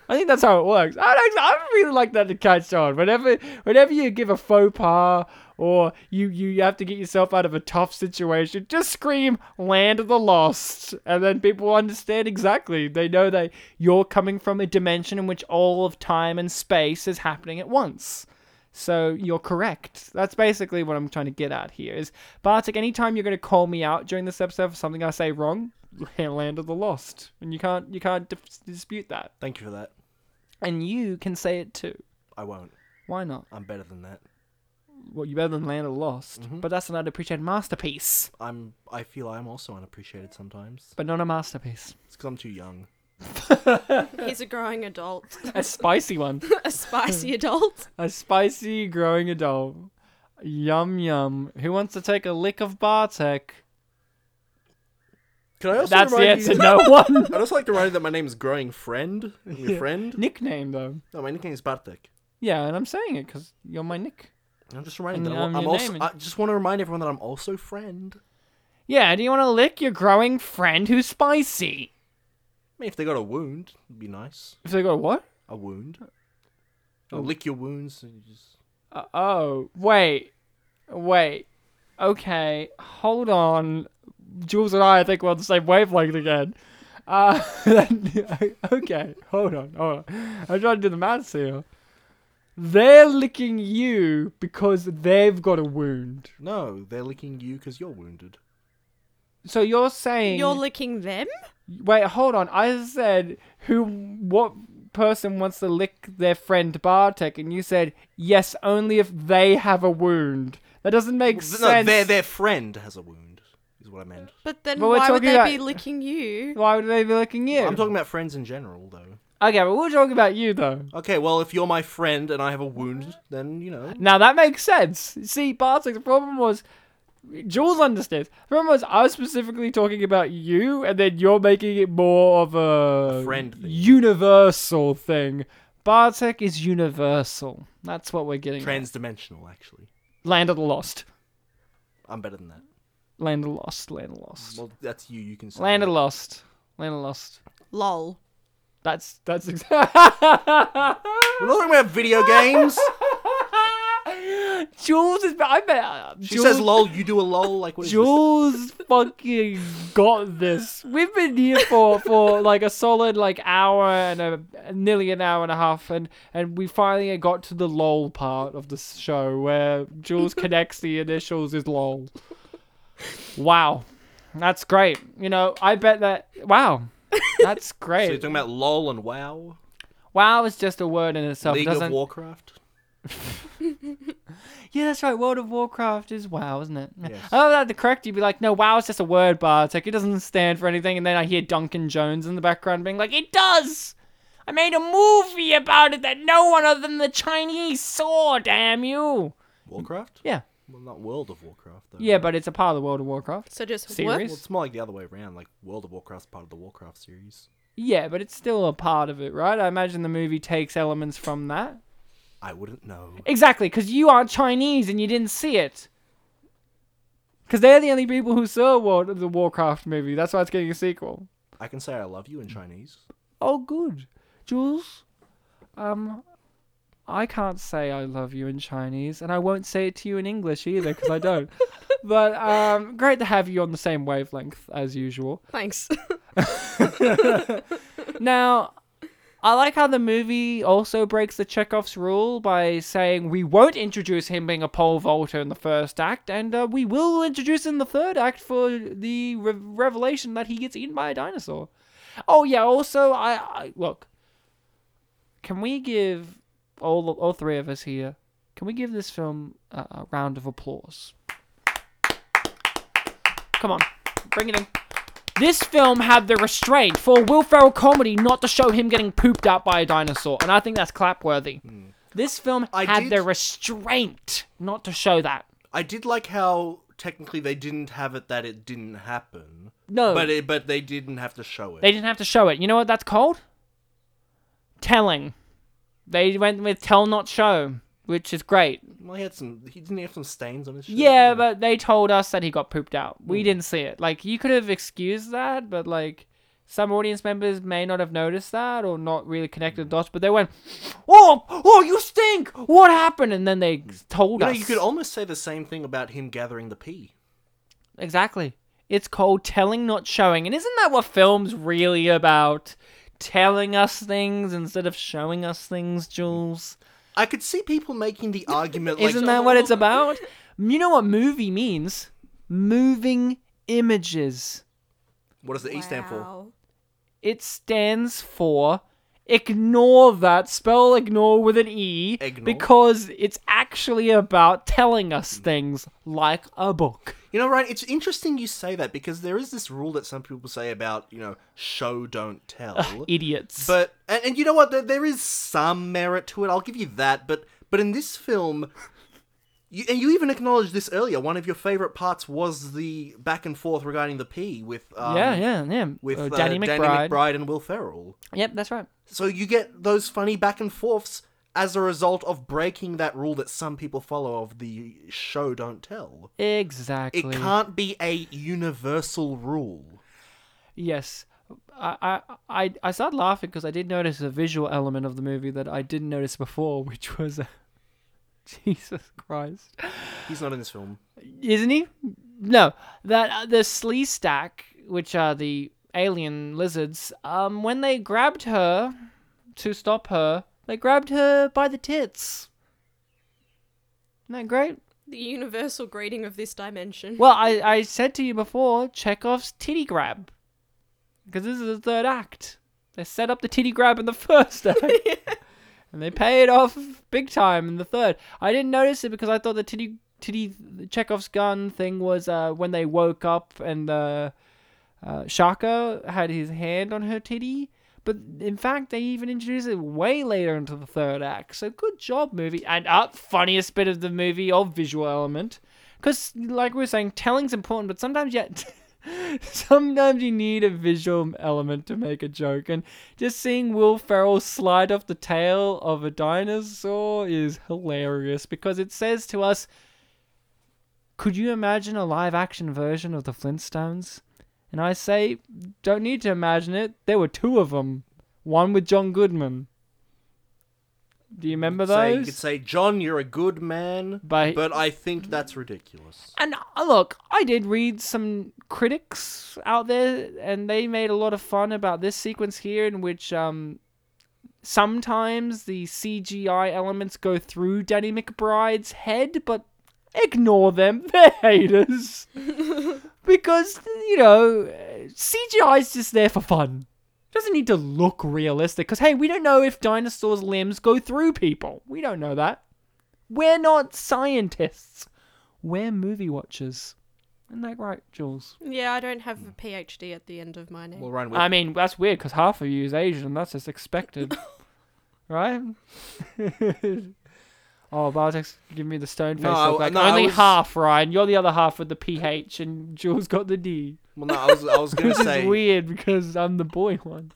A: I think that's how it works. I don't, I really like that to catch on. Whenever, whenever you give a faux pas or you, you have to get yourself out of a tough situation, just scream "Land of the Lost," and then people understand exactly. They know that you're coming from a dimension in which all of time and space is happening at once. So you're correct. That's basically what I'm trying to get at here. Is Bartek, anytime you're going to call me out during this episode for something I say wrong, "Land of the Lost," and you can't, you can't dis- dispute that.
B: Thank you for that.
A: And you can say it too.
B: I won't.
A: Why not?
B: I'm better than that.
A: Well, you better than Land of the Lost, but that's an unappreciated masterpiece.
B: I'm. I feel I'm also unappreciated sometimes.
A: But not a masterpiece.
B: It's because I'm too young.
C: He's a growing adult,
A: A spicy one.
C: a spicy adult.
A: A spicy growing adult. Yum yum. Who wants to take a lick of Bartek?
B: Can I also
A: That's the
B: remind
A: answer,
B: you?
A: no one.
B: I'd also like to remind you that my name is Growing Friend. I'm your friend.
A: Nickname, though.
B: No, my nickname is Bartek.
A: Yeah, and I'm saying it because you're my Nick.
B: I'm just reminding
A: And
B: that I'm,
A: I'm
B: I'm
A: your
B: also.
A: name
B: I
A: and-
B: just want to remind everyone that I'm also friend. I
A: Yeah, do you want to lick your growing friend who's spicy?
B: mean, if they got a wound, it'd be nice.
A: If they go, what?
B: A wound.
A: Oh.
B: I'll lick your wounds. And you just...
A: Uh, oh, wait. Wait. Okay, hold on. Jules and I, I think, we're on the same wavelength again. Uh, okay, hold on, hold on. I'm trying to do the maths here. They're licking you because they've got a wound.
B: No, they're licking you because you're wounded.
A: So you're saying.
C: You're licking them?
A: Wait, hold on. I said who what person wants to lick their friend Bartek and you said yes only if they have a wound. That doesn't make sense.
B: No, their their friend has a wound. Is what I meant.
C: But then
A: But we're
C: why would
A: talking
C: they
A: about-
C: be licking you?
A: Why would they be licking you?
B: I'm talking about friends in general, though.
A: okay, but we're talking about you though.
B: Okay, well, if you're my friend and I have a wound, then you know.
A: Now that makes sense. See, Bartek, the problem was Jules understands. The problem was I was specifically talking about you, and then you're making it more of a,
B: A friend thing.
A: universal thing. Bartek is universal. That's what we're getting. at.
B: Transdimensional, actually.
A: Land of the Lost.
B: I'm better than that.
A: Land of the Lost. Land of the Lost.
B: Well, that's you. You can say.
A: Land of
B: that.
A: the Lost. Land of the Lost.
C: Lol.
A: That's that's exactly.
B: We're not talking about video games.
A: Jules is. I bet. uh,
B: She
A: Jules,
B: says lol. You do a lol. Like what is this?
A: Jules fucking got this. We've been here for, for like a solid like hour and a nearly an hour and a half, and and we finally got to the lol part of the show where Jules connects the initials is lol. Wow, That's great. You know, I bet that. Wow. That's
B: So you're
A: great.
B: talking about LOL and WoW,
A: wow is just a word in itself. It
B: League of
A: doesn't...
B: Warcraft.
A: Yeah, that's right. World of Warcraft is WoW, isn't it? Yeah.
B: Yes.
A: Oh, that the correct. You'd be like, no, WoW is just a word, Bartek. It doesn't stand for anything. And then I hear Duncan Jones in the background being like, it does. I made a movie about it that no one other than the Chinese saw. Damn you.
B: Warcraft?
A: Yeah.
B: Well, not World of Warcraft though.
A: Yeah, but it's a part of the World of Warcraft.
C: So just
A: Serious?
B: Well, it's more like the other way around. Like World of Warcraft's part of the Warcraft series.
A: Yeah, but it's still a part of it, right? I imagine the movie takes elements from that.
B: I wouldn't know.
A: Exactly, because you aren't Chinese and you didn't see it. Because they're the only people who saw World of the Warcraft movie. That's why it's getting a sequel.
B: I can say I love you in Chinese.
A: Oh, good. Jules, um, I can't say I love you in Chinese, and I won't say it to you in English either, because I don't. But um, great to have you on the same wavelength as usual.
C: Thanks.
A: Now, I like how the movie also breaks the Chekhov's rule by saying we won't introduce him being a pole vaulter in the first act, and uh, we will introduce him in the third act for the re- revelation that he gets eaten by a dinosaur. Oh yeah. Also, I, I look. Can we give all all three of us here? Can we give this film a, a round of applause? Come on, bring it in. This film had the restraint for a Will Ferrell comedy not to show him getting pooped out by a dinosaur, and I think that's clapworthy. This film
B: Hmm. I
A: had
B: did-
A: the restraint not to show that.
B: I did like how technically they didn't have it that it didn't happen.
A: No.
B: But it, but they didn't have to show it.
A: Oh. They didn't have to show it. You know what that's called? Telling. They went with tell not show, which is great.
B: Well, he had some. He didn't he have some stains on his shirt.
A: Yeah, but they told us that he got pooped out.
B: Hmm.
A: We didn't see it. Like you could have excused that, but like some audience members may not have noticed that or not really connected
B: Hmm.
A: the dots. But they went, "Oh, oh, you stink! What happened?" And then they told
B: Hmm. You
A: us
B: know, you could almost say the same thing about him gathering the pee.
A: exactly. It's called telling, not showing, and isn't that what films really about? Telling us things instead of showing us things, Jules.
B: I could see people making the argument. like,
A: Isn't that what it's about? You know what movie means? Moving images.
B: What does the E stand for?
C: Wow.
A: It stands for ignore that spell ignore with an e
B: Ignore.
A: because it's actually about telling us things like a book.
B: You know, right? It's interesting you say that because there is this rule that some people say about you know show don't
A: Ah,
B: tell.
A: Idiots.
B: But and, and you know what? There, there is some merit to it. I'll give you that. But but in this film, you, and you even acknowledged this earlier. One of your favorite parts was the back and forth regarding the P with um,
A: yeah, yeah, yeah.
B: with
A: Uh,
B: uh,
A: Danny, McBride.
B: and Will Ferrell.
A: Yep, that's right.
B: So you get those funny back and forths as a result of breaking that rule that some people follow of the show don't tell.
A: Exactly.
B: It can't be a universal rule.
A: Yes. I, I I I started laughing because I did notice a visual element of the movie that I didn't notice before, which was uh, Jesus Christ,
B: He's not in this film.
A: isn't he? No, that uh, the Slee Stack, which are the alien lizards, um, when they grabbed her to stop her, they grabbed her by the tits. Isn't that great?
C: The universal greeting of this dimension.
A: Well, I, I said to you before, Chekhov's titty grab. Because this is the third act. They set up the titty grab in the first act. And they pay it off big time in the third. I didn't notice it because I thought the titty, titty Chekhov's gun thing was uh, when they woke up and uh, uh, Shaka had his hand on her titty. But in fact, they even introduced it way later into the third act. So good job, movie. And up, funniest bit of the movie or visual element. Because, like we were saying, telling's important, but sometimes you, sometimes you need a visual element to make a joke. And just seeing Will Ferrell slide off the tail of a dinosaur is hilarious because it says to us, could you imagine a live action version of the Flintstones? And I say, don't need to imagine it. There were two of them. One with John Goodman. Do you remember
B: Say-
A: those?
B: you could say, John, you're a good man,
A: By-
B: but I think that's ridiculous.
A: And uh, look, I did read some critics out there, and they made a lot of fun about this sequence here, in which um, sometimes the CGI elements go through Danny McBride's head, but ignore them. They're haters. because you know CGI is just there for fun. doesn't need to look realistic because hey, we don't know if dinosaurs' limbs go through people. We don't know that. We're not scientists. We're movie watchers. Isn't that right, Jules?
C: Yeah, I don't have a PhD at the end of my name.
B: Well, Ryan, we
A: I mean, that's weird because half of you is Asian. That's just expected, right? oh, Bartek's giving me the stone face.
B: No, I-
A: look, like,
B: no, I
A: Only
B: was-
A: half, Ryan. You're the other half with the PH, and Jules got the D.
B: well, no, I was, I was gonna
A: Which
B: say,
A: is weird because I'm the boy one.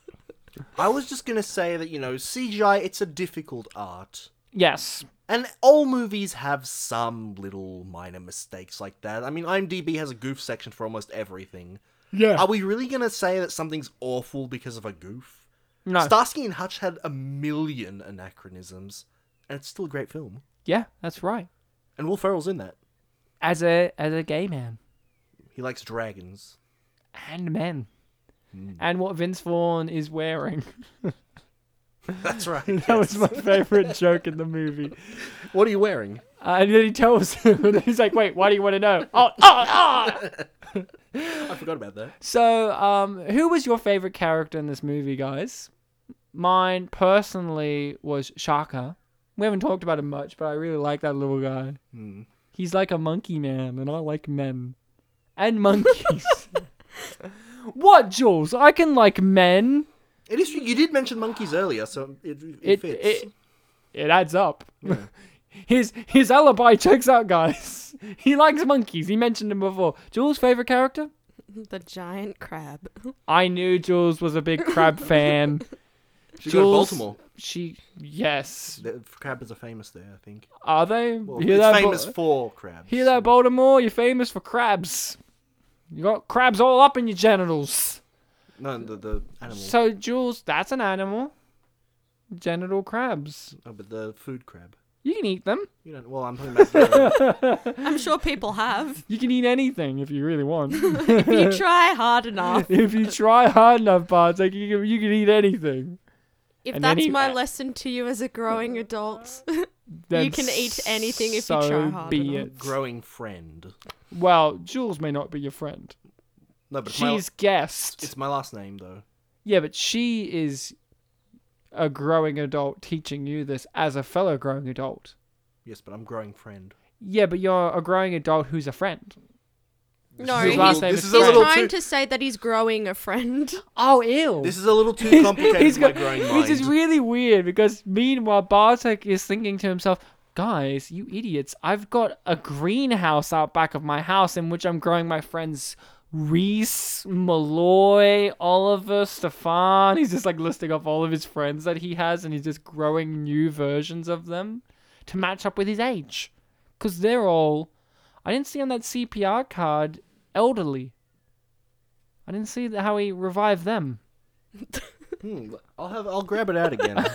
B: I was just gonna say that you know CGI, it's a difficult art.
A: Yes.
B: And all movies have some little minor mistakes like that. I mean, IMDb has a goof section for almost everything.
A: Yeah.
B: Are we really going to say that something's awful because of a goof?
A: No.
B: Starsky and Hutch had a million anachronisms, and it's still a great film.
A: Yeah, that's right.
B: And Will Ferrell's in that.
A: As a as a gay man
B: He likes dragons.
A: and men.
B: Hmm.
A: And what Vince Vaughn is wearing.
B: That's right.
A: That was my favorite joke in the movie.
B: What are you wearing?
A: Uh, and then he tells him, and he's like, wait, why do you want to know? Oh, oh, ah!
B: I forgot about that.
A: So, um, who was your favorite character in this movie, guys? Mine personally was Shaka. We haven't talked about him much, but I really like that little guy. He's like a monkey man, and I like men and monkeys. what, Jules? I can like men.
B: It is. You did mention monkeys earlier, so it, it,
A: It
B: fits.
A: it, it adds up. his his alibi checks out, guys. He likes monkeys. He mentioned him before. Jules' favorite character?
C: The giant crab.
A: I knew Jules was a big crab fan.
B: she got
A: Jules-
B: Baltimore.
A: She yes.
B: The crabbers are famous there, I think.
A: Are they?
B: Well,
A: hear
B: it's
A: that,
B: famous
A: Bal-
B: for crabs.
A: hear that, Baltimore? You're famous for crabs. You got crabs all up in your genitals.
B: No, the, the animal.
A: So Jules, that's an animal. Genital crabs.
B: oh, but the food crab.
A: You can eat them.
B: You don't. Well, I'm talking about. The,
C: I'm sure people have.
A: You can eat anything if you really want.
C: If you try hard enough.
A: if you try hard enough, Bartek, you can, you can eat anything.
C: If
A: And then
C: that's
A: you-
C: my lesson to you as a growing adult,
A: Then
C: You can eat anything if you
A: so
C: try hard
A: be
C: enough.
A: it.
B: growing friend.
A: Well, Jules may not be your friend.
B: No, but it's my,
A: She's guest.
B: it's my last name though.
A: Yeah, but she is a growing adult teaching you this as a fellow growing adult.
B: Yes, but I'm growing friend.
A: Yeah, but you're a growing adult who's a friend.
C: no,
A: is his
C: he's,
A: last name
B: This
A: is
B: is a
C: he's
B: little
C: trying
B: too.
C: to say that he's growing a friend.
A: Oh, ew.
B: This is a little too complicated.
A: He's
B: for my
A: got-
B: growing mind.
A: which is really weird because meanwhile Bartek is thinking to himself, "Guys, you idiots! I've got a greenhouse out back of my house in which I'm growing my friends." Reese, Malloy, Oliver, Stefan. He's just like listing off all of his friends that he has and he's just growing new versions of them to match up with his age. Because they're all, I didn't see on that CPR card, elderly. I didn't see how he revived them.
B: Hmm, I'll have. I'll grab it out again.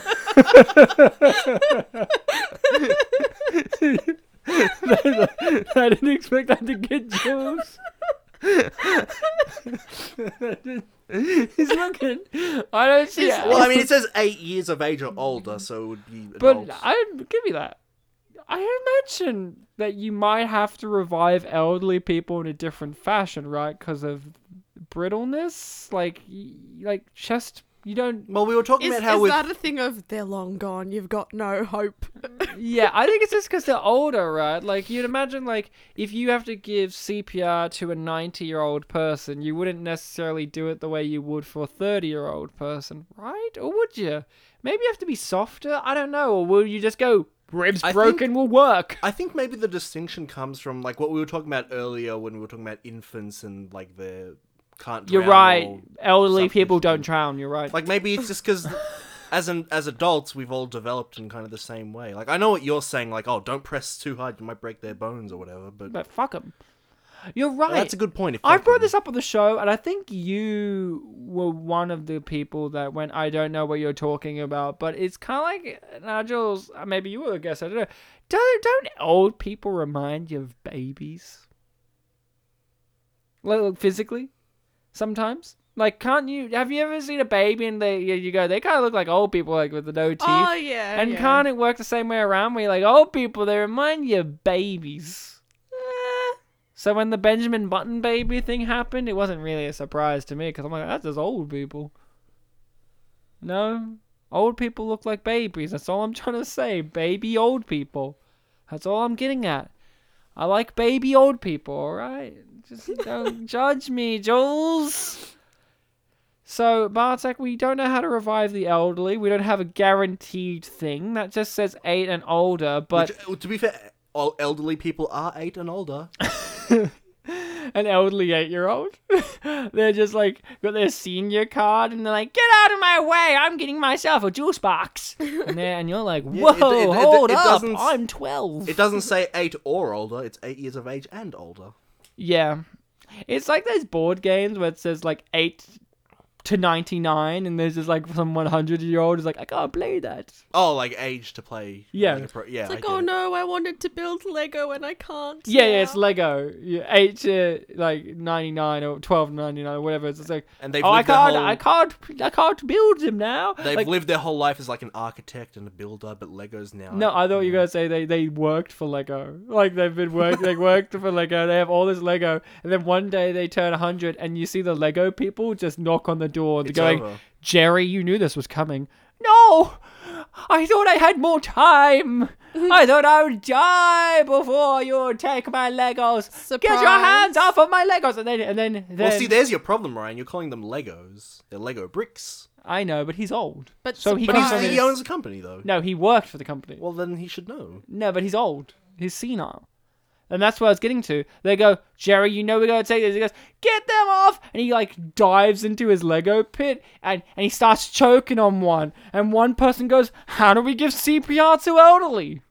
A: I didn't expect that to get Jules. He's looking. I don't see it.
B: well, I mean, it says eight years of age or older, so it would be.
A: but
B: adults.
A: I give you that. I imagine that you might have to revive elderly people in a different fashion, right? Because of brittleness, like y- like chest. You don't.
B: Well, we were talking
C: Is,
B: about how
C: is
B: with
C: that a thing of they're long gone, you've got no hope?
A: Yeah, I think it's just because they're older, right? Like you'd imagine, like if you have to give CPR to a ninety-year-old person, you wouldn't necessarily do it the way you would for a thirty-year-old person, right? Or would you? Maybe you have to be softer. I don't know. Or will you just go ribs
B: I think-
A: broken will work?
B: I think maybe the distinction comes from like what we were talking about earlier when we were talking about infants and like the can't.
A: You're
B: drown
A: right.
B: or
A: Elderly people
B: something.
A: don't drown. You're right.
B: Like maybe it's just because, as an as adults, we've all developed in kind of the same way. Like I know what you're saying, like oh, don't press too hard, you might break their bones or whatever. But
A: but fuck them. You're right.
B: that's a good point. If
A: I
B: they
A: brought
B: can-
A: this up on the show, and I think you were one of the people that went, I don't know what you're talking about, but it's kind of like, now, Jules, uh, maybe you were a guest, I don't know. Don't, don't old people remind you of babies? Like, like, physically? Sometimes? Like, can't you, have you ever seen a baby and they, you- you go, they kind of look like old people, like with the no teeth?
C: Oh, yeah.
A: and
C: yeah.
A: can't
C: Ah,
A: it work the same way around where you're like, old people, they remind you of babies?
C: Eh,
A: So when the Benjamin Button baby thing happened, it wasn't really a surprise to me because I'm like, that's just old people. No, old people look like babies. That's all I'm trying to say. Baby old people. That's all I'm getting at. I like baby old people. All right, just don't judge me, Jules. So Bartek, we don't know how to revive the elderly. We don't have a guaranteed thing. That just says eight and older, but
B: Which, uh, to be fair, all elderly people are eight and older.
A: an elderly eight year old. they're just like got their senior card and they're like, "Get out of my way! I'm getting myself a juice box." And they're, and you're like, "Whoa,
B: it- it- it-
A: hold
B: it
A: up!
B: doesn't-
A: I'm 12."
B: It doesn't say eight or older. It's eight years of age and older.
A: yeah, it's like those board games where it says like eight to 99, and there's just like some 100 year old who's like, "I can't play that."
B: Oh, like age to play.
A: Yeah.
B: like, a pro- yeah.
C: It's like,
B: I get
C: oh
B: it.
C: no, I wanted to build Lego and I can't.
A: Yeah, yeah, it's
C: now."
A: Lego. Yeah, eight to like 99 or 12.99 or whatever. It's just like,
B: And they've
A: "Oh, I
B: lived their
A: can't,
B: whole-
A: I can't, I can't build them now."
B: They've
A: Like,
B: lived their whole life as like an architect and a builder, but Legos now.
A: No, I thought you were gonna say they, they worked for Lego. Like they've been work they worked for Lego. They have all this Lego, and then one day they turn hundred, and you see the Lego people just knock on the door. They're
B: It's
A: going,
B: over.
A: Jerry, you knew this was coming. No, I thought I had more time. I thought I would die before you take my Legos. Get your
C: Surprise.
A: hands off of my Legos! And then and then, then
B: Well, see, there's your problem, Ryan. You're calling them Legos. They're Lego bricks.
A: I know, but he's old.
C: But
A: so he
B: But he's,
A: comes from
C: surprise.
B: he
A: this-
B: owns a company, though.
A: No, he worked for the company.
B: Well, then he should know.
A: No, but he's old. He's senile. And that's what I was getting to. They go, Jerry, you know we're gonna take this. He goes, get them off and he like dives into his Lego pit and, and he starts choking on one. And one person goes, How do we give CPR to elderly?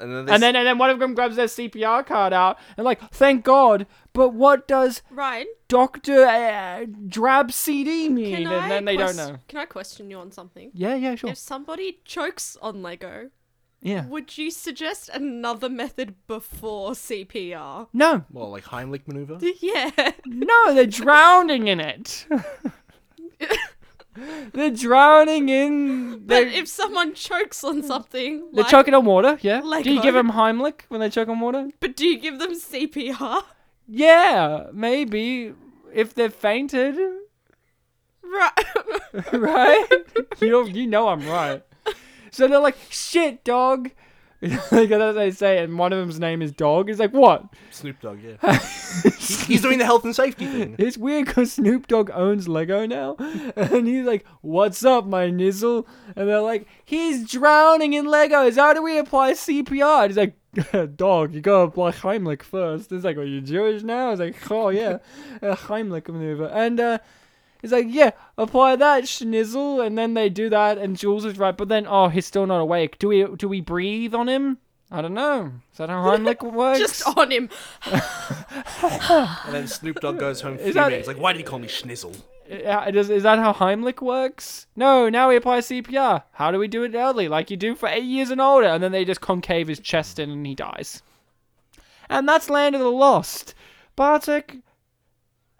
B: And then, they
A: And then and then one of them grabs their CPR card out and like, thank God, but what does
C: Ryan,
A: Doctor uh, Drab CD mean?
C: can
A: and
C: I
A: then they
C: quest-
A: don't know.
C: Can I question you on something?
A: Yeah, yeah, sure.
C: If somebody chokes on Lego,
A: Yeah.
C: would you suggest another method before CPR?
A: No,
B: well, like Heimlich maneuver.
C: yeah.
A: No, they're drowning in it. they're drowning in.
C: But
A: They're,
C: if someone chokes on something,
A: they're
C: like,
A: choking on water, yeah. Do you
C: Lego.
A: give them Heimlich when they choke on water?
C: but do you give them CPR?
A: Yeah, maybe. If they've fainted,
C: Right.
A: right? you, you know I'm right. So they're like, shit, dog. like that's what they say, and one of them's name is Dog. He's like, what?
B: Snoop Dogg, yeah. He- he's doing the health and safety thing.
A: It's weird because Snoop Dogg owns Lego now, and he's like, "What's up, my nizzle?" And they're like, "He's drowning in Legos. How do we apply CPR?" And he's like, "Dog, you gotta apply Heimlich first. He's like, "Are you Jewish now?" He's like, "Oh yeah, uh, Heimlich maneuver." And uh, he's like, "Yeah, apply that schnizzle." And then they do that, and Jules is right, but then oh, he's still not awake. Do we do we breathe on him? I don't know. Is that how Heimlich works?
C: Just on him.
B: And then Snoop Dogg goes home
A: Is
B: fuming.
A: that-
B: He's like, "Why did he call me Schnizzle?"
A: Uh, does, is that how Heimlich works? No, now we apply CPR. How do we do it elderly, like you do for eight years and older? And then they just concave his chest in and he dies. And that's Land of the Lost. Bartek,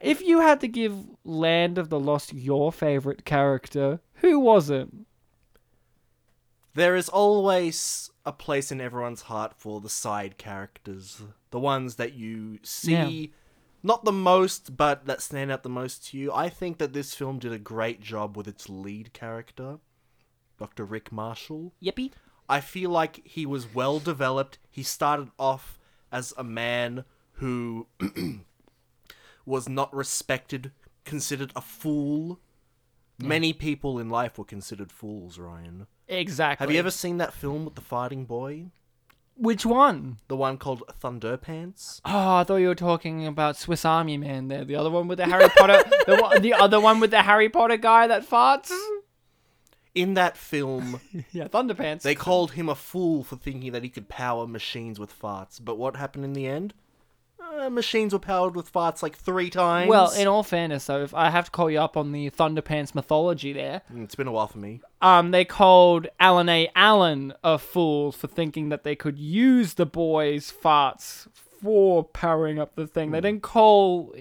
A: if you had to give Land of the Lost your favorite character, who was it?
B: There is always a place in everyone's heart for the side characters, the ones that you see not the most, but that stand out the most to you. I think that this film did a great job with its lead character, Dr. Rick Marshall.
A: Yippee.
B: I feel like he was well developed. He started off as a man who was not respected, considered a fool. Many people in life were considered fools, Ryan.
A: Exactly.
B: Have you ever seen that film with the farting boy?
A: Which one?
B: The one called Thunderpants?
A: Oh, I thought you were talking about Swiss Army Man there. The other one with the Harry Potter. the, one- the other one with the Harry Potter guy that farts.
B: In that film,
A: Yeah, Thunderpants.
B: they called him a fool for thinking that he could power machines with farts. But what happened in the end? Uh, machines were powered with farts like three times.
A: Well, in all fairness, though, if I have to call you up on the Thunderpants mythology there,
B: Mm, it's been a while for me.
A: um, they called Alan A. Allen a fool for thinking that they could use the boy's farts for powering up the
B: Hmm.
A: thing. They didn't call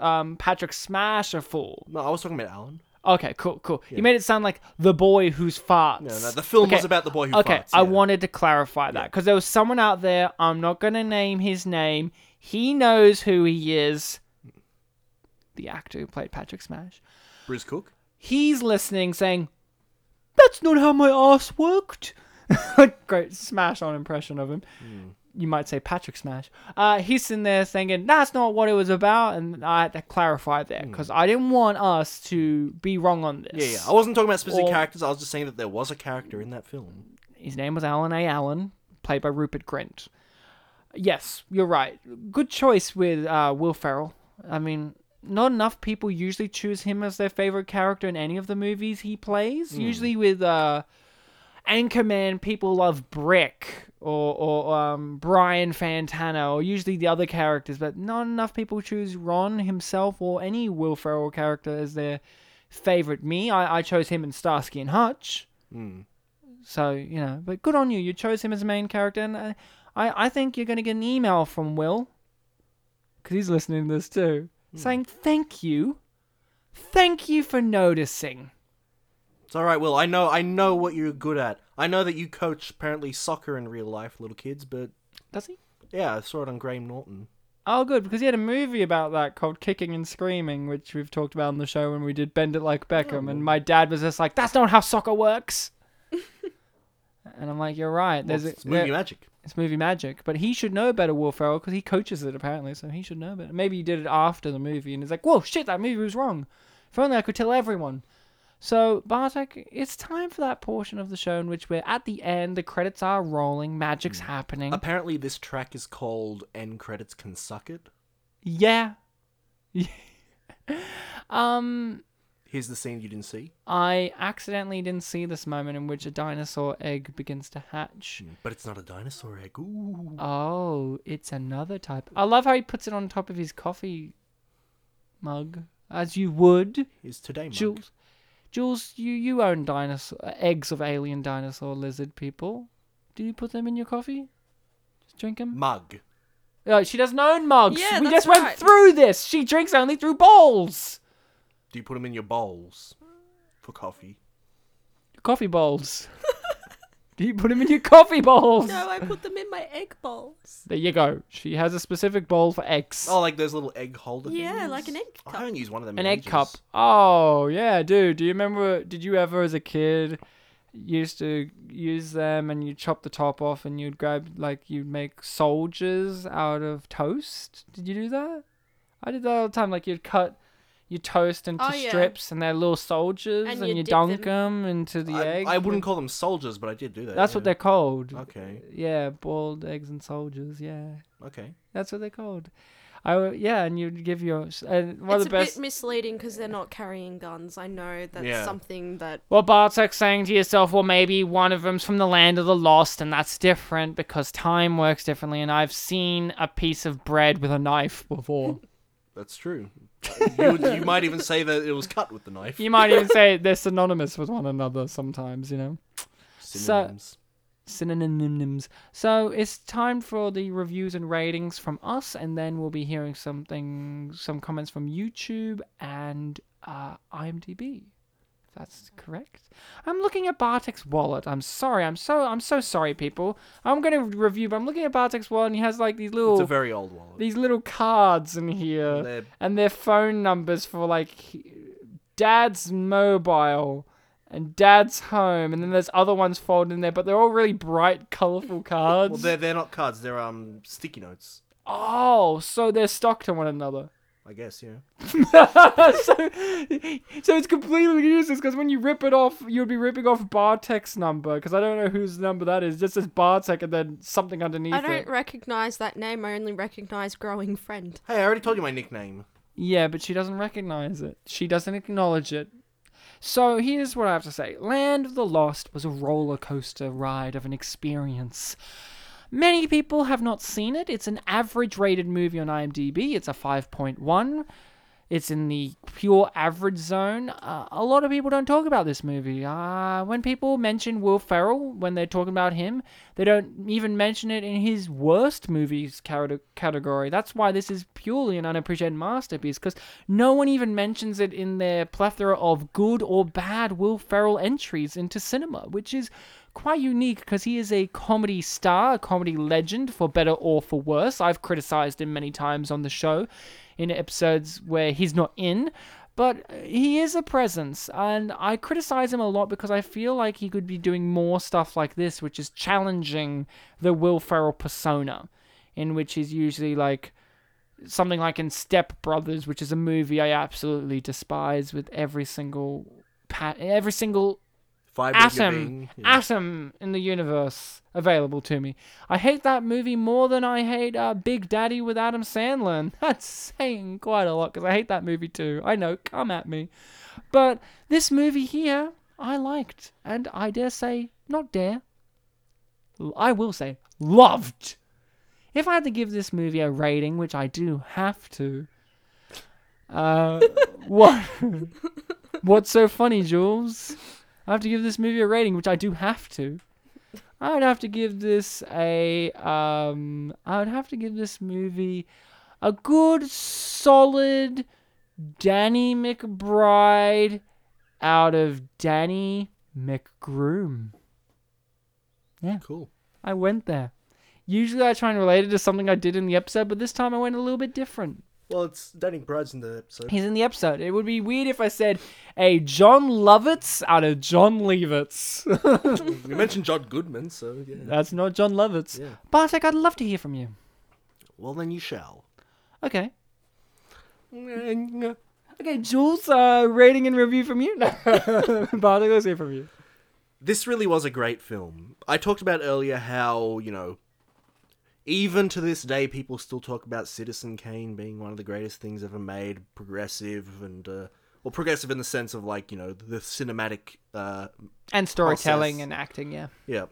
A: um, Patrick Smash a fool.
B: No, I was talking about Alan.
A: Okay, cool, cool. You made it sound like the boy who's farts.
B: No, no, the film
A: Okay,
B: was about the boy who
A: okay,
B: farts.
A: I
B: yeah.
A: wanted to clarify that because there was someone out there. I'm not going to name his name. He knows who he is. The actor who played Patrick Smash.
B: Bruce Cook.
A: He's listening, saying, "That's not how my ass worked." Hmm. Great Smash on impression of him. You might say Patrick Smash. Uh, he's in there thinking that's not what it was about, and I had to clarify there because I didn't want us to be wrong on this.
B: Yeah, yeah. I wasn't talking about specific
A: Or-
B: characters. I was just saying that there was a character in that film.
A: His name was Alan A. Allen, played by Rupert Grint. Yes, you're right. Good choice with uh, Will Ferrell. I mean, not enough people usually choose him as their favorite character in any of the movies he plays. Usually with uh, Anchorman, people love Brick or, or um, Brian Fantana or usually the other characters, but not enough people choose Ron himself or any Will Ferrell character as their favorite. Me, I, I chose him in Starsky and Hutch. So you know, but good on you. You chose him as a main character, and I, I, I think you're gonna get an email from Will, because he's listening to this too, saying thank you, thank you for noticing.
B: It's all right, Will. I know. I know what you're good at. I know that you coach apparently soccer in real life, little kids. But
A: Does he?
B: yeah, I saw it on Graham Norton.
A: Oh, good, because he had a movie about that called Kicking and Screaming, which we've talked about on the show when we did Bend It Like Beckham, and my dad was just like, "That's not how soccer works." and I'm like, "You're right."
B: Well,
A: There's a,
B: it's movie
A: there-
B: magic.
A: It's movie magic, but he should know better, Will Ferrell, because he coaches it apparently, so he should know better. Maybe he did it after the movie, and he's like, "Whoa, shit, that movie was wrong. If only I could tell everyone." So Bartek, it's time for that portion of the show in which we're at the end. The credits are rolling, magic's happening.
B: Apparently, this track is called "End Credits Can Suck It."
A: yeah. um,
B: Here's the scene you didn't see,
A: I accidentally didn't see this moment in which a dinosaur egg begins to hatch.
B: Hmm. but it's not a dinosaur egg. Ooh.
A: Oh, it's another type. I love how he puts it on top of his coffee mug, as you would,
B: Is today mug.
A: Jules. Jules, you you own dinosaur uh, eggs of alien dinosaur lizard people. Do you put them in your coffee? Just drink them.
B: Mug.
A: Oh, she doesn't own mugs.
C: Yeah,
A: we
C: that's
A: just went
C: right.
A: through this. She drinks only through bowls,
B: Do you put them in your bowls for coffee?
A: coffee bowls. Do you put them in your coffee bowls?
C: No, I put them in my egg bowls.
A: There you go. She has a specific bowl for eggs.
B: Oh, like those little egg holder.
C: Yeah,
B: things?
C: like an egg
B: I
C: cup.
B: haven't used one of them.
A: an
B: in
A: egg
B: ages.
A: cup. Oh yeah, dude. Do you remember? Did you ever, as a kid, used to use them and you chop the top off and you'd grab like you'd make soldiers out of toast? Did you do that? I did that all the time. Like you'd cut your toast into
C: Oh, yeah.
A: strips and they're little soldiers
C: And
A: and,
C: you
A: you
C: dip
A: dunk them into the
B: I,
A: egg.
B: I wouldn't call them soldiers, but I did do that.
A: That's what
B: yeah.
A: they're called.
B: Okay.
A: Yeah, boiled eggs and soldiers. Yeah,
B: Okay.
A: that's what they're called. I w- yeah, and you'd give your and one of
C: It's a
A: the best.
C: bit misleading because they're not carrying guns. I know that's
B: Yeah.
C: something that
A: Well, Bartek saying to yourself, well, maybe one of them's from the land of the lost, and that's different because time works differently. And I've seen a piece of bread with a knife before.
B: That's true. you, would- you might even say that it was cut with the knife.
A: you might even say they're synonymous with one another sometimes, you know?
B: Synonyms.
A: synonyms. So it's time for the reviews and ratings from us, and then we'll be hearing something, some comments from YouTube and uh, IMDb. If that's correct. I'm looking at Bartek's wallet. I'm sorry. I'm so I'm so sorry, people. I'm gonna review, but I'm looking at Bartek's wallet, and he has like these
B: It's
A: little
B: a very old wallet.
A: these little cards in here,
B: And they're-
A: and their phone numbers for like he- dad's mobile and dad's home, and then there's other ones folded in there, but they're all really bright, colorful cards.
B: Well, they're they're not cards. They're um sticky notes.
A: oh, so they're stuck to one another.
B: I guess yeah.
A: so, so it's completely useless because when you rip it off, you'd be ripping off Bartek's number because I don't know whose number that is. Just says Bartek and then something underneath
C: I don't
A: it.
C: recognize that name. I only recognize growing friend.
B: Hey, I already told you my nickname.
A: Yeah, but she doesn't recognize it. She doesn't acknowledge it. So here's what I have to say Land of the Lost was a roller coaster ride of an experience. Many people have not seen it. It's an average rated movie on IMDb, it's a 5.1. It's in the pure average zone. Uh, a lot of people don't talk about this movie. Uh, when people mention Will Ferrell, when they're talking about him, they don't even mention it in his worst movies cate- category. That's why this is purely an unappreciated masterpiece, because no one even mentions it in their plethora of good or bad Will Ferrell entries into cinema, which is quite unique because he is a comedy star, a comedy legend, for better or for worse. I've criticized him many times on the show in episodes where he's not in, but he is a presence. And I criticize him a lot because I feel like he could be doing more stuff like this, which is challenging the Will Ferrell persona, in which he's usually like something like in Step Brothers, which is a movie I absolutely despise with every single pat every single
B: Fiber of your
A: atom
B: being, yeah.
A: atom in the universe available to me. I hate that movie more than I hate uh, Big Daddy with Adam Sandler. And that's saying quite a lot because I hate that movie too. I know, come at me. But this movie here, I liked, and I dare say, not dare, l- I will say, loved. If I had to give this movie a rating, which I do have to, uh, what? What's so funny, Jules? I have to give this movie a rating, which I do have to. I would have to give this a um I would have to give this movie a good solid Danny McBride out of Danny McGroom.
B: Cool.
A: I went there. Usually I try and relate it to something I did in the episode, but this time I went a little bit different.
B: Well, it's Danny Bride's in the episode.
A: He's in the episode. It would be weird if I said a John Lovitz out of John Levitz.
B: we mentioned John Goodman, so yeah.
A: That's not John Lovitz.
B: Yeah.
A: Bartek, I'd love to hear from you.
B: Well, then you shall.
A: Okay.
B: Well,
A: Okay, Jules, uh, rating and review from you. Bartek, let's hear from you.
B: this really was a great film. I talked about earlier how, you know, even to this day, people still talk about Citizen Kane being one of the greatest things ever made, progressive and, uh, well, progressive in the sense of, like, you know, the cinematic, uh,
A: And storytelling
B: Process.
A: and acting, yeah.
B: yeah.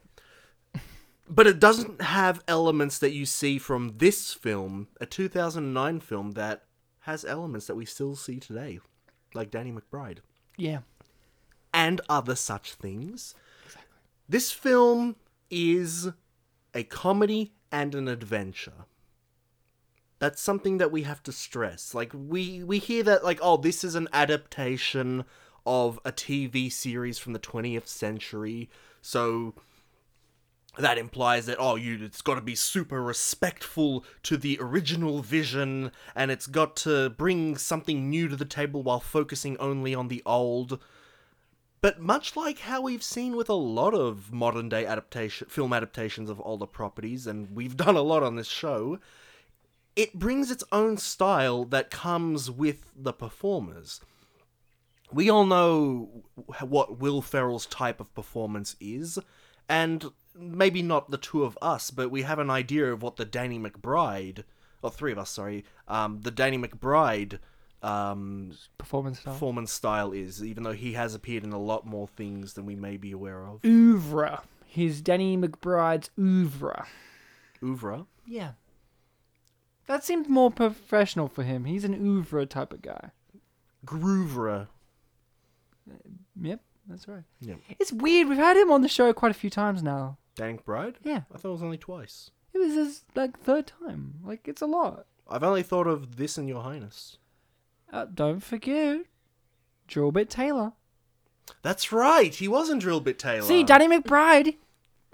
B: But it doesn't have elements that you see from this film, a 2009 film that has elements that we still see today, like Danny McBride.
A: Yeah.
B: and other such things. This film is a comedy and an adventure. That's something that we have to stress. Like we we hear that like oh this is an adaptation of a TV series from the 20th century. So that implies that oh you it's got to be super respectful to the original vision and it's got to bring something new to the table while focusing only on the old. But much like how we've seen with a lot of modern day adaptation film adaptations of older properties, and we've done a lot on this show, it brings its own style that comes with the performers. We all know wh- what Will Ferrell's type of performance is, and maybe not the two of us, but we have an idea of what the Danny McBride, or three of us, sorry, um, the Danny McBride um,
A: Performance style.
B: performance style is, even though he has appeared in a lot more things than we may be aware of.
A: Oeuvre. He's Danny McBride's oeuvre.
B: Ouvra.
A: Yeah. That seemed more professional for him. He's an oeuvre type of guy.
B: Groovra.
A: Yep, that's right.
B: Yep.
A: It's weird. We've had him on the show quite a few times now.
B: Danny McBride?
A: Yeah.
B: I thought it was only twice.
A: It was his, like, third time. Like, it's a lot.
B: I've only thought of this and Your Highness.
A: Uh, don't forget, Drillbit Taylor.
B: That's right, he was in Drill Bit Taylor.
A: See, Danny McBride,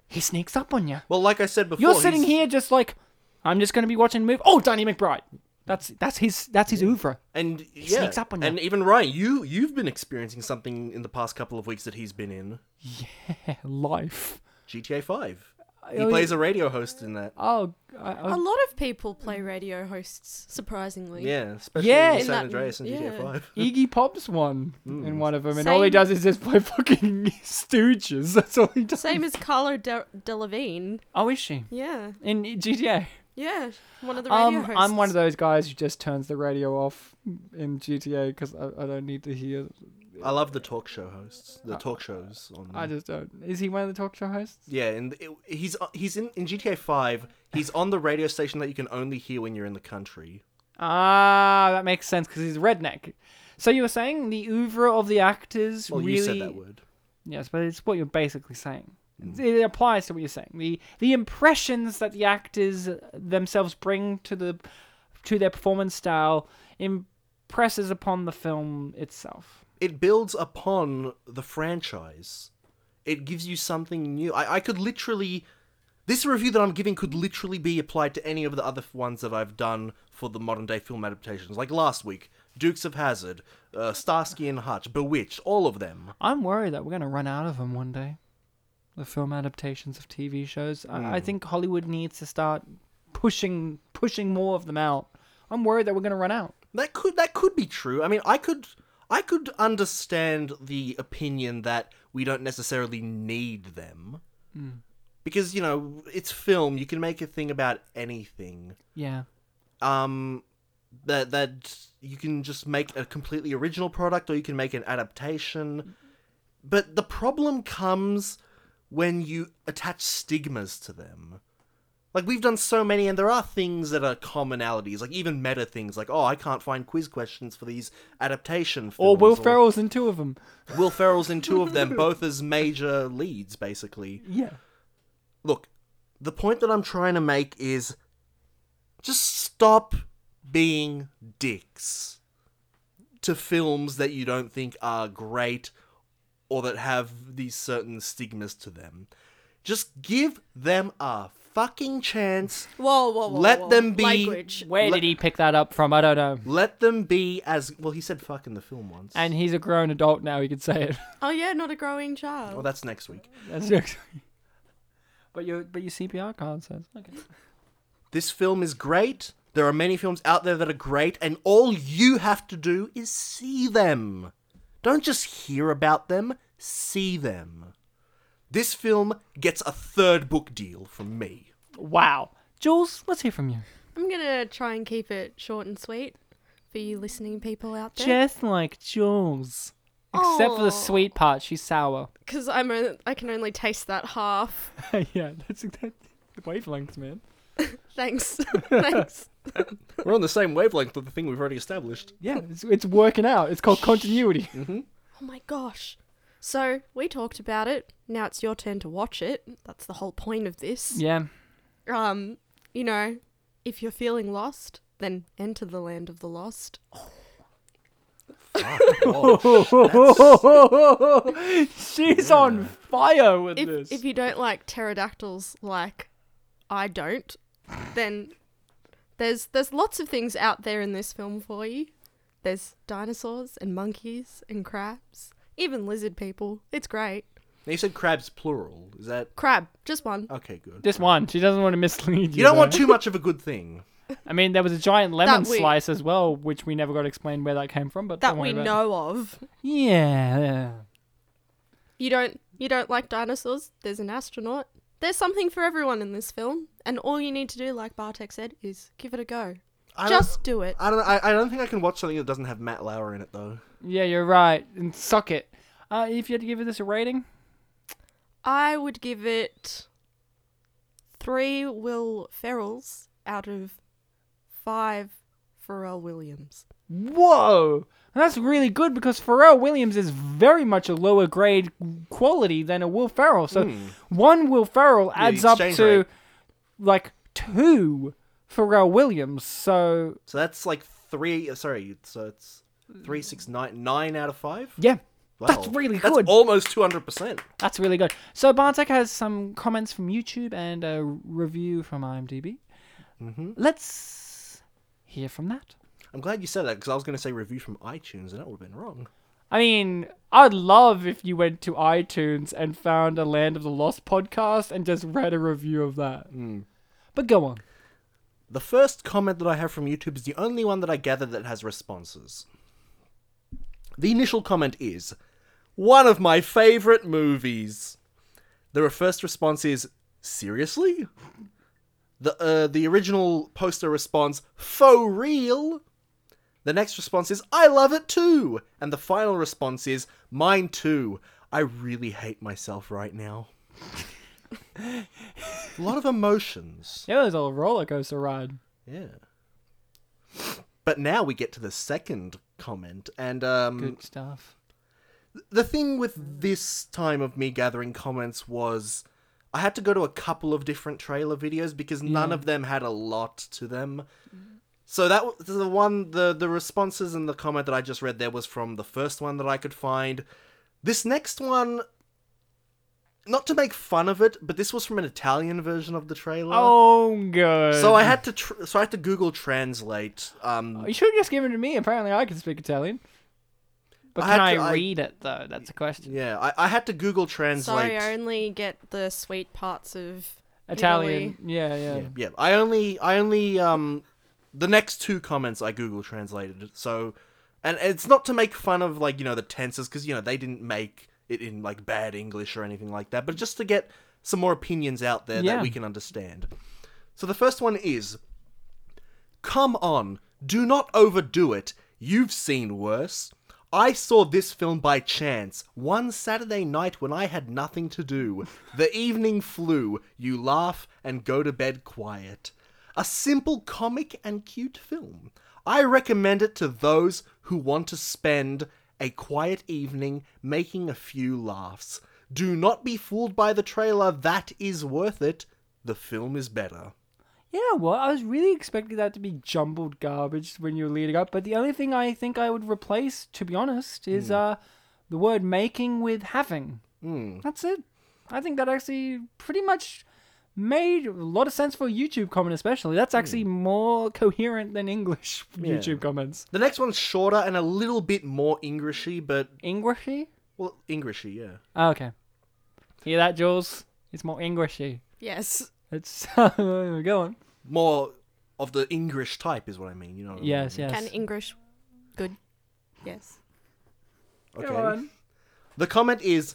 A: he sneaks up on you.
B: Well, like I said before,
A: You're sitting
B: he's-
A: here just like, I'm just going to be watching move. Oh, Danny McBride. That's that's his that's his oeuvre.
B: and yeah,
A: sneaks up on you.
B: and even Ryan, you you've been experiencing something in the past couple of weeks that he's been in
A: Life.
B: GTA Five. He
A: Oh,
B: plays a radio host in that.
A: Oh, I,
C: A
A: I,
C: lot of people play radio hosts, surprisingly.
B: Yeah, especially
A: Yeah,
B: in
A: in
B: San
C: that-
B: Andreas and GTA
C: yeah.
B: Five.
A: Iggy Pop's one
B: Hmm.
A: in one of them, and all he
C: Same.
A: does is just play fucking Stooges. That's all he does.
C: Same as Carlo De- Delevingne.
A: Oh, is she
C: Yeah.
A: in GTA?
C: Yeah. One of the radio
A: Um,
C: hosts.
A: I'm one of those guys who just turns the radio off in GTA because I, I don't need to hear.
B: I love the talk show hosts, the talk shows on.
A: I just don't. Is he one of the talk show hosts?
B: Yeah, and it, he's uh, he's in in GTA Five. He's on the radio station that you can only hear when you're in the country.
A: Ah, that makes sense because he's a redneck. So you were saying the oeuvre of the actors
B: Well,
A: really?
B: you said that word. Hmm.
A: Yes, but it's what you're basically saying. It applies to what you're saying. The the impressions that the actors themselves bring to the to their performance style impresses upon the film itself.
B: It builds upon the franchise. it gives you something new. I, I could literally. This review that I'm giving could literally be applied to any of the other ones that I've done for the modern day film adaptations. Like last week, Dukes of Hazard, uh, Starsky and Hutch, Bewitched, all of them.
A: I'm worried that we're going to run out of them one day. The film adaptations of TV shows. I, I think Hollywood needs to start pushing pushing more of them out. I'm worried that we're going to run out.
B: That could that could be true. I mean, I could I could understand the opinion that we don't necessarily need them. Because, you know, it's film, you can make a thing about anything.
A: Yeah.
B: um that that you can just make a completely original product or you can make an adaptation but the problem comes when you attach stigmas to them like we've done so many and there are things that are commonalities like even meta things like oh i can't find quiz questions for these adaptation films
A: Or Will Ferrell's in two of them.
B: will ferrell's in two of them both as major leads basically
A: Yeah.
B: look, the point that I'm trying to make is just stop being dicks to films that you don't think are great or that have these certain stigmas to them. Just give them a fucking chance.
C: Whoa, whoa, whoa.
B: Let
C: whoa.
B: them be-
C: Language.
A: Where
B: Let-
A: did he pick that up from? I don't know.
B: Let them be as well. He said "fuck" in the film once.
A: And he's a grown adult now. He could say it.
C: Oh, yeah, not a growing
B: oh,
C: child.
B: that's next week.
A: That's next. But your but your CPR card says. Okay.
B: This film is great. There are many films out there that are great, and all you have to do is see them. Don't just hear about them, see them. This film gets a third book deal from me.
A: Wow. Jules, let's hear from you.
C: I'm going to try and keep it short and sweet for you listening people out there.
A: Just like Jules. Except for
C: Aw.
A: the sweet part, she's sour.
C: because I'm only, I can only taste that half.
A: yeah, that's that, the wavelengths, man.
C: Thanks, thanks.
B: We're on the same wavelength with the thing we've already established.
A: Yeah, it's, it's working out. It's called continuity.
C: Oh my gosh. So we talked about it. Now it's your turn to watch it. That's the whole point of this.
A: yeah.
C: Um, you know, if you're feeling lost, then enter the land of the lost.
B: Ah,
A: she's on fire with
C: If
A: this.
C: if you don't like pterodactyls like I don't, then there's there's lots of things out there in this film for you. There's dinosaurs and monkeys and crabs, even lizard people. It's great.
B: Now you said crabs plural. Is that
C: Crab, just one.
A: Oh,
B: okay? Good.
A: Just one. She doesn't want to mislead you.
B: You don't want
A: though.
B: too much of a good thing.
A: I mean, there was a giant lemon
C: That we-
A: slice as well, which we never got explained where that came from. But
C: that
A: don't worry
C: we
A: about it.
C: know of.
A: Yeah. yeah.
C: You don't you don't like dinosaurs? There's an astronaut. There's something for everyone in this film, and all you need to do, like Bartek said, is give it a go.
B: I don't-
C: Just do it.
B: I don't. I, I don't think I can watch something that doesn't have Matt Lauer in it though.
A: Yeah, you're right. And suck it. Uh, if you had to give this a rating,
C: I would give it three Will Ferrells out of five Pharrell Williams.
A: whoa, that's really good because Pharrell Williams is very much a lower grade quality than a Will Ferrell. So one Will Ferrell
B: Hmm. Yeah,
A: adds up
B: exchange
A: to
B: rate.
A: like two Pharrell Williams. So
B: So that's like three. Sorry. So it's three, six, nine, nine out of five.
A: yeah, that's
B: Wow.
A: really
B: That's
A: good.
B: almost two hundred percent.
A: That's really good. So Bartek has some comments from YouTube and a review from IMDb.
B: Mm-hmm.
A: Let's hear from that.
B: I'm glad you said that because I was going to say review from iTunes and that would have been wrong.
A: I mean, I'd love if you went to iTunes and found a Land of the Lost podcast and just read a review of that.
B: Hmm.
A: But go on.
B: The first comment that I have from YouTube is the only one that I gather that has responses. The initial comment is one of my favorite movies. The first response is seriously. The uh, the original poster response for real. The next response is I love it too, and the final response is mine too. I really hate myself right now. A lot of emotions.
A: Yeah, there's a roller coaster ride.
B: Yeah. But now we get to the second comment, and um,
A: Good stuff.
B: the thing with this time of me gathering comments was I had to go to a couple of different trailer videos because none of them had a lot to them. So that was the one the the responses and the comment that I just read there was from the first one that I could find. This next one not to make fun of it, but this was from an Italian version of the trailer.
A: Oh, good.
B: So I had to tr- so I had to Google Translate. Um,
A: You should have just given it to me. Apparently, I can speak Italian. But
B: I
A: can I,
B: had to- I-
A: read it though? That's a question.
B: yeah, I, I had to Google Translate.
C: Sorry, I only get the sweet parts of
A: Italian. Yeah, yeah.
B: yeah, I only I only um the next two comments I Google translated. So and it's not to make fun of like, you know, the tenses cuz you know, they didn't make it in like bad English or anything like that, but just to get some more opinions out there
A: Yeah.
B: that we can understand. So the first one is Come on, do not overdo it. You've seen worse. I saw this film by chance, one Saturday night when I had nothing to do. The evening flew, you laugh and go to bed quiet. A simple comic and cute film. I recommend it to those who want to spend a quiet evening making a few laughs. Do not be fooled by the trailer, that is worth it. The film is better.
A: You know what? I was really expecting that to be jumbled garbage when you were leading up, but the only thing I think I would replace, to be honest, is uh, the word making with having. Mm. That's it. I think that actually pretty much made a lot of sense for YouTube comment, especially. That's actually more coherent than English YouTube comments.
B: The next one's shorter and a little bit more Englishy, but
A: Englishy?
B: well, Englishy, yeah.
A: Oh, okay. Hear that, Jules? It's more Englishy.
C: yes.
A: It's go on.
B: More of the English type is what I mean. You know. what I
A: Yes,
B: mean?
A: yes.
C: Can English, good, yes.
A: Go on.
B: The comment is,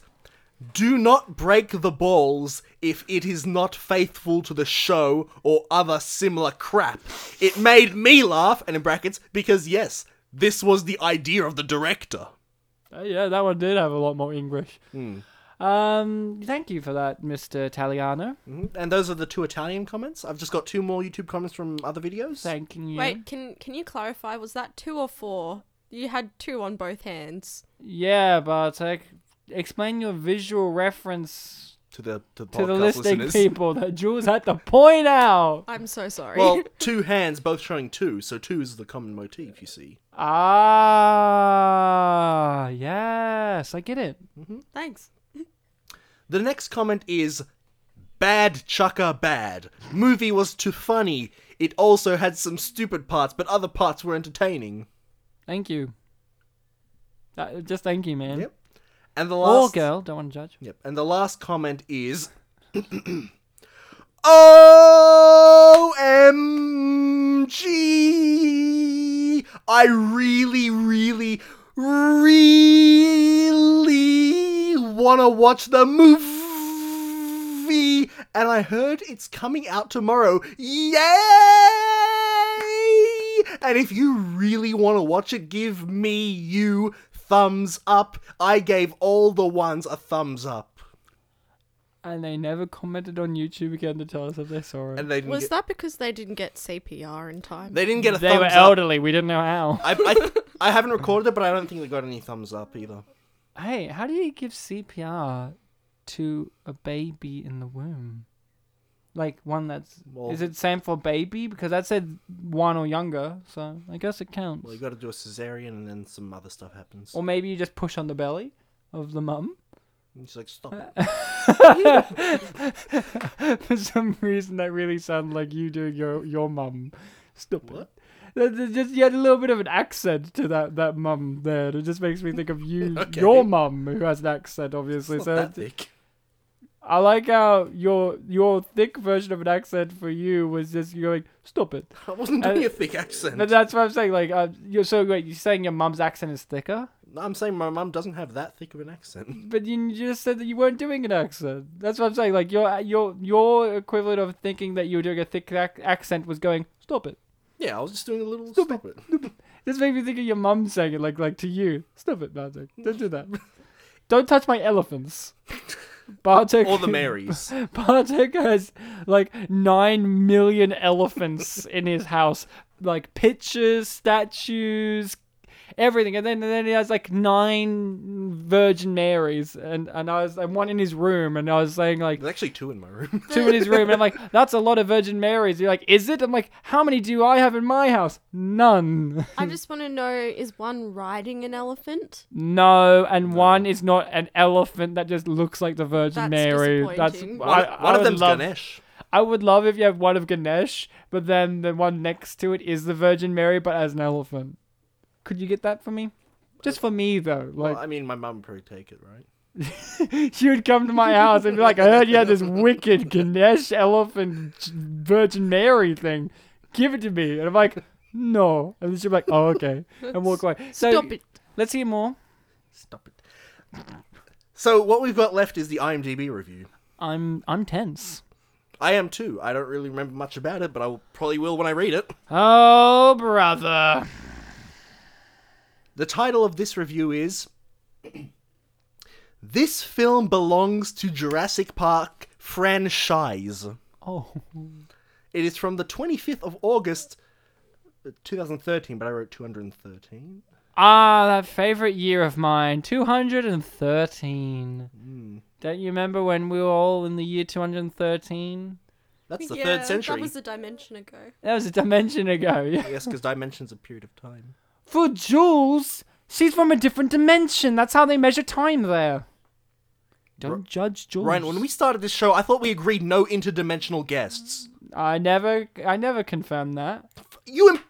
B: "Do not break the balls if it is not faithful to the show or other similar crap." It made me laugh, and in brackets, because yes, this was the idea of the director.
A: Uh, yeah, that one did have a lot more English.
B: Hmm.
A: Um, thank you for that, Mr. Italiano.
B: Mhm. And those are the two Italian comments. I've just got two more YouTube comments from other videos.
A: Thanking you.
C: Wait, can can you clarify? Was that two or four? You had two on both hands.
A: Yeah, Bartek, explain your visual reference
B: to the to, the
A: to the
B: podcast
A: listening
B: listeners.
A: people that Jules had to point out.
C: I'm so sorry.
B: Well, two hands both showing two, so two is the common motif, you see.
A: Ah, yes, I get it.
C: Thanks.
B: The next comment is Bad Chucker Bad. Movie was too funny. It also had some stupid parts, but other parts were entertaining.
A: Thank you. Uh, just thank you, man.
B: Yep. And the
A: Or
B: last
A: girl, don't want to judge.
B: Yep. And the last comment is OMG! I really, really, really want to watch the movie! And I heard it's coming out tomorrow. Yay! And if you really want to watch it, give me you thumbs up. I gave all the ones a thumbs up.
A: And they never commented on YouTube again to tell us if they saw it.
B: And they didn't
C: Was
B: get,
C: that because they didn't get CPR in time?
B: they didn't get a
A: They
B: thumbs
A: were
B: up.
A: elderly. We didn't know how.
B: I, I, I haven't recorded it, but I don't think they got any thumbs up either.
A: Hey, how do you give CPR to a baby in the womb? Like one that's
B: Well-
A: is it same for baby? Because that said one or younger, so I guess it counts.
B: Well, you got to do a cesarean, and then some other stuff happens.
A: or maybe you just push on the belly of the mum.
B: And she's like, stop.
A: uh,
B: it."
A: for some reason, that really sounded like you doing your your mum. Stop
B: What?
A: it. That- that Just you had a little bit of an accent to that that mum there. It just makes me think of you,
B: Okay.
A: your mum, who has an accent, obviously.
B: It's
A: so
B: not that
A: it-
B: thick.
A: I like how your your thick version of an accent for you was just you going stop it.
B: I wasn't
A: Uh,
B: doing a thick accent.
A: But that's what I'm saying. Like uh, you're so great. You're saying your mum's accent is thicker,
B: I'm saying my mum doesn't have that thick of an accent.
A: but you just said that you weren't doing an accent. That's what I'm saying. Like your your your equivalent of thinking that you were doing a thick ac- accent was going stop it.
B: Yeah, I was just doing a little
A: Stop
B: stop,
A: it.
B: it.
A: This made me think of your mum saying it like like to you. Stop it, Bartek. Don't do that. Don't touch my elephants, Bartek.
B: Or the Marys.
A: Bartek has like nine million elephants in his house, like pictures, statues, everything. And then, and then he has like nine Virgin Marys, and and I was and one in his room, and I was saying like
B: There's actually two in my room.
A: two in his room, and I'm like, that's a lot of Virgin Marys. You're like, is it? I'm like, how many do I have in my house? None.
C: I just want to know is one riding an elephant?
A: No, and one is not an elephant that just looks like the Virgin
C: That's
A: Mary. That's
C: disappointing.
B: One,
A: I- I
B: one of
A: would
B: them's
A: love,
B: Ganesh.
A: I would love if you have one of Ganesh, but then the one next to it is the Virgin Mary, but as an elephant. Could you get that for me? Just for me though, like
B: well, I mean, my mum would probably take it, right?
A: she would come to my house and be like, "I heard you had this wicked Ganesh elephant Virgin Mary thing. Give it to me." And I'm like, "No," and then she'd be like, "Oh, okay," and walk away. So
C: Stop it.
A: let's hear more.
B: Stop it. So what we've got left is the IMDb review.
A: I'm I'm tense.
B: I am too. I don't really remember much about it, but I will, probably will when I read it.
A: Oh, brother.
B: The title of this review is This film belongs to Jurassic Park franchise.
A: Oh.
B: It is from the 25th of August uh, 2013, but I wrote 213.
A: Ah, that favorite year of mine, 213.
B: Hmm.
A: Don't you remember when we were all in the year 213?
B: That's the third century.
C: That was a dimension ago.
A: That was a dimension ago. Yeah.
B: Yes, because dimension's a period of time.
A: For Jules, she's from a different dimension. That's how they measure time there. Don't judge Jules.
B: Ryan, when we started this show, I thought we agreed no interdimensional guests.
A: I never, I never confirmed that.
B: You Im-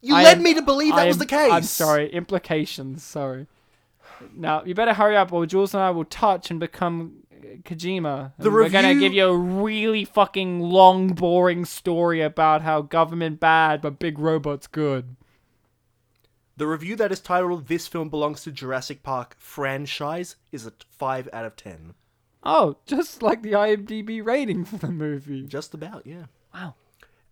B: you
A: I
B: led
A: am-
B: me to believe that
A: I
B: was
A: am-
B: the case.
A: I'm sorry. Implications. Sorry. Now you better hurry up, or Jules and I will touch and become uh, Kojima.
B: The
A: And We're gonna
B: review-
A: give you a really fucking long, boring story about how government bad but big robots good.
B: The review that is titled This Film Belongs to Jurassic Park Franchise is a 5 out of 10.
A: Oh, just like the IMDb rating for the movie.
B: Just about, yeah.
A: Wow.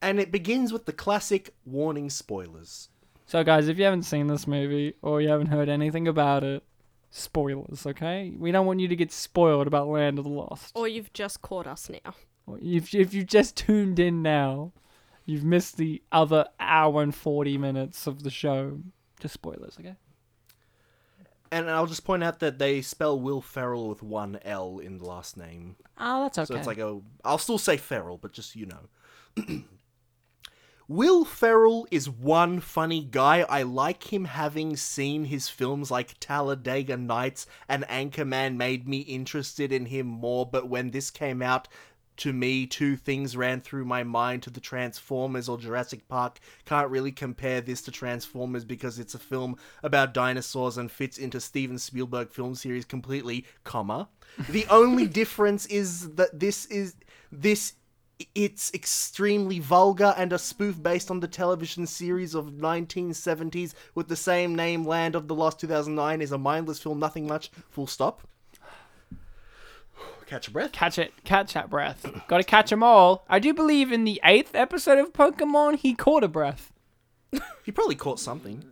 B: And it begins with the classic warning spoilers.
A: So, guys, if you haven't seen this movie or you haven't heard anything about it, spoilers, okay? We don't want you to get spoiled about Land of the Lost.
C: Or you've just caught us now.
A: If, if you've just tuned in now, you've missed the other hour and 40 minutes of the show. Just spoilers, okay?
B: And I'll just point out that they spell Will Ferrell with one L in the last name.
A: Oh, that's okay.
B: So it's like a. I'll still say Ferrell, but just so you know. Will Ferrell is one funny guy. I like him having seen his films like Talladega Nights and Anchorman made me interested in him more, but when this came out, to me, two things ran through my mind to the Transformers or Jurassic Park. Can't really compare this to Transformers because it's a film about dinosaurs and fits into Steven Spielberg film series completely, comma. The only difference is that this is this it's extremely vulgar and a spoof based on the television series of 1970s with the same name Land of the Lost 2009 is a mindless film nothing much full stop catch a breath
A: Catch it. Catch that breath. Gotta catch 'em all. I do believe in the eighth episode of Pokemon, he caught a breath.
B: He probably caught something.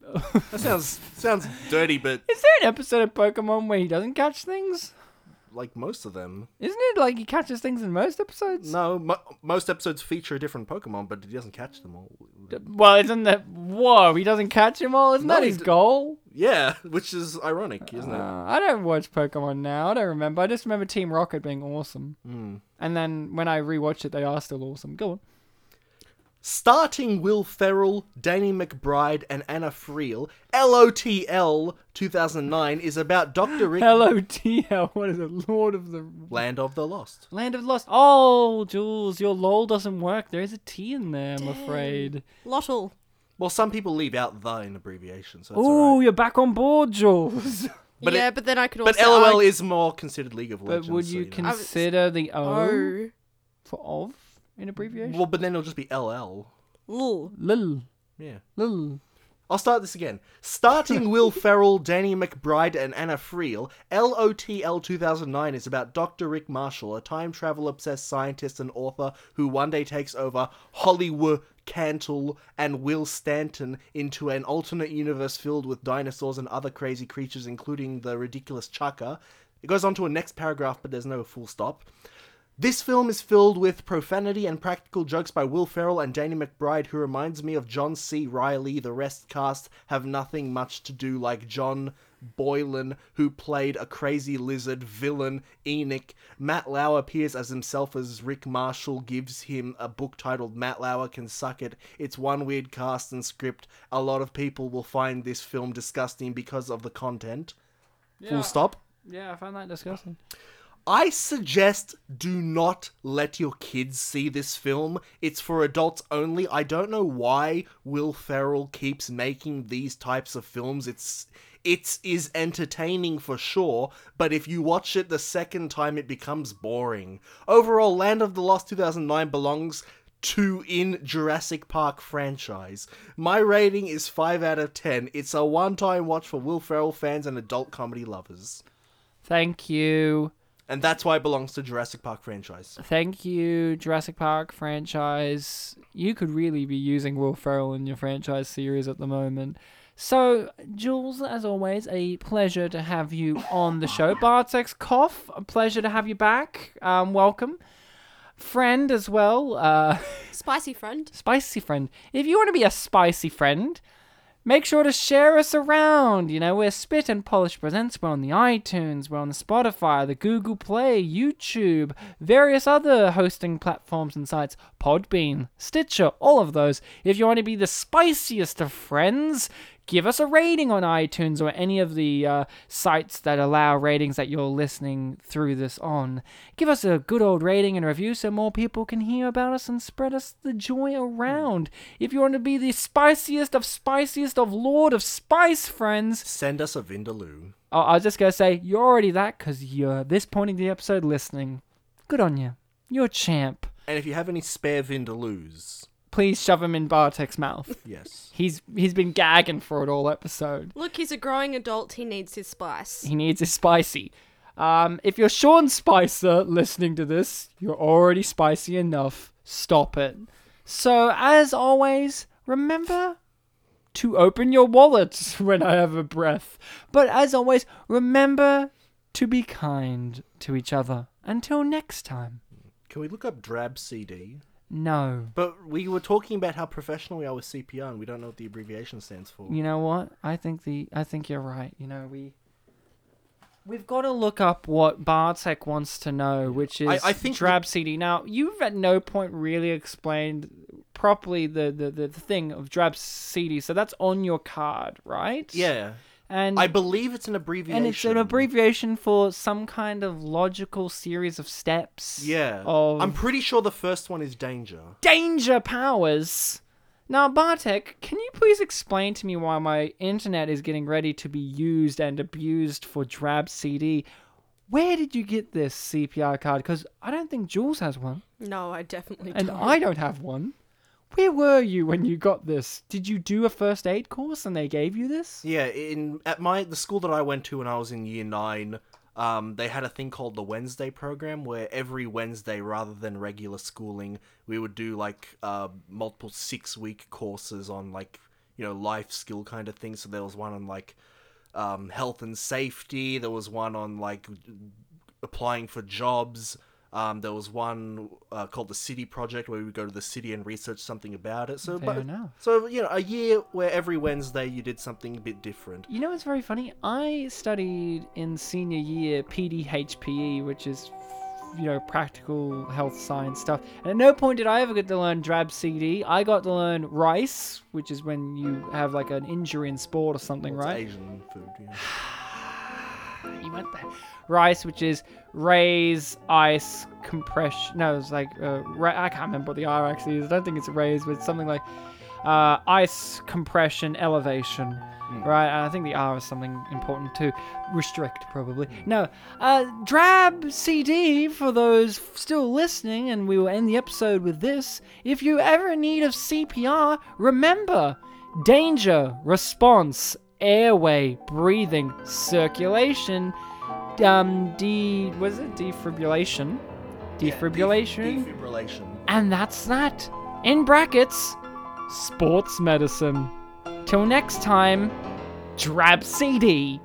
B: that sounds sounds dirty, but
A: Is there an episode of Pokemon where he doesn't catch things?
B: like most of them,
A: Isn't it like he catches things in most episodes?
B: no. Mo- most episodes feature a different Pokemon, but he doesn't catch them all.
A: Well, isn't that whoa? He doesn't catch him all. Isn't
B: No,
A: that
B: he
A: his
B: d-
A: goal?
B: Yeah, which is ironic, isn't
A: Uh,
B: it?
A: I don't watch Pokemon now. I don't remember. I just remember Team Rocket being awesome. And then when I rewatched it, they are still awesome. Go on.
B: Starting Will Ferrell, Danny McBride, and Anna Friel, LOTL 2009 is about Dr. Rick
A: Hello, TL. What is it? Lord of the
B: Land of the Lost.
A: Land of Lost. Oh, Jules, your lol doesn't work. There is a T in there. I'm afraid.
C: Lottle.
B: Well, some people leave out the in abbreviation, so that's
A: Oh,
B: alright.
A: you're back on board, Jules.
B: But
C: yeah,
B: it-
C: but then I could also.
B: But LOL
C: argue-
B: is more considered League of
A: but
B: Legends.
A: would
B: so,
A: you
B: know.
C: was-
A: consider the O
C: Oh.
A: for of in abbreviation?
B: Well, but then it'll just be LL.
C: Lul.
A: Lil,
B: Yeah.
A: lil.
B: I'll start this again. Starting Will Ferrell, Danny McBride, and Anna Friel, LOTL 2009 is about Dr. Rick Marshall, a time travel obsessed scientist and author who one day takes over Hollywood Cantle and Will Stanton into an alternate universe filled with dinosaurs and other crazy creatures, including the ridiculous Chaka. It goes on to a next paragraph, but there's no full stop. This film is filled with profanity and practical jokes by Will Ferrell and Danny McBride, who reminds me of John C. Riley. The rest cast have nothing much to do, like John Boylan, who played a crazy lizard villain, Enoch. Matt Lauer appears as himself as Rick Marshall, gives him a book titled Matt Lauer Can Suck It. It's one weird cast and script. A lot of people will find this film disgusting because of the content.
A: Yeah.
B: Full stop.
A: Yeah, I found that disgusting.
B: I suggest do not let your kids see this film. It's for adults only. I don't know why Will Ferrell keeps making these types of films. It's it is entertaining for sure, but if you watch it the second time it becomes boring. Overall, Land of the Lost 2009 belongs to in Jurassic Park franchise. My rating is 5 out of 10. It's a one-time watch for Will Ferrell fans and adult comedy lovers.
A: Thank you.
B: And that's why it belongs to Jurassic Park franchise.
A: Thank you, Jurassic Park franchise. You could really be using Will Ferrell in your franchise series at the moment. So, Jules, as always, a pleasure to have you on the show. Bartek's Cough, a pleasure to have you back. Um, welcome. Friend as well, uh,
C: Spicy friend.
A: spicy friend. If you want to be a spicy friend, make sure to share us around. You know, we're Spit and Polish Presents. We're on the iTunes, we're on the Spotify, the Google Play, YouTube, various other hosting platforms and sites, Podbean, Stitcher, all of those. If you want to be the spiciest of friends, give us a rating on iTunes or any of the uh, sites that allow ratings that you're listening through this on. Give us a good old rating and review so more people can hear about us and spread us the joy around. If you want to be the spiciest of spiciest of Lord of Spice friends,
B: Send us a Vindaloo.
A: I I was just going to say, you're already that because you're at this point in the episode listening. Good on you. You're a champ.
B: And if you have any spare Vindaloos,
A: Please shove him in Bartek's mouth.
B: yes.
A: He's he's been gagging for it all episode.
C: Look, he's a growing adult. He needs his spice.
A: He needs his spicy. Um, if you're Sean Spicer listening to this, you're already spicy enough. Stop it. So, as always, remember to open your wallet when I have a breath. But as always, remember to be kind to each other. Until next time.
B: Can we look up Drab CD?
A: No.
B: But we were talking about how professional we are with CPR and we don't know what the abbreviation stands for.
A: You know what? I think the I think you're right. You know, we We've got to look up what Bartek wants to know, which is
B: I- I think
A: Drab CD. Now, you've at no point really explained properly the, the, the, the thing of Drab CD, so that's on your card, right?
B: Yeah.
A: And
B: I believe it's an abbreviation.
A: and it's an abbreviation for some kind of logical series of steps.
B: Yeah.
A: Of
B: I'm pretty sure the first one is danger.
A: danger powers. Now, Bartek, can you please explain to me why my internet is getting ready to be used and abused for drab CD? Where did you get this CPR card? Because I don't think Jules has one,
C: No, I definitely
A: and
C: don't.
A: I don't have one. Where were you when you got this? Did you do a first aid course and they gave you this?
B: Yeah, in at my the school that I went to when I was in year nine, um, they had a thing called the Wednesday program where every Wednesday, rather than regular schooling, we would do like uh, multiple six week courses on like you know life skill kind of things. So there was one on like um, health and safety. There was one on like applying for jobs. Um, there was one uh, called the City Project where we would go to the city and research something about it. So,
A: Fair
B: but,
A: enough.
B: so you know, a year where every Wednesday you did something a bit different.
A: You know what's very funny? I studied in senior year PDHPE, E, which is, you know, practical health science stuff. And at no point did I ever get to learn drab CD. I got to learn rice, which is when you have like an injury in sport or something,
B: It's
A: right?
B: Asian food. Yeah.
A: You went there. Rice, which is raise, ice, compression. No, it's like uh, ra- I can't remember what the R actually is. I don't think it's raise, but it's something like uh, ice, compression, elevation. Right, and I think the R is something important too. Restrict, probably. No, uh, drab CD for those f- still listening, and we will end the episode with this. If you ever in need of CPR, remember danger, response, airway, breathing, circulation, um, de was it defibrillation, defibrillation,
B: Def- defibrillation.
A: and that's that. In brackets, sports medicine. Till next time, drab CD.